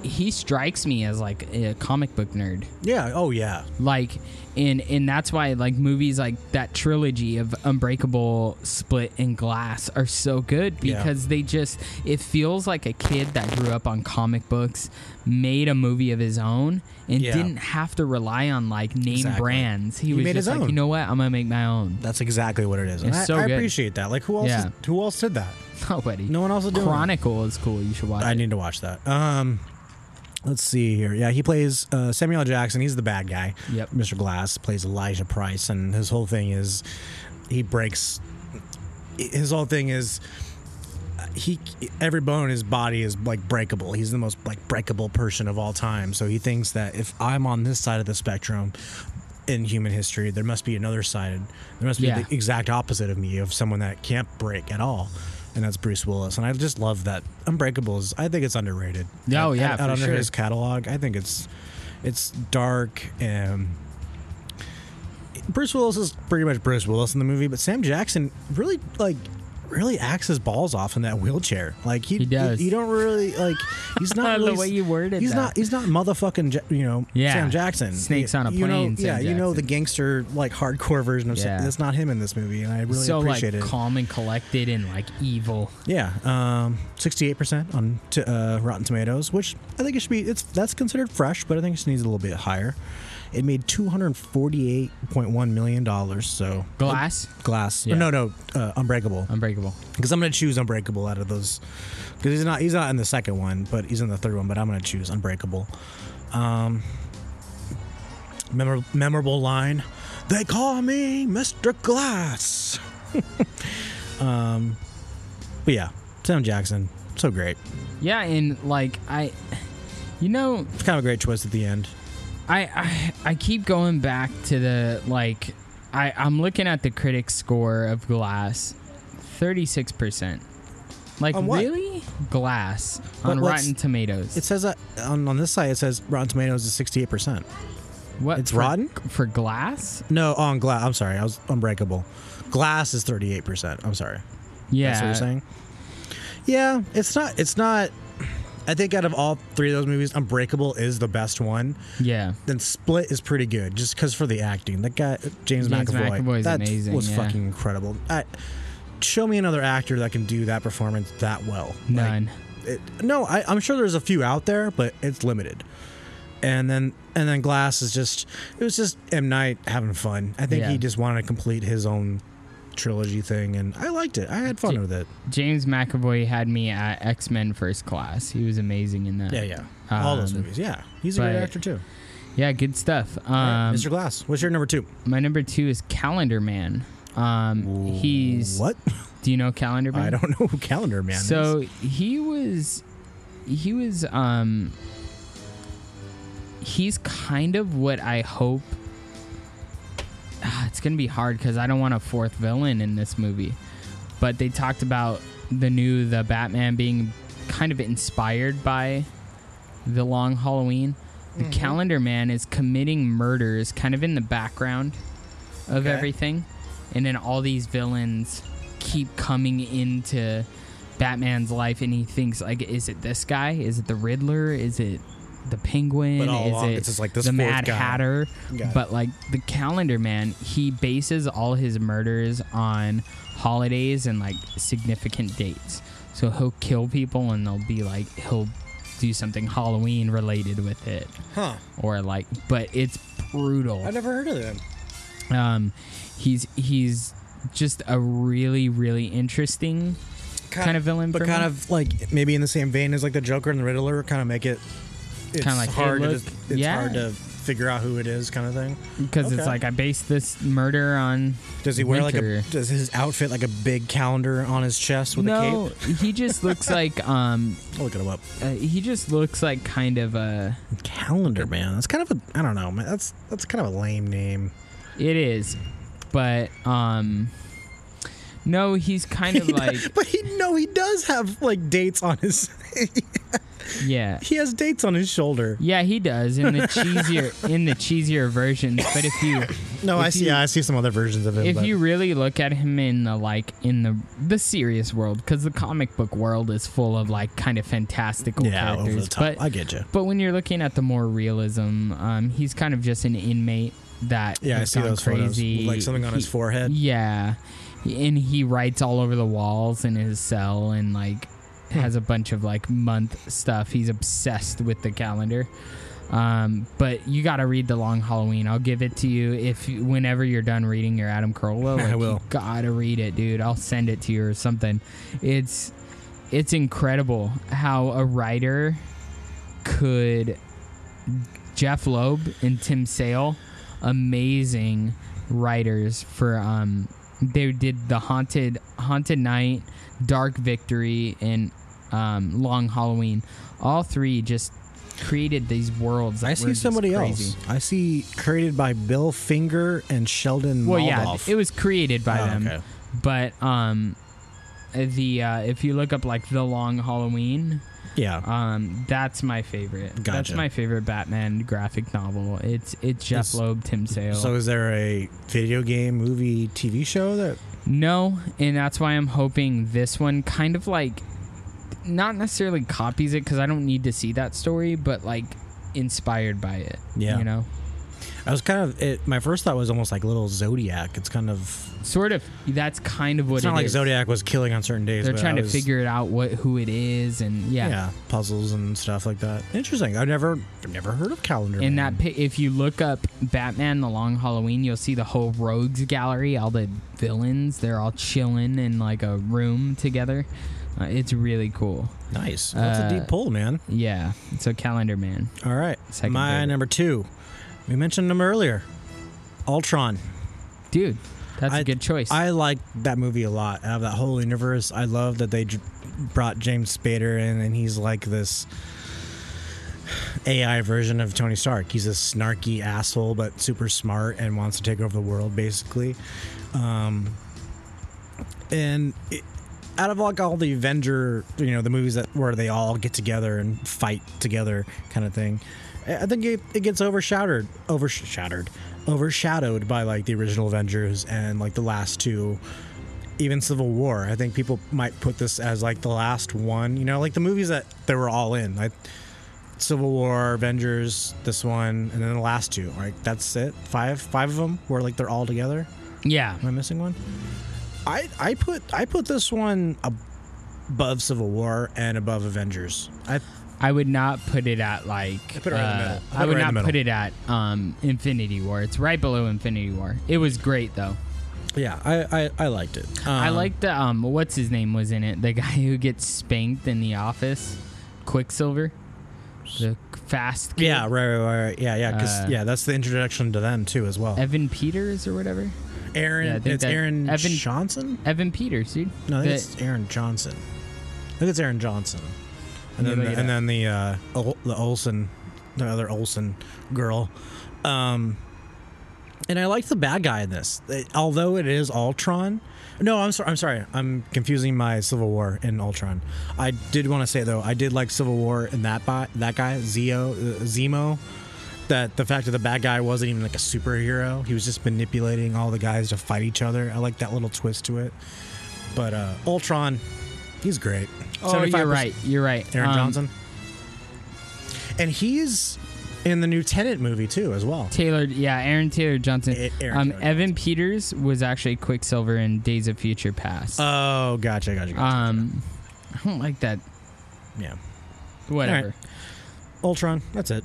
he strikes me as like a comic book nerd.
Yeah. Oh yeah.
like and and that's why like movies like that trilogy of unbreakable split and glass are so good
Yeah.
because they just it feels like a kid that grew up on comic books made a movie of his own and
Yeah.
didn't have to rely on like name
Exactly.
brands he, was
made his
just like
own.
you know what i'm gonna make my own
That's exactly what it is. And
It's
I,
so
I
good.
appreciate that. Like who else?
Yeah.
Is, who else did that?
nobody
No one else is doing it.
chronicle is cool you should watch
I
it
need to watch that. Um, let's see here. Yeah, he plays uh, Samuel L. Jackson. He's the bad guy.
Yep.
Mr. Glass plays Elijah Price, and his whole thing is he breaks. His whole thing is he every bone in his body is like breakable. He's the most like breakable person of all time. So he thinks that if I'm on this side of the spectrum in human history, there must be another sided. There must be
Yeah.
the exact opposite of me of someone that can't break at all. And that's Bruce Willis. And I just love that Unbreakable is I think it's underrated.
Oh,
Out-
yeah,
out,
for
out under
sure.
his catalog. I think it's it's dark and Bruce Willis is pretty much Bruce Willis in the movie, but Sam Jackson really like really acts his balls off in that wheelchair. Like he,
He does.
You, you don't really like. He's not
The
really,
way you worded
He's
that.
not. He's not motherfucking. Ja- You know.
Yeah.
Sam Jackson.
Snakes on a
You know,
plane, Sam
yeah. You know
Jackson.
the gangster like hardcore version of. Sam,
Yeah.
that's not him in this movie, and I really
so like
appreciate it.
calm and collected and like evil
Yeah, um, sixty-eight percent on t- uh, Rotten Tomatoes, which I think it should be. It's that's considered fresh, but I think it just needs a little bit higher. It made two hundred forty-eight point one million dollars. So
Glass?
glass.
Yeah.
No, no, uh, Unbreakable.
unbreakable
Because I'm gonna choose Unbreakable out of those. Because he's not he's not in the second one, but he's in the third one. But I'm gonna choose Unbreakable. Um, memorable, memorable line. They call me Mr. Glass. um, but yeah, Sam Jackson, so great.
yeah and like i you know
It's kind of a great twist at the end.
I, I I keep going back to the like I I'm looking at the critic score of Glass, thirty six percent. Like
On what?
really, Glass
What-
on
what's-
Rotten Tomatoes.
It says that on, on this site it says Rotten Tomatoes is 68 percent.
what
it's
for-
rotten?
for Glass.
No, on Glass. I'm sorry, I was Unbreakable. Glass is 38 percent. I'm sorry.
Yeah,
That's what you're saying. Yeah, it's not. It's not. I think out of all three of those movies, Unbreakable is the best one.
yeah.
Then Split is pretty good, just because for the acting. That guy, James,
James
McAvoy,
McAvoy's
that
amazing,
was
yeah.
fucking incredible. I, show me another actor that can do that performance that well. Like,
None.
it, no, I, I'm sure there's a few out there, but it's limited. And then and then Glass is just it was just M Night having fun. I think
Yeah.
he just wanted to complete his own trilogy thing, and I liked it. I had fun
J-
with it.
James McAvoy had me at X Men First Class. He was amazing in that.
Yeah, yeah. All those
Um,
movies. Yeah. He's a
but-
great actor too.
Yeah, good stuff. Um,
Mr. Glass. What's your number two?
my number two is Calendar Man. Um, he's
what?
Do you know Calendar Man?
I don't know who Calendar Man is.
so he was he was um he's kind of what i hope Ah, it's gonna be hard because i don't want a fourth villain in this movie but they talked about the new the batman being kind of inspired by the long
Mm-hmm.
halloween the calendar man is committing murders kind of in the background of
Okay.
everything. And then all these villains keep coming into Batman's life, and he thinks like, is it this guy? Is it the Riddler? Is it the Penguin?
But all
is
along,
it
it's just like this
the
fourth
Mad
guy.
Hatter?
Got it.
But like the Calendar Man, he bases all his murders on holidays and like significant dates. So he'll kill people, and they'll be like he'll do something Halloween related with it,
Huh.
or like, but it's brutal
I never heard of them.
um, he's he's just a really really interesting Kind of villain
but
for
kind
me.
of like maybe in the same vein as like the Joker and the Riddler, kind of make it. It's
Kinda like, hey,
hard.
look,
to, it's
yeah.
hard to figure out who it is, kind of thing.
because
Okay.
it's like I based this murder on.
Does he wear
winter.
like a? Does his outfit like a big calendar on his chest with a
no?
cape?
he just looks like um,
I'll look it up.
uh, he just looks like kind of a.
Calendar man. That's kind of a. I don't know, man. That's that's kind of a lame name.
It is, but um, no, he's kind of like
But he no, he does have like dates on his.
yeah.
he has dates on his shoulder.
Yeah, he does in the cheesier in the cheesier versions. But if you
No,
If
I see.
you-
yeah, I see some other versions of him.
if
but-
you really look at him in the like in the the serious world because the comic book world is full of like kind of fantastical
yeah,
characters
over the top.
but
I get you.
but when you're looking at the more realism um he's kind of just an inmate that
Yeah, I
has
see
gone
those
crazy.
photos. Like something on his
He-
forehead.
yeah and he writes all over the walls in his cell and like has a bunch of like month stuff he's obsessed with the calendar um, but you got to read the long Halloween. I'll give it to you if you- whenever you're done reading your Adam Carolla. Like,
will.
You gotta read it, dude. I'll send it to you or something. It's it's incredible how a writer could Jeff Loeb and Tim Sale, amazing writers for um they did the haunted haunted night, dark victory, and um, long Halloween. All three just created these worlds. That
I
were
see
just
somebody
crazy.
else. I see created by Bill Finger and Sheldon
Well,
Moldoff.
yeah, it was created by
Oh,
them,
okay.
but um, the uh, if you look up like the long Halloween,
yeah.
um, that's my favorite. That's
Gotcha.
my favorite Batman graphic novel. It's it's Jeff
It's-
Loeb, Tim Sale.
so is there a video game, movie, TV show that
No, and that's why I'm hoping this one kind of like not necessarily copies it because I don't need to see that story, but like inspired by it.
Yeah.
you know,
I was kind of it, my first thought was almost like little Zodiac. It's kind of
sort of. That's kind of what
it's
it
not like
is.
Zodiac was killing on certain days.
They're
but
trying
I
to
was-
figure it out what who it is, and
yeah.
yeah.
puzzles and stuff like that. Interesting. I've never never heard of Calendar.
In
Man.
that, pi- if you look up Batman: The Long Halloween, you'll see the whole rogues gallery, all the villains. They're all chilling in like a room together. Uh, it's really cool.
nice. That's a
uh,
deep pull, man.
Yeah. So Calendar Man.
All right.
Second
My
favorite.
number two. We mentioned him earlier. Ultron.
Dude, that's a
I-
good choice.
I like that movie a lot. Out of that whole universe, I love that they j- brought James Spader in, and he's like this AI version of Tony Stark. He's a snarky asshole, but super smart and wants to take over the world, basically. Um, and it, out of like all the Avenger, you know, the movies that where they all get together and fight together, kind of thing, I I think it, it gets overshadowed, overshadowed, overshadowed by like the original Avengers and like the last two, even Civil War. I think people might put this as like the last one, you know, like the movies that they were all in, like Civil War, Avengers, this one, and then the last two. Like that's it, five, five of them where like they're all together.
yeah.
Am I missing one? I I put I put this one above Civil War and above Avengers. I
I would not put it at like. I,
put it right in the middle. I put
I
it
would
right in the
not
middle.
put it at um, Infinity War. It's right below Infinity War. It was great though.
yeah, I I, I liked it.
I
Um,
liked the um, what's his name was in it. The guy who gets spanked in the office, Quicksilver, the fast. Kid.
Yeah, right, right, right, right. Yeah, yeah, because
Uh,
yeah, that's the introduction to them too as well.
Evan Peters or whatever.
Aaron,
yeah, I think
it's
that-
Aaron
Evan-
Johnson.
Evan Peters, dude.
No, I think
The-
it's Aaron Johnson. I think it's Aaron Johnson. And
Let
then
me
the,
look it
and then the uh, Ol- the Olsen, the other Olsen girl. Um, and I like the bad guy in this, It- although it is Ultron. No, I'm sorry. I'm sorry. I'm confusing my Civil War and Ultron. I did want to say though, I did like Civil War and that by, that guy Zio uh, Zemo. that the fact that the bad guy wasn't even like a superhero, he was just manipulating all the guys to fight each other. I like that little twist to it. But uh Ultron, he's great.
Oh, you're
75%
right. You're right.
Aaron
Um,
Johnson. And he's in the new Tenant movie too, as well.
Taylor, yeah, Aaron Taylor Johnson.
A- Aaron
um,
Taylor
Evan Peters was actually Quicksilver in Days of Future Past.
Oh, gotcha, gotcha, gotcha.
um, I don't like that.
yeah.
Whatever.
Alright. Ultron, that's it.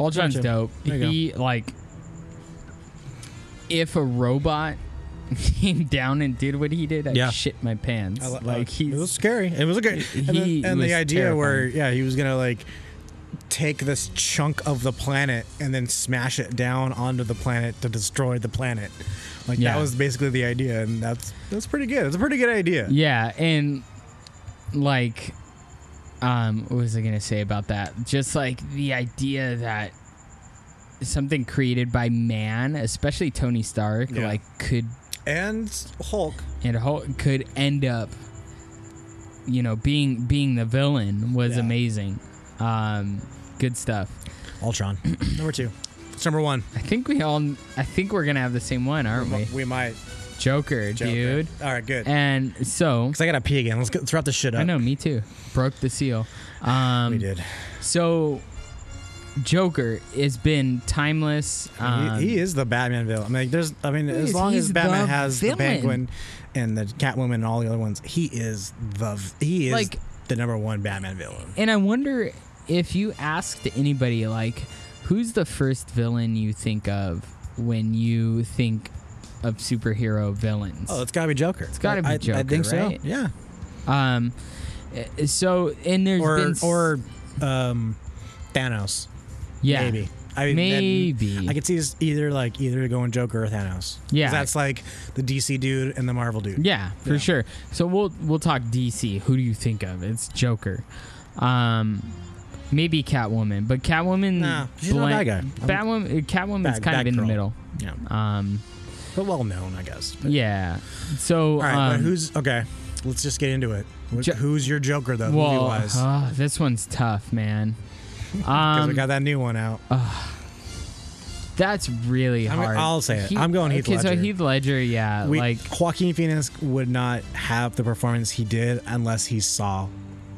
Ultron's
Gotcha.
dope.
There you
He like, if a robot came down and did what he did, I
Yeah.
would shit my pants.
I li-
like
uh, it was
he's
scary. It was a good and,
he
the- and
was
the idea where yeah he was gonna like take this chunk of the planet and then smash it down onto the planet to destroy the planet. Like
Yeah.
that was basically the idea, and that's that's pretty good. It's a pretty good idea.
yeah, and like, um, what was I gonna say about that? Just like the idea that something created by man, especially Tony Stark,
Yeah.
like could
And Hulk,
and Hulk could end up, you know, being being the villain was
Yeah.
amazing. Um, good stuff.
Ultron, number two, it's number one.
I think we all. I think we're gonna have the same one, aren't we?
We might,
Joker,
joke.
dude.
All right, good.
And so
Cause I gotta pee again. Let's, go, let's wrap this shit up.
I know, me too. Broke the seal. Um,
we did.
So Joker has been timeless. Um,
he, he is the Batman villain. I mean, there's, I mean,
is-
as long
he's
as Batman
the
has the
villain.
Penguin and the Catwoman and all the other ones, he is the v- he is
Like-
the number one Batman villain.
and I wonder if you asked anybody like, who's the first villain you think of when you think of superhero villains?
Oh, it's gotta be Joker. It's
gotta be
I, I
Joker,
think so.
right?
Yeah.
Um, eh, so and there's
Or
been s-
or um, Thanos.
yeah,
Maybe. I mean, then
Maybe.
I could see this either like either going Joker or Thanos. 'Cause
Yeah.
That's like the DC dude and the Marvel dude.
Yeah, for
Yeah.
sure. So we'll we'll talk DC. Who do you think of? It's Joker. Um maybe Catwoman, but Catwoman
Nah, she's not a bad
blan-
guy.
Batwoman uh, Catwoman's
Bad-
kind of
bad
in
girl.
the middle.
Yeah.
Um
But well known, I guess. But-
yeah. So
All right.
um,
but who's okay? Let's just get into it. Wh-
Jo-
who's your Joker though? movie
well,
wise.
ah, this one's tough, man.
Because
Um,
we got that new one out.
that's really
I'm-
hard.
I'll say it. I'm going Heath
okay, So
Ledger.
Heath Ledger, yeah,
we,
like
Joaquin Phoenix would not have the performance he did unless he saw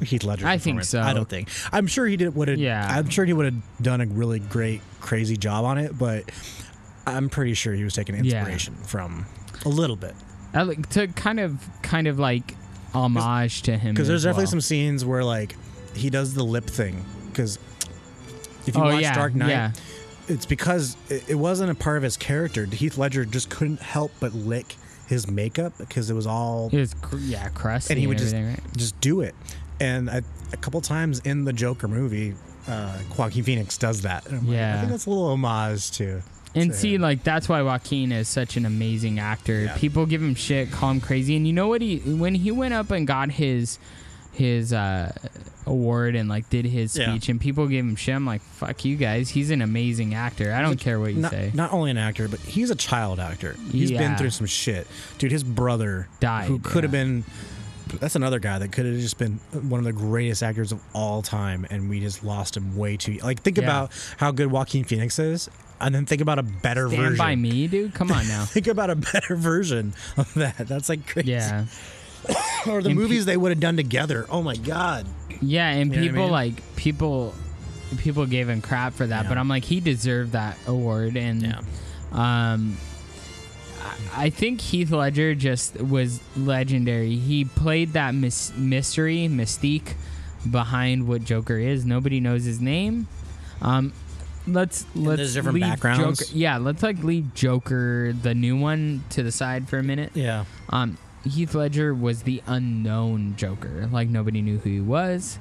Heath Ledger.
I think so.
I don't think. I'm sure he did. Would have.
Yeah.
I'm sure he would have done a really great, crazy job on it. But I'm pretty sure he was taking
Yeah.
inspiration from a little bit
I like to kind of kind of like homage to him
because there's
as
definitely
well.
some scenes where like he does the lip thing because if you
Oh,
watch
yeah,
Dark Knight.
yeah.
It's because it it wasn't a part of his character. Heath Ledger just couldn't help but lick his makeup because it was all
It was cr- yeah, crusty
and he would just
everything, right?
just do it. And I, a couple times in the Joker movie, uh, Joaquin Phoenix does that. And I'm like,
Yeah.
I think that's a little homage to.
And
to
see,
him.
like that's why Joaquin is such an amazing actor.
Yeah.
People give him shit, call him crazy, and you know what? He when he went up and got his his uh, award and like did his
Yeah.
speech, and people gave him shit. I'm like, fuck you guys. He's an amazing actor. I don't care what you
not,
say.
not only an actor, but he's a child actor. He's
Yeah.
been through some shit, dude. His brother
Died,
who could have
yeah.
been. That's another guy that could have just been one of the greatest actors of all time, and we just lost him way too. Like, think
Yeah.
about how good Joaquin Phoenix is, and then think about a better
Stand
version.
by me, dude. Come on now.
Think about a better version of that. That's like crazy.
yeah,
or the movies they would have done together. Oh my god.
yeah, and
You know what I
people
mean?
like people people gave him crap for that,
Yeah.
but I'm like, he deserved that award, and
Yeah.
Um, I- I think Heath Ledger just was legendary. He played that mys- mystery, mystique behind what Joker is. Nobody knows his name. Um, let's let's
there's different
leave
backgrounds.
Joker, yeah, let's like leave Joker, the new one, to the side for a minute.
Yeah.
Um, Heath Ledger was the unknown Joker. Like nobody knew who he was.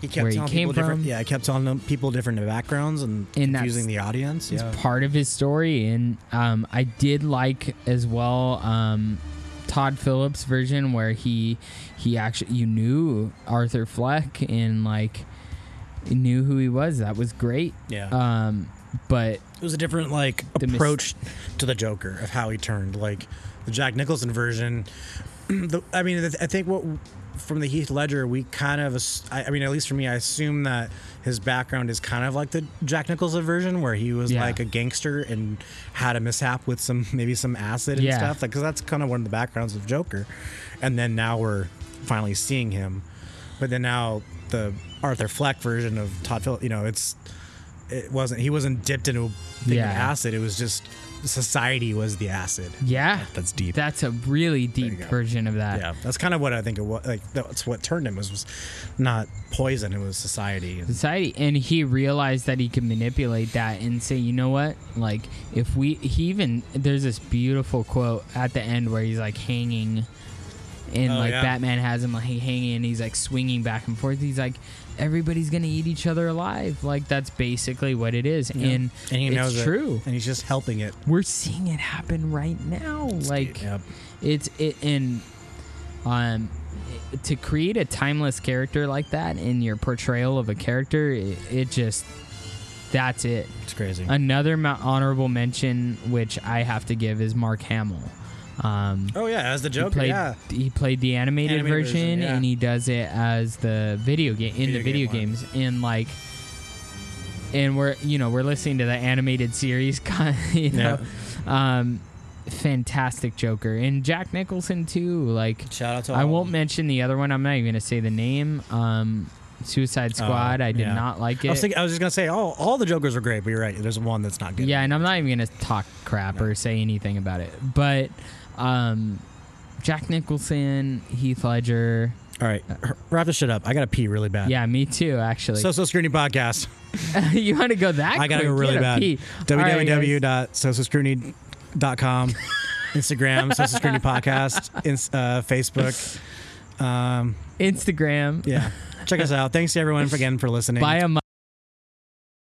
He kept
Where he
telling
came
people different.
from.
Yeah, he kept telling them people different backgrounds and,
And that's-
confusing the audience.
It's
Yeah.
part of his story and um, i did like as well um, todd phillips version where he he actually you knew arthur fleck and like knew who he was that was great
Yeah.
um, but
it was a different like
The mis-
approach to the Joker of how he turned. Like the Jack Nicholson version. the, I mean, I think what from the Heath Ledger, we kind of, ass- I, I mean, at least for me, I assume that his background is kind of like the Jack Nicholson version, where he was
Yeah.
like a gangster and had a mishap with some maybe some acid and
Yeah.
stuff, like because that's kind of one of the backgrounds of Joker, and then now we're finally seeing him, but then now the Arthur Fleck version of Todd Phillips, you know, it's it wasn't he wasn't dipped into a thing
Yeah.
of acid, it was just society was the acid.
Yeah.
That's deep.
That's a really deep
go.
version of that.
Yeah, that's kind of what I think it was. Like that's what turned him was, was not poison. It was society. And
society and he realized that he could manipulate that and say you know what like if we he even there's this beautiful quote at the end where he's like hanging and
Oh,
like
yeah.
batman has him like hanging and he's like swinging back and forth he's like everybody's gonna eat each other alive like that's basically what it is and,
and he
it's
knows it.
true
and he's just helping it.
we're seeing it happen right now like
Yep.
it's it and um to create a timeless character like that in your portrayal of a character it, it just that's it
It's crazy.
another ma- honorable mention which i have to give is mark hamill um
oh yeah, as the
he
Joker.
played,
yeah.
he played the animated,
Animated
version,
version, yeah.
and he does it as the video game in the
Video
video
game one.
games and like and we're you know we're listening to the animated series kind you know um fantastic joker and jack nicholson too like
Shout out to.
i
all
won't
of them.
mention the other one i'm not even gonna say the name um suicide squad i did
Oh, yeah.
not like it
I was, thinking, I was just gonna say, oh, all the Jokers are great, but you're right. There's one that's not good.
Yeah, and I'm not even gonna talk crap or say anything about it. But um, Jack Nicholson, Heath Ledger.
All right, wrap this shit up. I gotta pee really bad.
Yeah, me too. Actually,
Social Scrutiny Podcast.
you want to go that?
I gotta
quick?
go really
Get a
bad.
pee. All right, guys.
www.socialscrutiny.com, Instagram, Social Scrutiny Podcast, ins- uh, Facebook. Um,
Instagram.
yeah check us out thanks to everyone again for listening
Buy a.